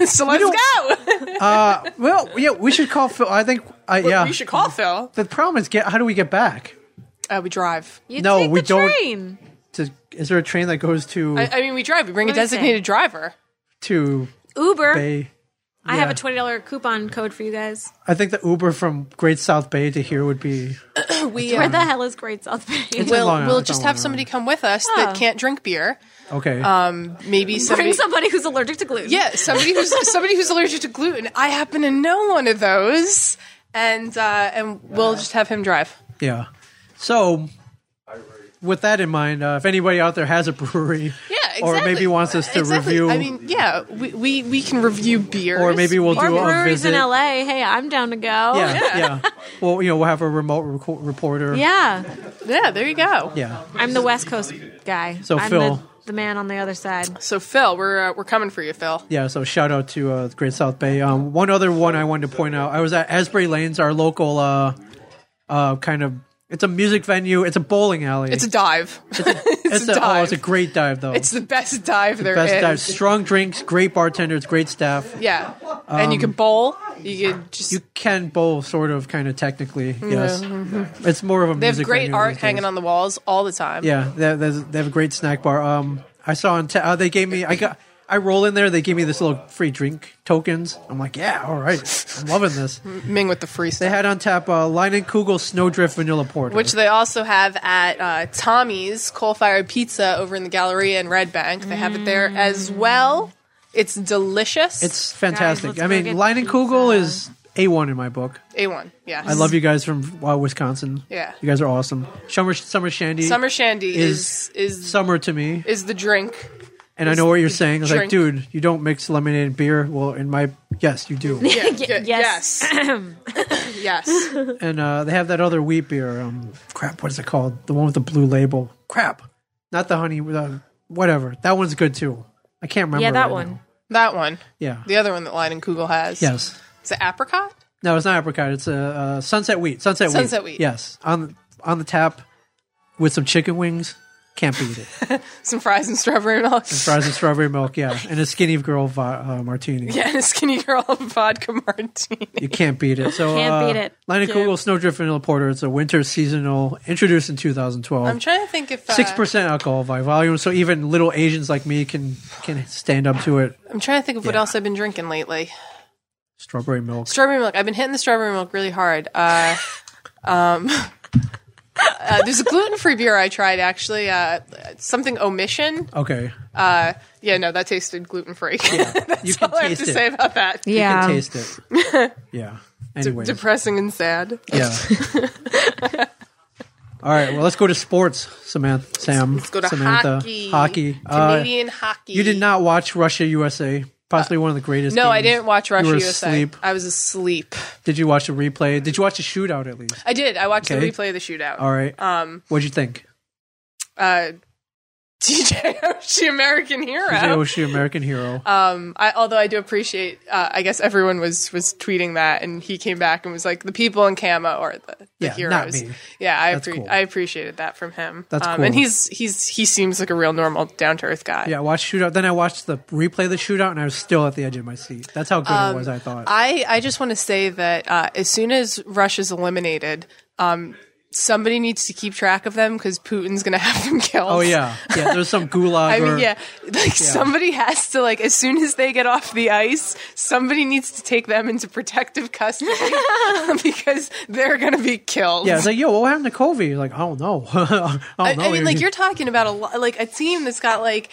so let's go.
(laughs) Well, yeah, we should call Phil. I think, I yeah.
We should call Phil.
The problem is, get how do we get back?
Uh, we drive.
You
No,
take
we
the
don't.
Train.
To, is there a train that goes to
I, I mean, we drive. We bring a
What do you say?
designated driver.
to
Uber.
Bay?
I have
yeah.
a twenty dollar coupon code for you guys.
I think the Uber from Great South Bay to here would be
We
Where
uh,
the hell is Great South Bay?
in
we'll,
Long Island.
we'll
It's
just
on Long
have somebody come with us
Oh.
that can't drink beer. Um,
okay.
Uh, Maybe
Bring
somebody.
somebody who's allergic to gluten.
Yeah, somebody who's (laughs) somebody who's allergic to gluten. I happen to know one of those, and uh, and we'll just have him drive.
yeah. So, with that in mind, uh, if anybody out there has a brewery,
Yeah, exactly.
or maybe wants us to
Exactly.
review,
I mean, yeah, we, we, we can review beers.
or maybe we'll
Our
do a
breweries
visit.
in LA. Hey, I'm down to go.
Yeah, yeah. Well, you know, we'll have a remote reco- reporter.
(laughs) Yeah.
yeah, there you go.
Yeah.
I'm the West Coast guy.
So,
I'm
Phil-
the, the man on the other side.
So Phil, we're uh, we're coming for you, Phil.
Yeah, so shout out to uh, Great South Bay. Um, one other one I wanted to point out. I was at Asbury Lanes, our local uh, uh, kind of. It's a music venue. It's a bowling alley.
It's a dive. (laughs)
It's
a
Oh, it's a
dive.
great dive though.
It's the best dive there is.
Best dive. Strong drinks, great bartenders, great staff.
Yeah, and you can bowl. You can just
Um, You can bowl, sort of, kind of technically. Yes, it's more of a.
mm-hmm. they have
music
great
venue
art
these
hanging
days.
on the walls all the time.
Yeah, they, they, they have a great snack bar. Um, I saw on. T- uh, they gave me. I got. I roll in there. They give me this little free drink tokens. I'm like, yeah, all right, I'm loving
(laughs)
this.
Ming with the free
They
stuff.
had on tap uh, Line and Kugel Snowdrift Vanilla Porter.
which they also have at uh, Tommy's Coal Fired Pizza over in the Galleria in Red Bank. They have it there as well. It's delicious.
it's fantastic.
Guys, let's
I
go
mean,
get
Line and Kugel is a one in my book.
a one. Yes,
I love you guys from uh, Wisconsin.
Yeah.
you guys are awesome. Summer Summer Shandy.
Summer Shandy
Is-
is is is,
Summer to me,
the drink.
and I know what you're saying. It's like,
drink.
dude, you don't mix lemonade and beer. Well, in my yes, you
(laughs)
do.
Yeah, yeah,
yes.
yes. yes.
and uh, they have that other wheat beer. Um, crap, what is it called? The one with the blue label. Crap, not the honey. The, whatever. That one's good too. I can't remember.
Yeah, that
right
one.
now.
That one.
Yeah.
The other one that Lion and Kugel has.
Yes.
It's an apricot.
No, it's not apricot. It's a uh, uh, sunset wheat. Sunset wheat.
Sunset wheat.
Yes, on on the tap with some chicken wings. Can't beat it.
Some fries and strawberry milk. (laughs)
Fries and strawberry milk. Yeah, and a skinny girl vo- uh, martini.
Yeah, and a skinny girl vodka
(laughs)
martini.
You can't beat it. So
Can't
uh,
beat it.
Line of
Yeah.
Kugel Snowdrift Vanilla Porter. It's a winter seasonal introduced in 2012.
I'm trying to think if uh,
Six percent alcohol by volume, so even little Asians like me can can stand up to it.
I'm trying to think of what else I've been drinking lately.
Strawberry milk.
Strawberry milk. I've been hitting the strawberry milk really hard.
(laughs)
Uh, um, uh, there's a gluten free beer I tried actually. Uh, something omission.
Okay,
Uh, yeah, no, that tasted gluten free. (laughs) That's
you can
all I have
taste
to
it.
say about that.
You
Yeah.
can taste it.
(laughs)
Yeah. Anyway.
Depressing and sad.
yeah. All right. Well, let's go to sports, Samantha. Sam.
Let's go to
Samantha.
hockey.
Hockey. Uh,
Canadian hockey.
you did not watch Russia USA. Possibly one of the greatest.
No, I
games.
didn't watch Russia
you were
USA.
Asleep.
I was asleep.
Did you watch the replay? Did you watch the shootout at least?
I did. I watched
Okay.
the replay of the shootout.
All right.
Um,
What'd you think?
uh, (laughs) DJ Oshie, American hero.
DJ Oshie, "Oh, American hero.
Um, I, although I do appreciate, uh, I guess everyone was was tweeting that, and he came back and was like, "The people in Kama are the, the
Yeah,
heroes."
not me.
Yeah, I
That's
appre-
cool.
I appreciated that from him.
That's
um,
cool.
And he's he's he seems like a real normal, down to earth guy.
yeah, I watched shootout. Then I watched the replay of the shootout, and I was still at the edge of my seat. That's how good it was. I thought.
Um, I, I just want to say that uh, as soon as Russia's eliminated, um, somebody needs to keep track of them because Putin's going to (laughs) have them killed.
oh yeah, yeah. There's some gulag.
(laughs) I mean,
or-
yeah, like somebody has to like as soon as they get off the ice, somebody needs to take them into
(laughs)
protective custody because they're gonna be killed.
Yeah, Oh, it's like, yo, what happened to Kobe? You're like, I don't know. (laughs) I don't
I,
know.
I mean, like you're talking about a lo- like a team that's got like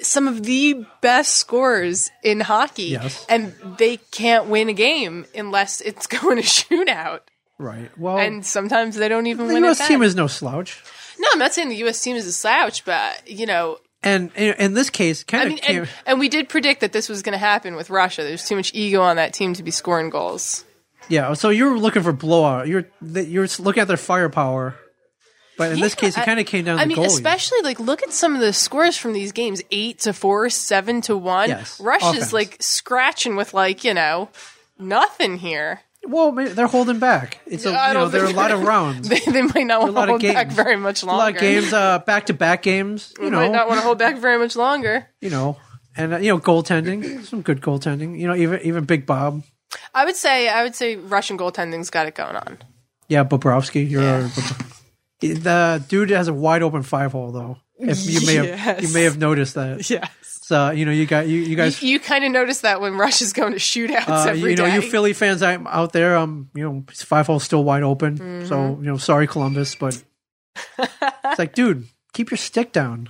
some of the best scorers in hockey,
Yes.
and they can't win a game unless it's (laughs) going to shootout.
right. Well,
And sometimes they don't even
the
win. at
U.S.
that.
team is no slouch,
no. I'm not saying the U.S. team is a slouch, but you know,
and in, in this case,
I
kind
mean,
of
and, and we did predict that this was going to happen with Russia. There's too much ego on that team to be scoring goals.
yeah. So you're looking for blowout. You're that- you're looking at their firepower, but in this case, it
I-
kind of came down.
I
to
mean,
goalie.
especially like look at some of the scores from these games: eight to four, seven to one.
Yes.
Russia's
Offense.
like scratching with like you know nothing here. (laughs)
well, ma- they're holding back. It's a,
I
you know
don't
there are a
think-
lot of rounds,
They, they might
a
not want to
lot of
hold
games,
back very much
A
longer.
lot of games, uh, back to back games. You
(laughs) They might not
know,
want to hold back very much longer.
you know, and uh, you know, goaltending, some good goaltending. You know, even even Big Bob.
I would say, I would say, Russian goaltending's got it going on.
Yeah, Bobrovsky. You're (laughs) the dude has a wide open five hole though. If you may have
Yes.
you may have noticed that.
(laughs) Yes,
So you know you got you, you guys
you, you kind of notice that when (laughs) Russia's going to shootouts
uh,
every day.
you know you Philly fans out out there um you know his five hole's still wide open. So
Mm-hmm.
you know sorry Columbus,
(laughs)
but it's like dude keep your stick down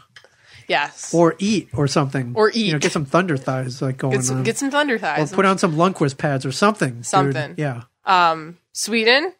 yes,
or eat or something
Or
You know,
eat.
get some thunder thighs like going
get some,
on.
get some thunder
uh, or
thighs.
put on some Lundqvist pads or something. dude.
Something.
Yeah.
um, Sweden,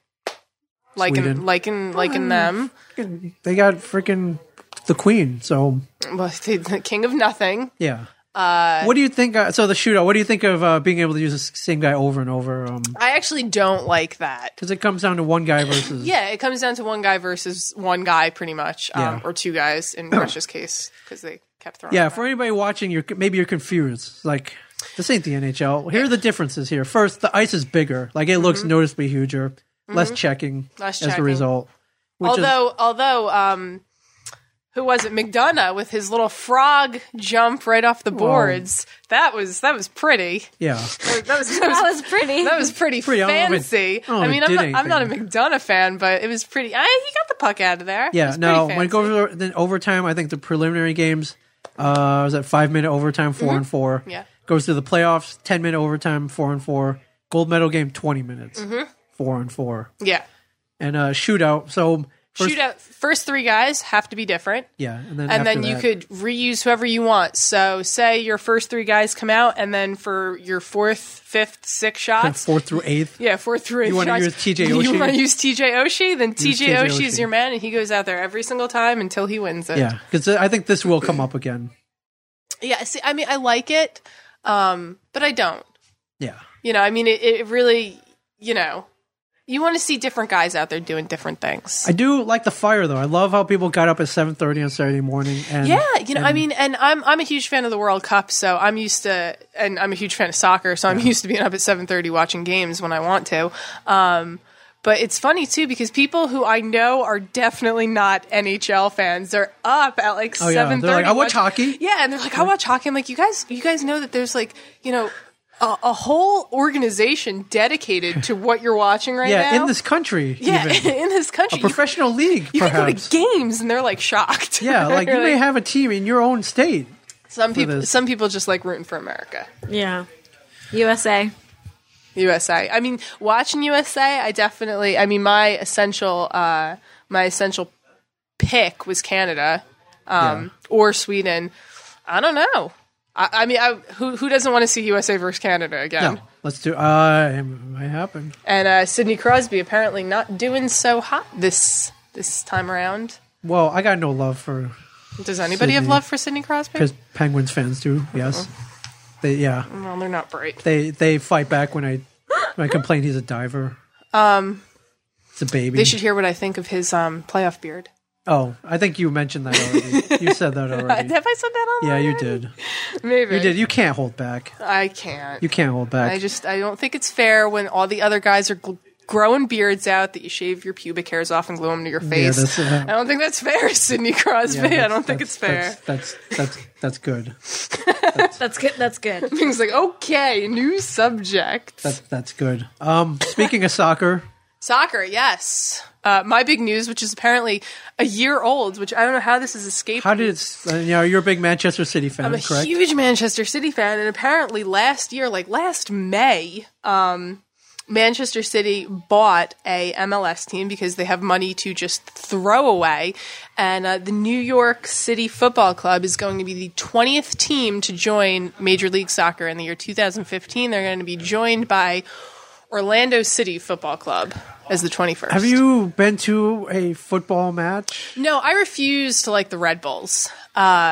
liking
Sweden. Oh.
liking liking them.
They got freaking the queen. So
Well, (laughs) the, the king of nothing.
Yeah. Uh, what do you think? Uh, so the shootout. What do you think of uh, being able to use the s- same guy over and over? Because
I actually don't like that.
it comes down to one guy versus.
Yeah, it comes down to one guy versus one guy, pretty much, um,
Yeah.
or two
(clears throat)
guys in Russia's case because they kept throwing.
Yeah.
it
For anybody watching, you're maybe you're confused. Like this ain't the NHL. Here are the differences. Here, first, the ice is bigger. Like it looks noticeably huger. Less checking.
Mm-hmm. Less
as a
checking.
result. Which
although although um who was it mcdonough with his little frog jump right off the boards that was that was pretty
is, yeah.
that was that
(laughs) That
was,
was pretty.
that was pretty,
Pretty, I don't know if it-
fancy
I don't know if
i mean
Oh, it
i'm not,
did
I'm not a mcdonough fan but it was pretty I, he got the puck out of there it
Yeah,
was
no.
pretty
When it goes
fancy.
over, then overtime, I think the preliminary games uh, was at five minute overtime, 4 and four.
Mm-hmm. Yeah.
goes to the playoffs, ten minute overtime, four and four. Gold medal game, twenty minutes,
Mm-hmm.
four and four,
yeah
and uh, shootout. So first,
shootout first three guys have to be different
yeah, and then
and
after
then you
that-
could reuse whoever you want. So, say your first three guys come out, and then for your fourth, fifth, sixth
Like
shots,
fourth through eighth.
Yeah, four through.
You wanna
shots.
use TJ Oshie?
You want to use TJ Oshie? Then TJ
TJ
Oshie is
Oshie.
your man, and he goes out there every single time until he wins it.
Yeah, because I think this will come up again.
yeah. See, I mean, I like it, um, but I don't.
Yeah,
You know, I mean, it, it really, you know, You want to see different guys out there doing different things.
I do like the fire though. I love how people got up at seven thirty on Saturday morning. And,
Yeah, you know, I
and-
mean, and I'm I'm a huge fan of the World Cup, so I'm used to, and I'm a huge fan of soccer, so I'm used to being up at 7:30 watching games when I want to. Um, but it's funny too because people who I know are definitely not NHL fans. They're up at like
Oh, yeah. They're
7:30.
like, "I watch hockey."
Yeah, and they're like, I watch hockey. I'm like, you guys, you guys know that there's like, you know. A, a whole organization dedicated to what you're watching right
yeah,
now.
in this country,
yeah,
even.
(laughs) in this
a
country, You-
professional league,
You, can go
perhaps.
to games and they're like shocked. (laughs)
yeah, like you
They're
may have a team in your own state.
some people,
this.
some people just like rooting for America,
Yeah. USA.
USA. I mean, watching USA, I definitely. I mean, my essential, uh, my essential pick was Canada um, or Sweden. I don't know. I, I mean, I, who who doesn't want to see USA versus Canada again?
No, let's do. Uh, it might happen.
And uh, Sidney Crosby apparently not doing so hot this this time around.
Well, I got no love for
Does anybody have
Sidney.
love for Sidney Crosby?
because Penguins fans do. Yes,
Oh.
they yeah
Well, they're not bright.
they they fight back when I when I complain he's a diver. Um, it's a baby.
They should hear what I think of his um, playoff beard.
oh, I think you mentioned that already. you said that already.
(laughs) Have I said that on?
Yeah, you did.
Maybe
You did. You can't hold back.
I can't.
You can't hold back.
I just I don't think it's fair when all the other guys are gl- growing beards out that you shave your pubic hairs off and glue them to your face.
that's, uh,
I don't think that's fair, (laughs) Sidney Crosby.
Yeah,
I
that's-
don't think
that's-
it's fair.
That's that's that's, that's good.
That's good.
(laughs)
That's good.
Things like okay, new subject.
That's that's good. Um, speaking of soccer,
Soccer, yes. Uh, my big news, which is apparently a year old, which I don't know how this is escaping.
how did it? Uh, you know, you're a big Manchester City fan,
I'm a
correct?
huge Manchester City fan, and apparently last year, like last May, um, Manchester City bought a MLS team because they have money to just throw away. And uh, the New York City Football Club is going to be the 20th team to join Major League Soccer in the year 2015. They're going to be joined by Orlando City Football Club as the 21st.
Have you been to a football match?
No, I refuse to like the Red Bulls. Uh,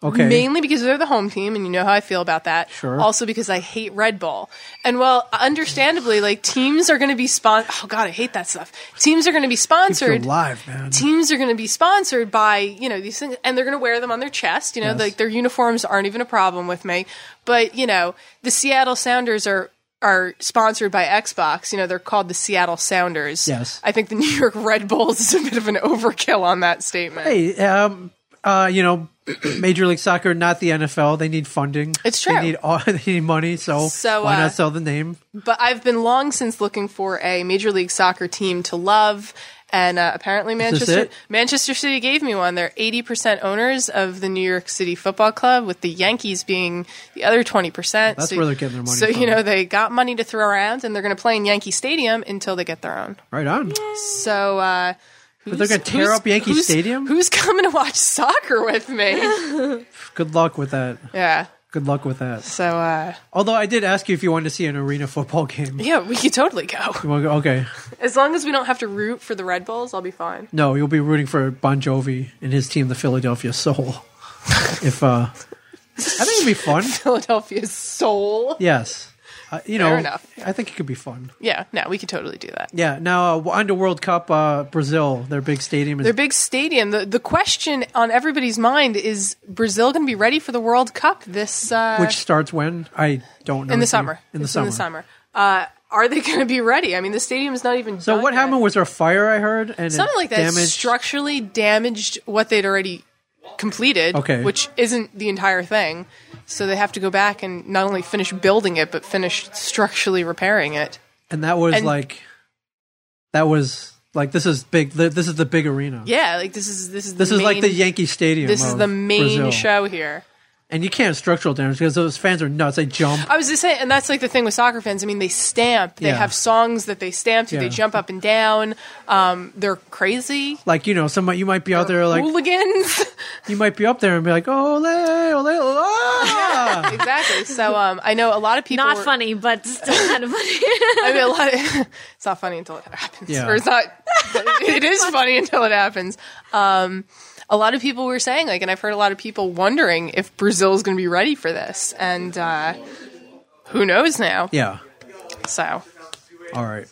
Okay,
Mainly because they're the home team, and you know how I feel about that.
Sure.
Also because I hate Red Bull, and well, understandably, like teams are going to be sponsored. Oh God, I hate that stuff. Teams are going to be
Keeps you
sponsored.
alive, man.
Teams are going to be sponsored by you know these things, and they're going to wear them on their chest. You know,
Yes.
like their uniforms aren't even a problem with me. But you know, the Seattle Sounders are are sponsored by Xbox. You know, they're called the Seattle Sounders.
Yes.
I think the New York Red Bulls is a bit of an overkill on that statement.
Hey, um, uh, you know, (clears throat) Major League Soccer, not the NFL. They need funding.
It's
They
true.
need all, (laughs) they need money. So,
So,
why
uh,
not sell the name?
But I've been long since looking for a Major League Soccer team to love, and uh, apparently
this
Manchester
it?
Manchester City gave me one. They're eighty percent owners of the New York City Football Club, with the Yankees being the other twenty percent.
That's where they're getting their money
So
from.
you know they got money to throw around, and they're going to play in Yankee Stadium until they get their own.
Right on.
So. Uh,
they're
who's-
gonna tear
who's-
up Yankee
who's-
Stadium?
Who's coming to watch soccer with
(laughs)
me?
Good luck with that.
yeah.
Good luck with that.
So uh,
Although I did ask you if you wanted to see an arena football (laughs) game.
yeah, we could totally go.
You wanna go- Okay.
As long as we don't have to root for the Red Bulls, I'll be fine.
No, you'll be rooting for Bon Jovi and his team, the Philadelphia Soul. if uh, I think it'd be
(laughs)
fun.
Philadelphia's soul.
Yes, uh, you know,
Fair enough.
I think it could be fun.
Yeah, no, we could totally do that.
Yeah. Now, uh, under World Cup, uh, Brazil, their big stadium is
Their big stadium. The the question on everybody's mind is Brazil going to be ready for the World Cup this uh,
which starts when I don't know
in
It's
the
in-
summer?
In the
It's
summer.
In the summer. Uh, are they going to be ready? I mean, the stadium is not even.
So
done
what
yet.
happened was there a fire I heard and it
Something like that
damaged-
structurally damaged what they'd already completed.
Okay.
which isn't the entire thing. So they have to go back and not only finish building it, but finish structurally repairing it.
and that was
and-
like that was like this is big. th- This is the big arena.
Yeah, like this is this is
This
the
is like the
main-
Yankee Stadium.
This is
of
the main
Brazil.
show here.
and you can't structural damage because those fans are nuts. They jump.
I was just saying, and that's like the thing with soccer fans. I mean, they stamp. They
Yeah.
have songs that they stamp to.
Yeah.
They jump up and down. Um, they're crazy.
Like you know, some you might be
uh,
out there like
hooligans. (laughs)
you might be up there and be like, ole, ole,
(laughs)
la.
exactly. So um, I know a lot of people.
Not
were-
funny, but
(laughs)
still kind of funny.
I mean, a lot. Of, (laughs) it's not funny until it happens.
Yeah.
Or it's not. (laughs) it is funny until it happens. Um, a lot of people were saying like, and I've heard a lot of people wondering if Brazil is going to be ready for this, and uh, who knows now.
yeah.
So
All right.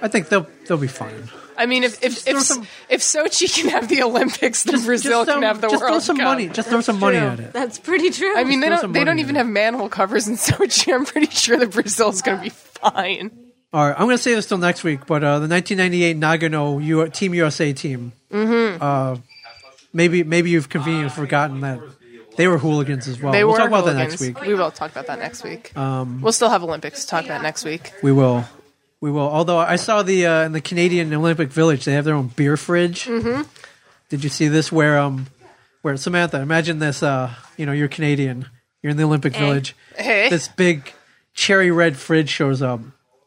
I think they'll they'll be fine.
I mean, if if if,
throw some-
if Sochi can have the Olympics, then Brazil
just throw-
can have the
just
World
throw some
Cup.
money. Just throw some money at it.
That's pretty true.
I mean, they
throw
don't
some
they
money
don't
in
even
it.
have manhole covers in (laughs) Sochi. I'm pretty sure that Brazil's going to be fine.
All right, I'm going to say this till next week, but uh, the 1998 Nagano U- Team USA team. Mm-hmm. Uh, maybe maybe you've conveniently forgotten that they were Um, hooligans as well.
They
we'll
were
talk about
hooligans.
that next week.
We will talk about that next week. we'll still have Olympics to talk about next week. (laughs)
We will. We will. Although I saw the uh, in the Canadian Olympic Village, they have their own beer fridge. Mm-hmm. Did you see this? Where um, where Samantha? Imagine this. Uh, you know, you're Canadian. You're in the Olympic Village.
Hey.
This big cherry red fridge shows up,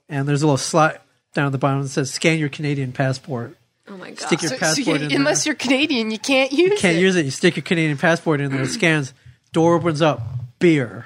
and there's a little slot down at the bottom that says "Scan your Canadian passport."
oh my god.
Stick your
So- so
passport
you-
in
unless
there.
you're Canadian, you can't use
You can't
it.
use it. You stick your Canadian passport in there. It scans. Door opens up. Beer.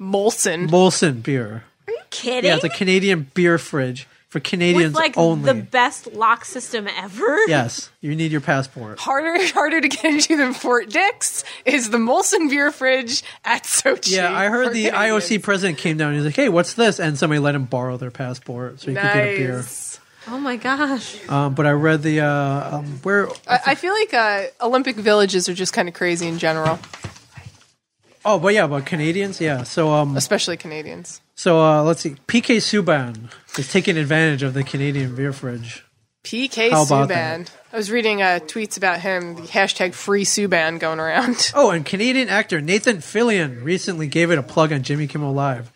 Molson.
Molson beer.
kidding?
Yeah, it's a Canadian beer fridge for Canadians
With like
only.
the best lock system ever.
Yes, you need your passport.
harder (laughs) harder to get into than Fort Dix is the Molson beer fridge at Sochi.
Yeah, I heard
for
the
Canadians.
IOC president came down and he's like, "Hey, what's this?" And somebody let him borrow their passport so he could get a beer.
Nice.
(laughs) Oh my gosh.
Um, but I read the uh, um, where
I, I feel like uh, Olympic villages are just kind of crazy in general,
oh, but yeah, about Canadians, yeah. So um,
especially Canadians.
so uh, let's see, PK Subban is taking advantage of the Canadian beer fridge.
PK
How about
Subban. I was reading uh, tweets about him, the hashtag free Subban going around. (laughs)
Oh, and Canadian actor Nathan Fillion recently gave it a plug on Jimmy Kimmel Live.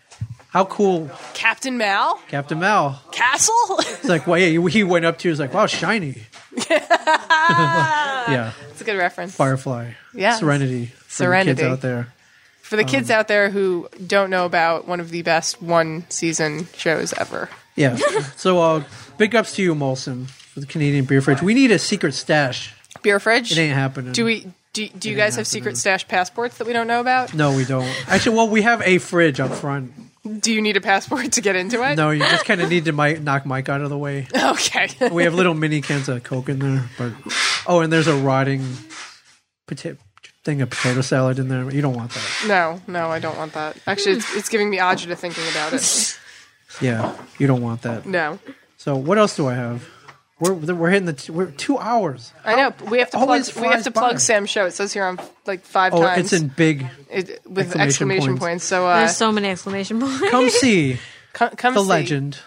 How cool,
Captain Mal?
Captain Mal!
Castle? (laughs)
It's like, well, yeah, he went up to, you, was like, "Wow, shiny." yeah,
It's a good reference.
Firefly.
Yes.
Serenity. For the kids
Serenity.
out there.
For the kids out there who don't know about one of the best one season shows ever.
Yeah. so uh, big ups to you, Molson, for the Canadian beer fridge. We need a secret stash.
Beer fridge?
It ain't happening.
Do we? Do, do you
It ain't
guys
happening.
have secret stash passports that we don't know about?
No, we don't. Actually, well, we have a fridge up front.
Do you need a passport to get into it?
No, you just kind of need to mi- knock Mike out of the way.
(laughs) Okay. (laughs)
We have little mini cans of Coke in there, but oh, and there's a rotting potato thing of potato salad in there. You don't want that.
no, no, I don't want that. Actually, it's, it's giving me agita thinking
(laughs)
about it.
Yeah, you don't want that.
No.
So what else do I have? We're we're hitting the t- we're two hours.
I know. but We have to plug.
Always
We have
flies
to
by.
plug Sam's show. It says here on like five
Oh,
times
it's in big.
it, with
exclamation
exclamation,
points.
points. So uh,
There's so many exclamation (laughs) points.
Come see
co- come
the
see
legend,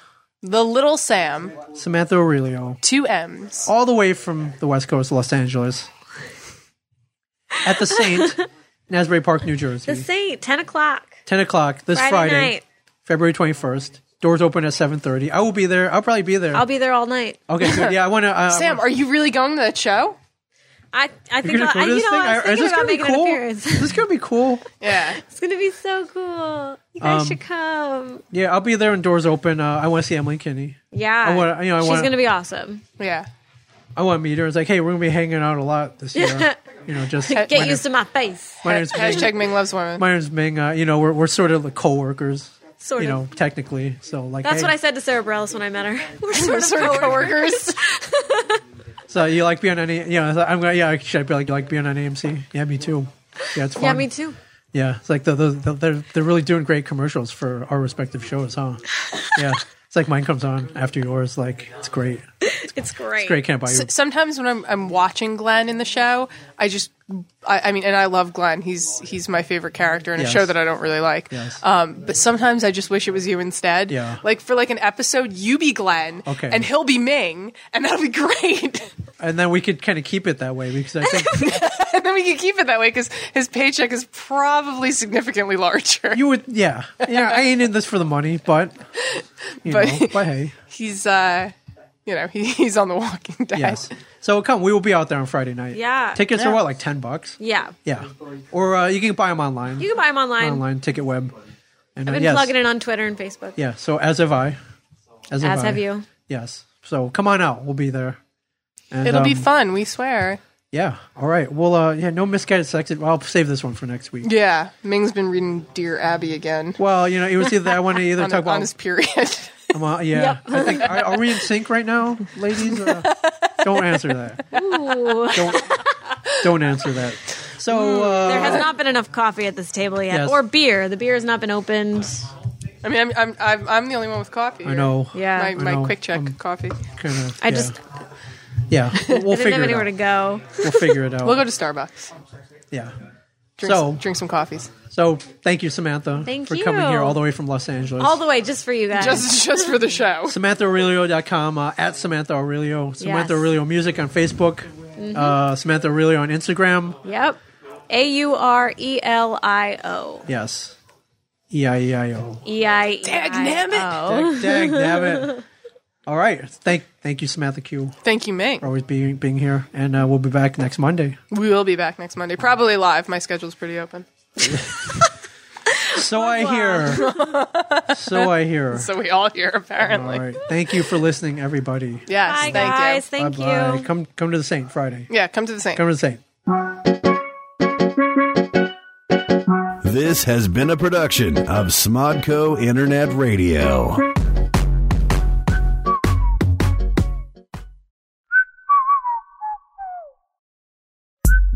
the little Sam,
Samantha Aurelio.
two M's.
all the way from the West Coast, Los Angeles, at the
(laughs)
Saint in Asbury Park, New Jersey.
The Saint, 10 o'clock.
Ten o'clock this
Friday,
Friday,
night.
February twenty first. Doors open at seven thirty. I will be there. I'll probably be there.
I'll be there all night.
okay, good. Yeah, I want to. Uh, I
Sam,
wanna-
are you really going to that show?
I, I think
You're gonna
I'll,
go
I,
to
you
this
know,
thing?
I
Are-
was
is
thinking
this
about
gonna be
making
cool?
an appearance. (laughs)
This is gonna be cool. (laughs)
Yeah.
it's going to be so cool. You guys
Um,
should come.
Yeah, I'll be there when doors open. Uh, I want to see Emily Kinney.
Yeah.
I wanna- you know, I
She's
wanna-
going to be awesome.
Yeah.
I want to meet her. It's like, hey, we're gonna be hanging out a lot this
(laughs)
year. you know, just
Get used to my face.
My name's Ming.
Hashtag Ming loves women.
My name's Ming. Uh, you know, we're we're sort of like coworkers.
Sort
you
of.
know, technically. So like,
That's
hey.
what I said to Sarah Bareilles when I met her. (laughs) We're sort
(laughs)
of
Sort of coworkers.
So you like being on any? You know, so I'm gonna. Yeah, should I be like you like being on AMC? Yeah, me too. Yeah, it's fun.
Yeah, me too.
Yeah, it's like the, the, the, they're they're really doing great commercials for our respective shows,
(laughs)
huh? Yeah, it's like mine comes on after yours. Like it's great.
It's great.
Great, can't buy you.
(laughs) S- sometimes when I'm, I'm watching Glenn in the show, I just, I, I mean, and I love Glenn. He's he's my favorite character in a
Yes.
show that I don't really like.
Yes.
Um, but sometimes I just wish it was you instead.
Yeah.
Like for like an episode, you be Glenn,
Okay.
and he'll be Ming, and that'll be (laughs) great.
And then we could kind of keep it that way because I
(laughs)
think
and then we can keep it that way because his paycheck is probably significantly larger.
you would. Yeah, yeah. I ain't in this for the money, but you
But-
know, but
(laughs)
hey,
he's, uh, you know, he, he's on The Walking Dead.
yes. So come, we will be out there on Friday night.
Yeah.
tickets are what like ten bucks.
Yeah.
Yeah, or uh, you can buy them online.
You can buy them online.
online ticket web. And,
I've
uh,
been
yes.
plugging it on Twitter and Facebook.
Yeah, so as have I. As,
As
I.
have you.
Yes. So come on out. We'll be there. And,
It'll be
um,
fun. We swear.
Yeah. All right. Well, uh, yeah, no misguided sex. I'll save this one for next
(laughs)
week.
Yeah. Ming's been reading Dear Abby again.
Well, you know, it was either I want to either
On,
talk about.
on his period. (laughs)
Um, uh, yeah.
(laughs)
I think, are, are we in sync right now, ladies? Uh, don't answer that.
Ooh.
Don't, don't answer that. So,
Hmm, There
uh,
has not been enough coffee at this table yet,
Yes.
or beer. The beer has not been opened.
I mean, I'm, I'm, I'm, I'm the only one with coffee.
I know.
Yeah.
My,
I
my
know.
quick check coffee.
Kinda,
I
yeah.
just
yeah. We'll, we'll
(laughs) I didn't
figure
have
it
anywhere
out.
to go.
We'll figure
(laughs)
it out.
We'll go to Starbucks.
yeah.
Drink,
So-
drink some coffees.
So thank you, Samantha,
Thank
for coming
you.
here all the way from Los Angeles.
All the way just for you guys.
Just, just for the show.
SamanthaAurelio.com, uh, at Samantha Aurelio, Samantha Aurelio Music on Facebook,
Mm-hmm.
uh, Samantha Aurelio on Instagram.
yep. A U R E L I O.
Yes. E I E I O.
E I E I O.
Dag,
(laughs)
dag, nabbit. All right. Thank, thank you, Samantha Q,
Thank you, Ming.
for always being being here, and uh, we'll be back next Monday.
We will be back next Monday, probably live. My schedule's pretty open,
So I hear. (laughs) So I hear.
so we all hear apparently.
All right. Thank you for listening, everybody.
Yes,
Bye,
thank
guys.
you.
Thank
Bye-bye.
you.
Come, come to the Saint Friday.
Yeah, come to the same.
Come to the Saint.
This has been a production of Smodco Internet Radio.